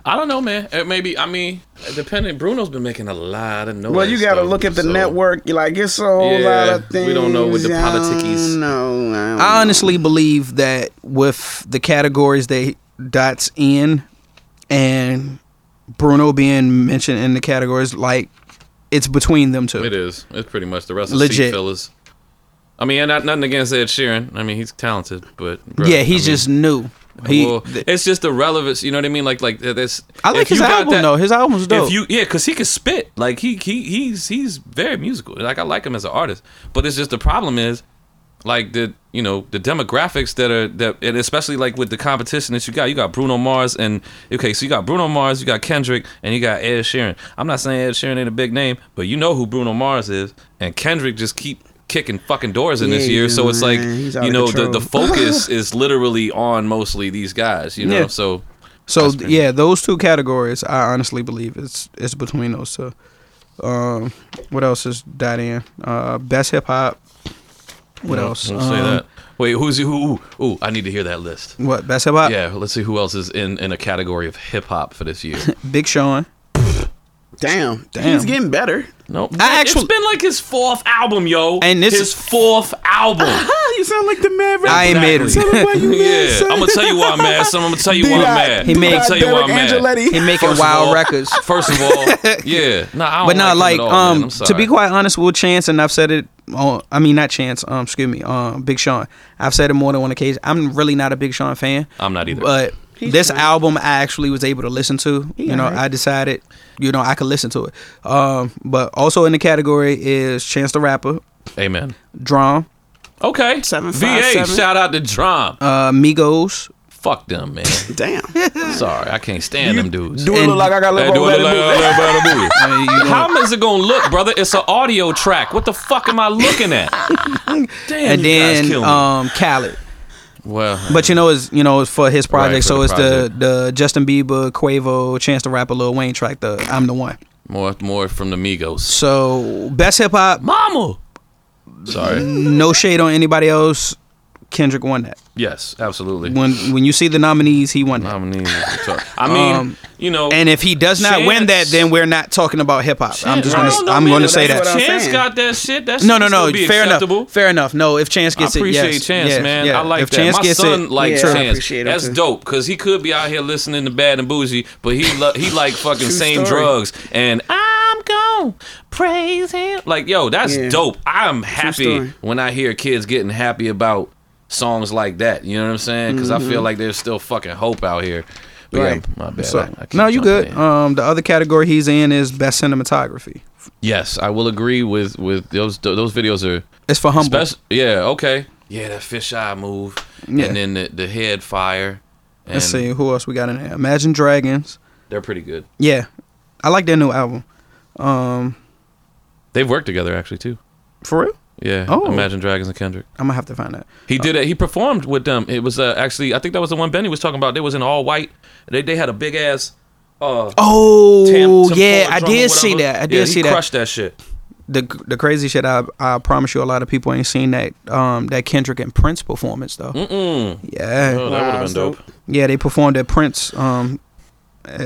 Speaker 3: I don't know, man. It maybe. I mean, depending. Bruno's been making a lot of noise.
Speaker 4: Well, you got to
Speaker 3: though,
Speaker 4: look at the
Speaker 3: so-
Speaker 4: network. You like it's a whole
Speaker 3: Yeah,
Speaker 4: lot of things.
Speaker 3: we don't know what the politics- Ah.
Speaker 4: No,
Speaker 2: I honestly believe that with the categories they dots in and Bruno being mentioned in the categories, like it's between them two.
Speaker 3: It is. It's pretty much the rest of
Speaker 2: Legit.
Speaker 3: the fillers. I mean, and not, nothing against Ed Sheeran. I mean, he's talented, but bruh,
Speaker 2: yeah,
Speaker 3: I
Speaker 2: he's
Speaker 3: mean,
Speaker 2: just new. He,
Speaker 3: well,
Speaker 2: th-
Speaker 3: it's just the relevance. You know what I mean? Like, like uh, this.
Speaker 2: I like
Speaker 3: if you
Speaker 2: his
Speaker 3: got
Speaker 2: album
Speaker 3: that-
Speaker 2: though. His album's dope.
Speaker 3: If you yeah, because he can spit. Like he he he's he's very musical. Like I like him as an artist. But it's just the problem is like the you know the demographics that are that and especially like with the competition that you got you got Bruno Mars and okay so you got Bruno Mars you got Kendrick and you got Ed Sheeran I'm not saying Ed Sheeran ain't a big name but you know who Bruno Mars is and Kendrick just keep kicking fucking doors in this
Speaker 2: Yeah,
Speaker 3: year so it's like
Speaker 2: man, he's out
Speaker 3: you
Speaker 2: of
Speaker 3: know the, the
Speaker 2: control.
Speaker 3: focus is literally on mostly these guys you know
Speaker 2: Yeah.
Speaker 3: so
Speaker 2: So
Speaker 3: That's pretty-
Speaker 2: yeah, those two categories, I honestly believe it's it's between those two. Um, what else is that in? Uh, best hip hop. What else?
Speaker 3: don't say
Speaker 2: Um,
Speaker 3: that wait who's who ooh, ooh I need to hear that list
Speaker 2: What best hip hop?
Speaker 3: yeah let's see who else is in in a category of hip hop for this year
Speaker 2: Big Sean.
Speaker 5: Damn,
Speaker 2: Damn.
Speaker 5: he's getting better.
Speaker 2: I
Speaker 3: No, it's
Speaker 2: actually-
Speaker 3: been like his fourth album, yo.
Speaker 2: And this
Speaker 3: his
Speaker 2: is-
Speaker 3: fourth album.
Speaker 5: You sound like the mad
Speaker 2: I ain't made him.
Speaker 3: yeah, I'm gonna tell you why I'm mad. Son, I'm gonna tell you why I'm mad.
Speaker 2: He made-
Speaker 3: I'm gonna tell you why I'm mad.
Speaker 2: he making
Speaker 3: First of
Speaker 2: wild
Speaker 3: all-
Speaker 2: records.
Speaker 3: First of all, yeah, no, I don't
Speaker 2: But not
Speaker 3: like,
Speaker 2: like,
Speaker 3: him at all,
Speaker 2: um
Speaker 3: man. I'm
Speaker 2: to be
Speaker 3: sorry.
Speaker 2: quite honest with Chance and I've said it on I mean not Chance, um excuse me, um Big Sean. I've said it more than one occasion. I'm really not a Big Sean fan.
Speaker 3: I'm not either.
Speaker 2: But this album I actually was able to listen to. you know, I decided, you know, I could listen to it. Um but also in the category is Chance the Rapper,
Speaker 3: Amen.
Speaker 2: Drum,
Speaker 3: Okay,
Speaker 5: Seven, five,
Speaker 3: VA.
Speaker 5: seven.
Speaker 3: Shout out to Drum.
Speaker 2: uh Migos.
Speaker 3: Fuck them, man.
Speaker 5: Oh, Damn.
Speaker 3: sorry, I can't stand them dudes.
Speaker 5: Do it look like I got a
Speaker 3: They do
Speaker 5: little bit
Speaker 3: it
Speaker 5: of
Speaker 3: like a little bit of movie.
Speaker 2: I mean, you know,
Speaker 3: How is it gonna look, brother? It's an audio track. What the fuck am I looking at? Damn,
Speaker 2: and
Speaker 3: you guys
Speaker 2: then
Speaker 3: kill me.
Speaker 2: um Khaled.
Speaker 3: well,
Speaker 2: But you know, it's you know it's for his project,
Speaker 3: Right, for
Speaker 2: so
Speaker 3: the
Speaker 2: it's
Speaker 3: project.
Speaker 2: the the Justin Bieber, Quavo, Chance the Rapper, Lil Wayne track. The I'm the one.
Speaker 3: more more from the Migos.
Speaker 2: So best hip hop,
Speaker 3: Mama. Sorry.
Speaker 2: no shade on anybody else. Kendrick won that.
Speaker 3: Yes, absolutely.
Speaker 2: When when you see the nominees, he won that.
Speaker 3: Nominees. I mean,
Speaker 2: Um,
Speaker 3: you know,
Speaker 2: And if he does not win that,
Speaker 3: Chance-
Speaker 2: then we're not talking about hip hop. I'm just
Speaker 3: I
Speaker 2: gonna
Speaker 3: don't know,
Speaker 2: I'm
Speaker 3: man.
Speaker 2: gonna say
Speaker 5: That's
Speaker 2: that.
Speaker 5: what I'm
Speaker 7: Chance
Speaker 5: saying.
Speaker 7: got that shit. That's
Speaker 2: No, no, no.
Speaker 3: be
Speaker 2: Fair
Speaker 3: acceptable.
Speaker 2: enough. Fair enough. No, if Chance
Speaker 3: I
Speaker 2: gets it,
Speaker 3: appreciate
Speaker 2: yes,
Speaker 3: Chance,
Speaker 2: yes,
Speaker 3: man.
Speaker 2: yeah.
Speaker 3: I like
Speaker 2: if
Speaker 3: that.
Speaker 2: Chance
Speaker 3: My
Speaker 2: gets
Speaker 3: son
Speaker 2: it,
Speaker 3: likes
Speaker 5: Yeah, I
Speaker 3: Chance.
Speaker 5: appreciate him
Speaker 3: That's
Speaker 5: too.
Speaker 3: dope because he could be out here listening to Bad and Bougie, but he lo- he like fucking same
Speaker 5: story.
Speaker 3: drugs and I'm gonna praise him. Like yo, that's
Speaker 5: Yeah.
Speaker 3: dope. I'm happy
Speaker 5: story.
Speaker 3: when I hear kids getting happy about songs like that. You know what I'm saying? Because I
Speaker 2: Mm-hmm.
Speaker 3: feel like there's still fucking hope out here. But
Speaker 5: Right.
Speaker 3: yeah, my bad.
Speaker 2: so-
Speaker 3: I- I keep
Speaker 2: no, you
Speaker 3: jumping
Speaker 2: good.
Speaker 3: in.
Speaker 2: Um, the other category he's in is best cinematography.
Speaker 3: Yes, I will agree with with those those videos are
Speaker 2: It's for humble.
Speaker 3: Spec- yeah, okay. Yeah, that fisheye move,
Speaker 2: Yeah.
Speaker 3: and then the, the head fire. And
Speaker 2: Let's see who else we got in there. Imagine Dragons.
Speaker 3: They're pretty good.
Speaker 2: Yeah, I like their new album.
Speaker 3: They've worked together actually too.
Speaker 2: For real?
Speaker 3: Yeah.
Speaker 2: Oh. Uh.
Speaker 3: Imagine Dragons and Kendrick.
Speaker 2: I'm gonna have to find that.
Speaker 3: He did it. He performed with them. It was uh, actually I think that was the one Benny was talking about. They was in all white. They they had a big ass. Uh,
Speaker 2: Oh
Speaker 3: tam- tam-
Speaker 2: yeah,
Speaker 3: drum
Speaker 2: I
Speaker 3: or
Speaker 2: did see
Speaker 3: whatever.
Speaker 2: that. I
Speaker 3: Yeah,
Speaker 2: did see
Speaker 3: he
Speaker 2: that.
Speaker 3: Crushed that shit.
Speaker 2: The the crazy shit. I I promise you, a lot of people ain't seen that um that Kendrick and Prince performance though.
Speaker 3: Mm.
Speaker 2: Yeah,
Speaker 3: Oh, that would have been
Speaker 5: so-
Speaker 3: dope.
Speaker 2: yeah, they performed at Prince um at,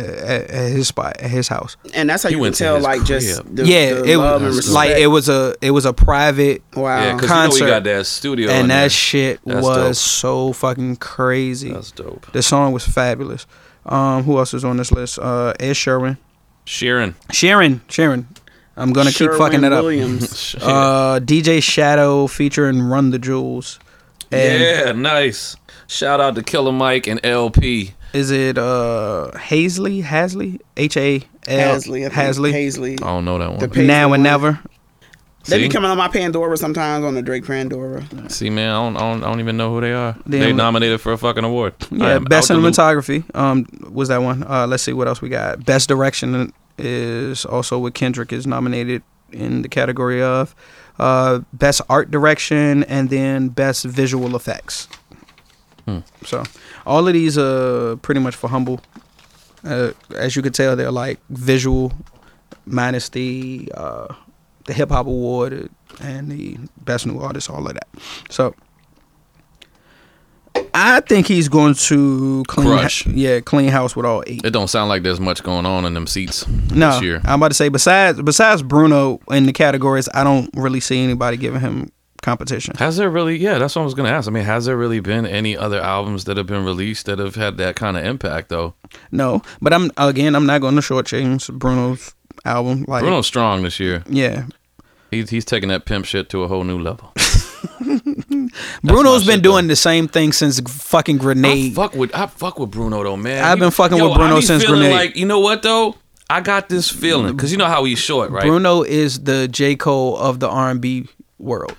Speaker 2: at his spot at his house.
Speaker 5: And that's how
Speaker 3: He
Speaker 5: you can
Speaker 3: went to
Speaker 5: tell,
Speaker 3: his
Speaker 5: like, just
Speaker 3: crib.
Speaker 5: the,
Speaker 2: yeah,
Speaker 5: the
Speaker 2: it
Speaker 5: love and
Speaker 2: was
Speaker 5: respect.
Speaker 2: like it was a it was a private
Speaker 5: Wow.
Speaker 3: Yeah, because you know
Speaker 2: concert.
Speaker 3: he got that studio. in
Speaker 2: and
Speaker 3: there.
Speaker 2: that shit
Speaker 3: That's
Speaker 2: was
Speaker 3: dope.
Speaker 2: so fucking crazy.
Speaker 3: That's dope.
Speaker 2: The song was fabulous. Um, who else is on this list? Uh, Ed Sheeran.
Speaker 3: Sharon.
Speaker 2: Sharon, Sharon. I'm gonna keep
Speaker 5: Sherwin
Speaker 2: fucking that up.
Speaker 5: Williams.
Speaker 2: Uh, DJ Shadow featuring Run the Jewels. And
Speaker 3: yeah, nice. Shout out to Killer Mike and LP.
Speaker 2: is it uh Hazley? Hasley? H A L
Speaker 5: Hasley. I think.
Speaker 2: Hasley.
Speaker 5: Hasley.
Speaker 3: I don't know that one.
Speaker 5: The Paisley
Speaker 2: Now
Speaker 5: one.
Speaker 2: and never.
Speaker 5: They
Speaker 3: Oh, See?
Speaker 5: be coming on my Pandora sometimes on the Drake Pandora.
Speaker 3: See, man, I don't, I don't, I don't even know who they are.
Speaker 2: They
Speaker 3: They,
Speaker 2: don't-
Speaker 3: nominated for a fucking award. I
Speaker 2: Yeah,
Speaker 3: am
Speaker 2: best
Speaker 3: out the loop.
Speaker 2: cinematography. Um, was that one? Uh, let's see what else we got. Best direction is also what Kendrick is nominated in the category of. Uh, best art direction and then best visual effects.
Speaker 3: Hmm.
Speaker 2: So, all of these are pretty much for humble. Uh, as you could tell, they're like visual minus the uh, the hip hop award and the best new artist, all of that. So, I think he's going to clean,
Speaker 3: Crush.
Speaker 2: yeah, clean house with all eight.
Speaker 3: It don't sound like there's much going on in them seats
Speaker 2: No,
Speaker 3: this year.
Speaker 2: I'm about to say besides besides Bruno in the categories, I don't really see anybody giving him competition.
Speaker 3: Has there really? Yeah, that's what I was gonna ask. I mean, has there really been any other albums that have been released that have had that kind of impact though?
Speaker 2: No, but I'm again, I'm not going to shortchange Bruno's album. Like,
Speaker 3: Bruno's strong this year.
Speaker 2: yeah,
Speaker 3: He's he's taking that pimp shit to a whole new level.
Speaker 2: Bruno's
Speaker 3: my
Speaker 2: been
Speaker 3: shit,
Speaker 2: doing the same thing since fucking
Speaker 3: I
Speaker 2: Grenade.
Speaker 3: fuck with I fuck with Bruno though, man.
Speaker 2: I've been fucking with Bruno
Speaker 3: I be
Speaker 2: since
Speaker 3: feeling
Speaker 2: Grenade.
Speaker 3: Like you know what though, I got this feeling because you know how he's short, right?
Speaker 2: Bruno is the J Cole of the R and B world.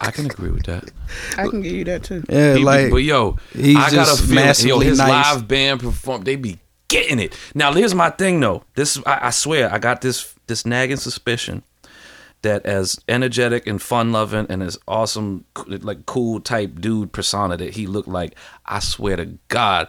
Speaker 3: I can agree with that.
Speaker 5: I can give you that too.
Speaker 2: Yeah,
Speaker 3: He be-
Speaker 2: like
Speaker 3: but yo,
Speaker 2: he's
Speaker 3: I got
Speaker 2: just
Speaker 3: a feeling. Yo,
Speaker 2: massively
Speaker 3: his
Speaker 2: nice.
Speaker 3: live band perform, they be getting it. Now, here's my thing though. This, I, I swear, I got this this nagging suspicion that as energetic and fun loving and as awesome, co- like cool type dude persona that he looked like, I swear to God,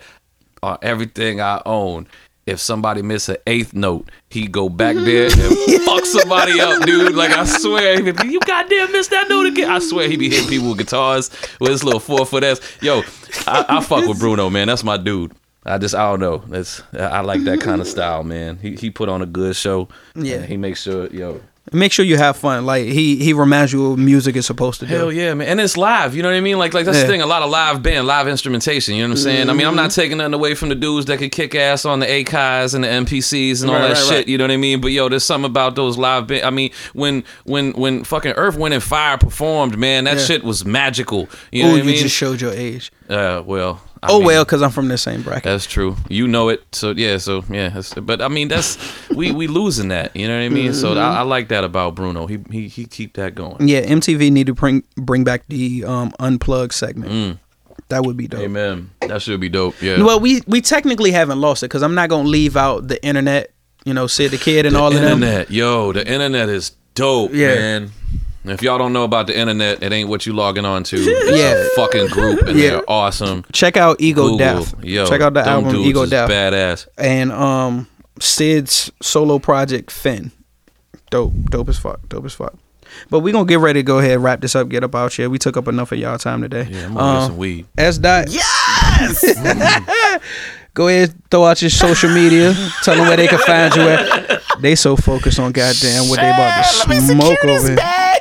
Speaker 3: on everything I own. If somebody miss an eighth note, he go back there and fuck somebody up, dude. Like I swear, he be, you goddamn missed that note again. I swear he be hitting people with guitars with his little four foot ass. Yo, I, I fuck with Bruno, man. That's my dude. I just I don't know. That's I I like that kind of style, man. He he put on a good show.
Speaker 2: Yeah.
Speaker 3: he makes sure yo
Speaker 2: make sure you have fun. Like he he reminds you what music is supposed to do.
Speaker 3: Hell yeah, man. And it's live, you know what I mean? Like like that's
Speaker 2: Yeah. Mm-hmm.
Speaker 3: the thing, a lot of live band, live instrumentation, you know what I'm saying? I mean, I'm not taking nothing away from the dudes that could kick ass on the AKs and the MPCs and all
Speaker 5: Right,
Speaker 3: that
Speaker 5: right,
Speaker 3: shit,
Speaker 5: right.
Speaker 3: you know what I mean? But yo, there's something about those live band I mean, when when when fucking Earth Wind and Fire performed, man, that
Speaker 2: Yeah.
Speaker 3: shit was magical. You know
Speaker 2: Ooh,
Speaker 3: what
Speaker 2: you
Speaker 3: I mean?
Speaker 2: just showed your age.
Speaker 3: uh well. I
Speaker 2: oh well,
Speaker 3: mean,
Speaker 2: well, because I'm from the same bracket.
Speaker 3: That's true. You know it. So yeah. So yeah. that's- But I mean, that's we we losing that. You know what I mean. So
Speaker 2: Mm-hmm.
Speaker 3: I, I like that about Bruno. He he he keep that going.
Speaker 2: Yeah, MTV need to bring bring back the um unplugged segment. That would be dope.
Speaker 3: Mm. Amen. That should be dope. Yeah.
Speaker 2: Well, we we technically haven't lost it because I'm not gonna leave out the internet. You know, Sid the Kid and all of them.
Speaker 3: internet, yo, the internet is dope,
Speaker 2: Yeah.
Speaker 3: man. If y'all don't know about the internet, it ain't what you logging on to. It's
Speaker 2: Yeah.
Speaker 3: a fucking group, and
Speaker 2: Yeah.
Speaker 3: they're awesome.
Speaker 2: Check out Ego
Speaker 3: Google,
Speaker 2: Death.
Speaker 3: yo,
Speaker 2: Check out the
Speaker 3: them
Speaker 2: album
Speaker 3: dudes
Speaker 2: Ego
Speaker 3: is
Speaker 2: Death
Speaker 3: badass.
Speaker 2: and um Sid's solo project Finn. Dope, dope as fuck, dope as fuck. But we gonna get ready to go ahead wrap this up. Get up out here. We took up enough of y'all time today.
Speaker 3: Yeah, I'm gonna
Speaker 2: Um,
Speaker 3: get some weed.
Speaker 2: S dot. Yes. Go ahead, throw out your social media. Tell them where they can find you at. They so focused on goddamn what they about to smoke over. here.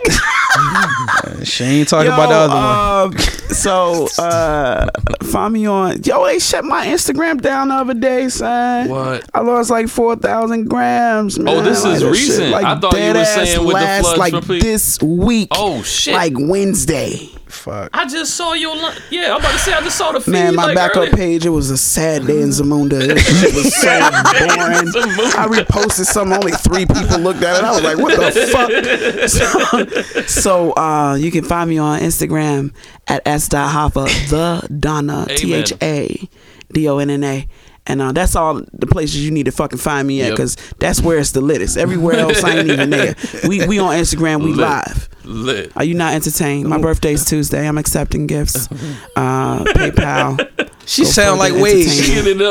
Speaker 2: She ain't talking about the other one.
Speaker 4: um, so uh, find me on yo. They shut my Instagram down the other day, son.
Speaker 3: What?
Speaker 4: I lost like four thousand grams. Man.
Speaker 3: Oh, this
Speaker 4: Like,
Speaker 3: is
Speaker 4: that
Speaker 3: recent.
Speaker 4: shit, like,
Speaker 3: I thought you were
Speaker 4: dead ass
Speaker 3: saying with the
Speaker 4: last,
Speaker 3: floods
Speaker 4: like
Speaker 3: from Cle-
Speaker 4: this week.
Speaker 3: Oh shit!
Speaker 4: like Wednesday.
Speaker 2: Fuck.
Speaker 3: I just saw your. Li- yeah, I'm about to say I just saw the feed.
Speaker 4: Man, my
Speaker 3: like,
Speaker 4: backup
Speaker 3: earlier.
Speaker 4: page, it was a sad day in Zamunda. This shit was so boring. I reposted something, only three people looked at it. I was like, what the fuck? So, so, uh, you can find me on Instagram at s.hoffa, the Donna,
Speaker 3: Amen.
Speaker 4: T H A D O N N A. And uh, that's all the places you need to fucking find me at
Speaker 3: Yep.
Speaker 4: because that's where it's the littest. Everywhere else, I ain't even there. We, we on Instagram, we
Speaker 3: Lit.
Speaker 4: live.
Speaker 3: Lit.
Speaker 4: Are you not entertained? My birthday's Tuesday. I'm accepting gifts. Uh, PayPal.
Speaker 2: She
Speaker 4: Go
Speaker 2: sound like
Speaker 4: further
Speaker 2: Wade.
Speaker 4: entertainment.
Speaker 3: Get it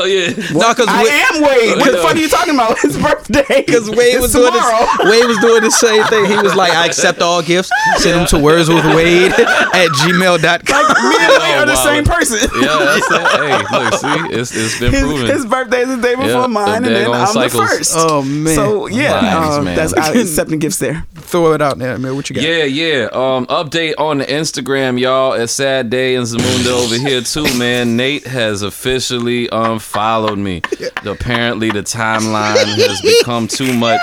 Speaker 3: up, yeah.
Speaker 2: No, cause
Speaker 4: I
Speaker 2: Wade,
Speaker 4: am Wade. What the fuck are you talking about? His birthday.
Speaker 2: Cause Wade
Speaker 4: It's
Speaker 2: was doing
Speaker 4: tomorrow.
Speaker 2: this, Wade was doing the same thing. He was like, I accept all gifts. Send them to words with Wade at gmail.com.
Speaker 4: Like me and Wade
Speaker 3: Oh,
Speaker 4: are the
Speaker 3: wow.
Speaker 4: same person.
Speaker 3: Yeah, that's it. Hey, look, see, it's it's been
Speaker 4: His,
Speaker 3: proven.
Speaker 4: his birthday is the day before
Speaker 3: the
Speaker 4: mine, and then
Speaker 3: daggone
Speaker 4: I'm
Speaker 3: cycles.
Speaker 4: the first.
Speaker 2: Oh, man.
Speaker 4: So yeah,
Speaker 3: Lies,
Speaker 4: uh,
Speaker 3: man.
Speaker 4: that's I accepting gifts there.
Speaker 2: Throw it out there, man. What you got?
Speaker 3: Yeah, yeah. Um, update on the Instagram, y'all. It's sad day in Zamunda over here too, man. Nate has officially unfollowed me. Apparently, the timeline has become too much.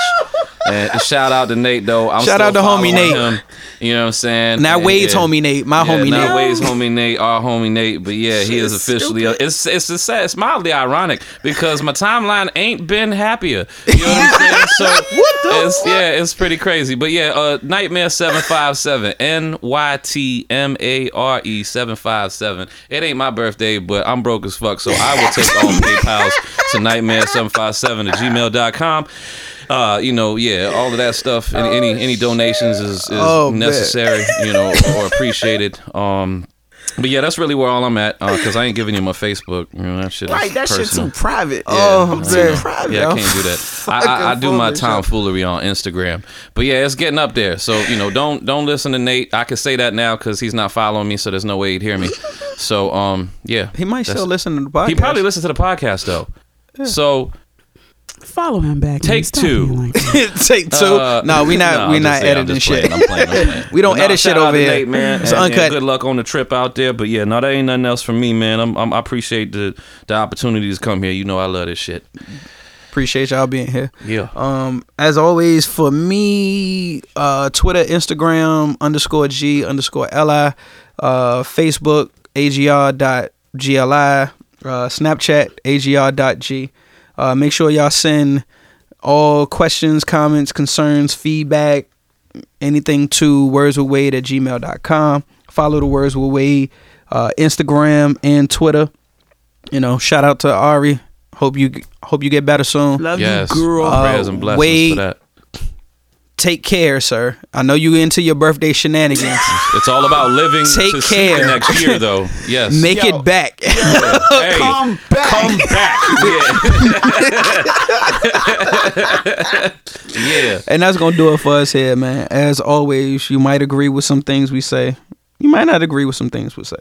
Speaker 3: And shout out to Nate though. I'm
Speaker 2: Shout
Speaker 3: still
Speaker 2: out to homie
Speaker 3: following
Speaker 2: Nate.
Speaker 3: him. You know what I'm saying?
Speaker 2: Now
Speaker 3: And
Speaker 2: Wade's
Speaker 3: yeah.
Speaker 2: homie Nate, my
Speaker 3: Yeah,
Speaker 2: homie
Speaker 3: not
Speaker 2: Nate.
Speaker 3: Wade's homie Nate, our homie Nate, but yeah, he is officially. it's it's it's sad. It's mildly ironic because my timeline ain't been happier. You know what I'm saying? So what the it's, yeah, it's pretty crazy. But yeah, uh, Nightmare seven five seven N Y T M A R E seven five seven. It ain't my birthday, but I'm broke as fuck, so I will take all PayPal's to Nightmare seven five seven at gmail.com. Uh, you know, yeah, all of that stuff. Any any, any donations is, is
Speaker 2: Oh, man.
Speaker 3: necessary necessary, you know, or appreciated. Um, but yeah, that's really where all I'm at because I ain't giving you my Facebook. You know, that shit
Speaker 4: Right,
Speaker 3: is
Speaker 4: that shit
Speaker 3: personal.
Speaker 4: too private.
Speaker 2: Oh,
Speaker 4: I'm
Speaker 2: man.
Speaker 4: too private.
Speaker 3: Yeah, I can't do that. I, I, I do my tomfoolery on Instagram, but yeah, it's getting up there. So you know, don't don't listen to Nate. I can say that now because he's not following me, so there's no way he'd hear me. So um, yeah,
Speaker 2: He might
Speaker 3: that's-
Speaker 2: still listen to the podcast.
Speaker 3: He probably listens to the podcast though. So
Speaker 4: Follow him back.
Speaker 3: Take
Speaker 4: Stop
Speaker 3: two.
Speaker 4: being like that.
Speaker 2: Take two.
Speaker 3: Uh,
Speaker 2: no, we not
Speaker 3: I'm
Speaker 2: we
Speaker 3: just
Speaker 2: not
Speaker 3: saying, I'm
Speaker 2: editing
Speaker 3: just
Speaker 2: shit.
Speaker 3: playing, I'm playing, I'm playing.
Speaker 2: We don't
Speaker 3: But nah,
Speaker 2: edit shit
Speaker 3: shout out
Speaker 2: over
Speaker 3: to
Speaker 2: here.
Speaker 3: Nate, man.
Speaker 2: It's
Speaker 3: And- and
Speaker 2: uncut.
Speaker 3: good luck on the trip out there. But yeah, no, that ain't nothing else for me, man. I'm, I'm, I appreciate the the opportunity to come here. You know, I love this shit.
Speaker 2: Appreciate y'all being here.
Speaker 3: Yeah.
Speaker 2: Um, as always, for me, uh, Twitter, Instagram, underscore G, underscore Li, uh, Facebook, AGR dot GLI, uh, Snapchat, AGR dot G. Uh, make sure y'all send all questions, comments, concerns, feedback, anything to words with Wade at gmail.com. Follow the words with Wade uh, Instagram and Twitter. You know, shout out to Ari. Hope you hope you get better soon.
Speaker 4: Love
Speaker 3: Yes.
Speaker 4: you, girl.
Speaker 2: Uh,
Speaker 3: Prayers and blessings
Speaker 2: Wade-
Speaker 3: for that.
Speaker 2: Take care, sir. I know you into your birthday shenanigans.
Speaker 3: It's all about living
Speaker 2: Take
Speaker 3: to see
Speaker 2: care.
Speaker 3: the next year, though. Yes.
Speaker 2: Make
Speaker 5: Yo.
Speaker 2: it back.
Speaker 3: hey, come back. Come back. Yeah. yeah.
Speaker 2: And that's gonna do it for us here, man. As always, you might agree with some things we say. You might not agree with some things we say.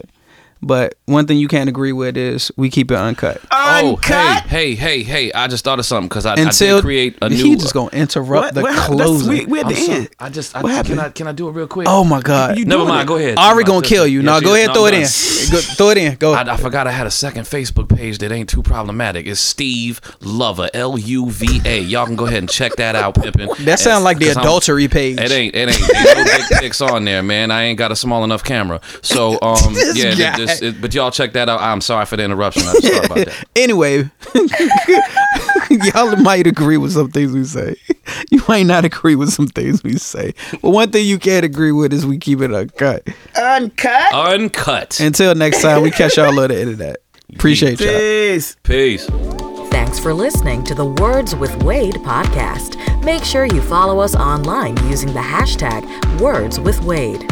Speaker 2: But one thing you can't agree with is we keep it uncut.
Speaker 3: Oh, hey, hey, hey, hey! I just thought of something because I, I
Speaker 2: Until
Speaker 3: did create a new.
Speaker 2: he just gonna interrupt the
Speaker 4: happened? That's-
Speaker 2: closing.
Speaker 4: We, we're at
Speaker 3: I'm
Speaker 4: the
Speaker 3: so-
Speaker 4: end.
Speaker 3: I just. I,
Speaker 4: What
Speaker 3: can
Speaker 4: happened?
Speaker 3: I can I do it real quick?
Speaker 2: oh my god!
Speaker 4: You
Speaker 3: never
Speaker 4: doing
Speaker 3: mind.
Speaker 4: it.
Speaker 3: Go ahead.
Speaker 2: Ari
Speaker 3: Never mind.
Speaker 2: gonna kill you.
Speaker 3: Yeah,
Speaker 2: no,
Speaker 3: she
Speaker 2: go
Speaker 3: is.
Speaker 2: ahead,
Speaker 3: No,
Speaker 2: throw it
Speaker 3: I'm
Speaker 2: in.
Speaker 3: done.
Speaker 2: Go, throw it in. Go.
Speaker 3: I, I forgot I had a second Facebook page that ain't too problematic. It's Steve Lover, L U V A. Y'all can go ahead and check that out, Pippin.
Speaker 2: that sounds like the
Speaker 3: 'Cause I'm-
Speaker 2: adultery page.
Speaker 3: It ain't. It ain't. Ain't no big dicks on there, man. I ain't got a small enough camera. So, um, yeah. th-
Speaker 2: guy.
Speaker 3: This, it, but y'all check that out. I'm sorry for the interruption. I'm sorry about that.
Speaker 2: Anyway, y'all might agree with some things we say. You might not agree with some things we say. But one thing you can't agree with is we keep it uncut.
Speaker 5: Uncut.
Speaker 3: Uncut.
Speaker 2: Until next time, we catch y'all on the internet. Appreciate y'all.
Speaker 5: Peace.
Speaker 3: Peace.
Speaker 1: Thanks for listening to the Words with Wade podcast. Make sure you follow us online using the hashtag Words with Wade.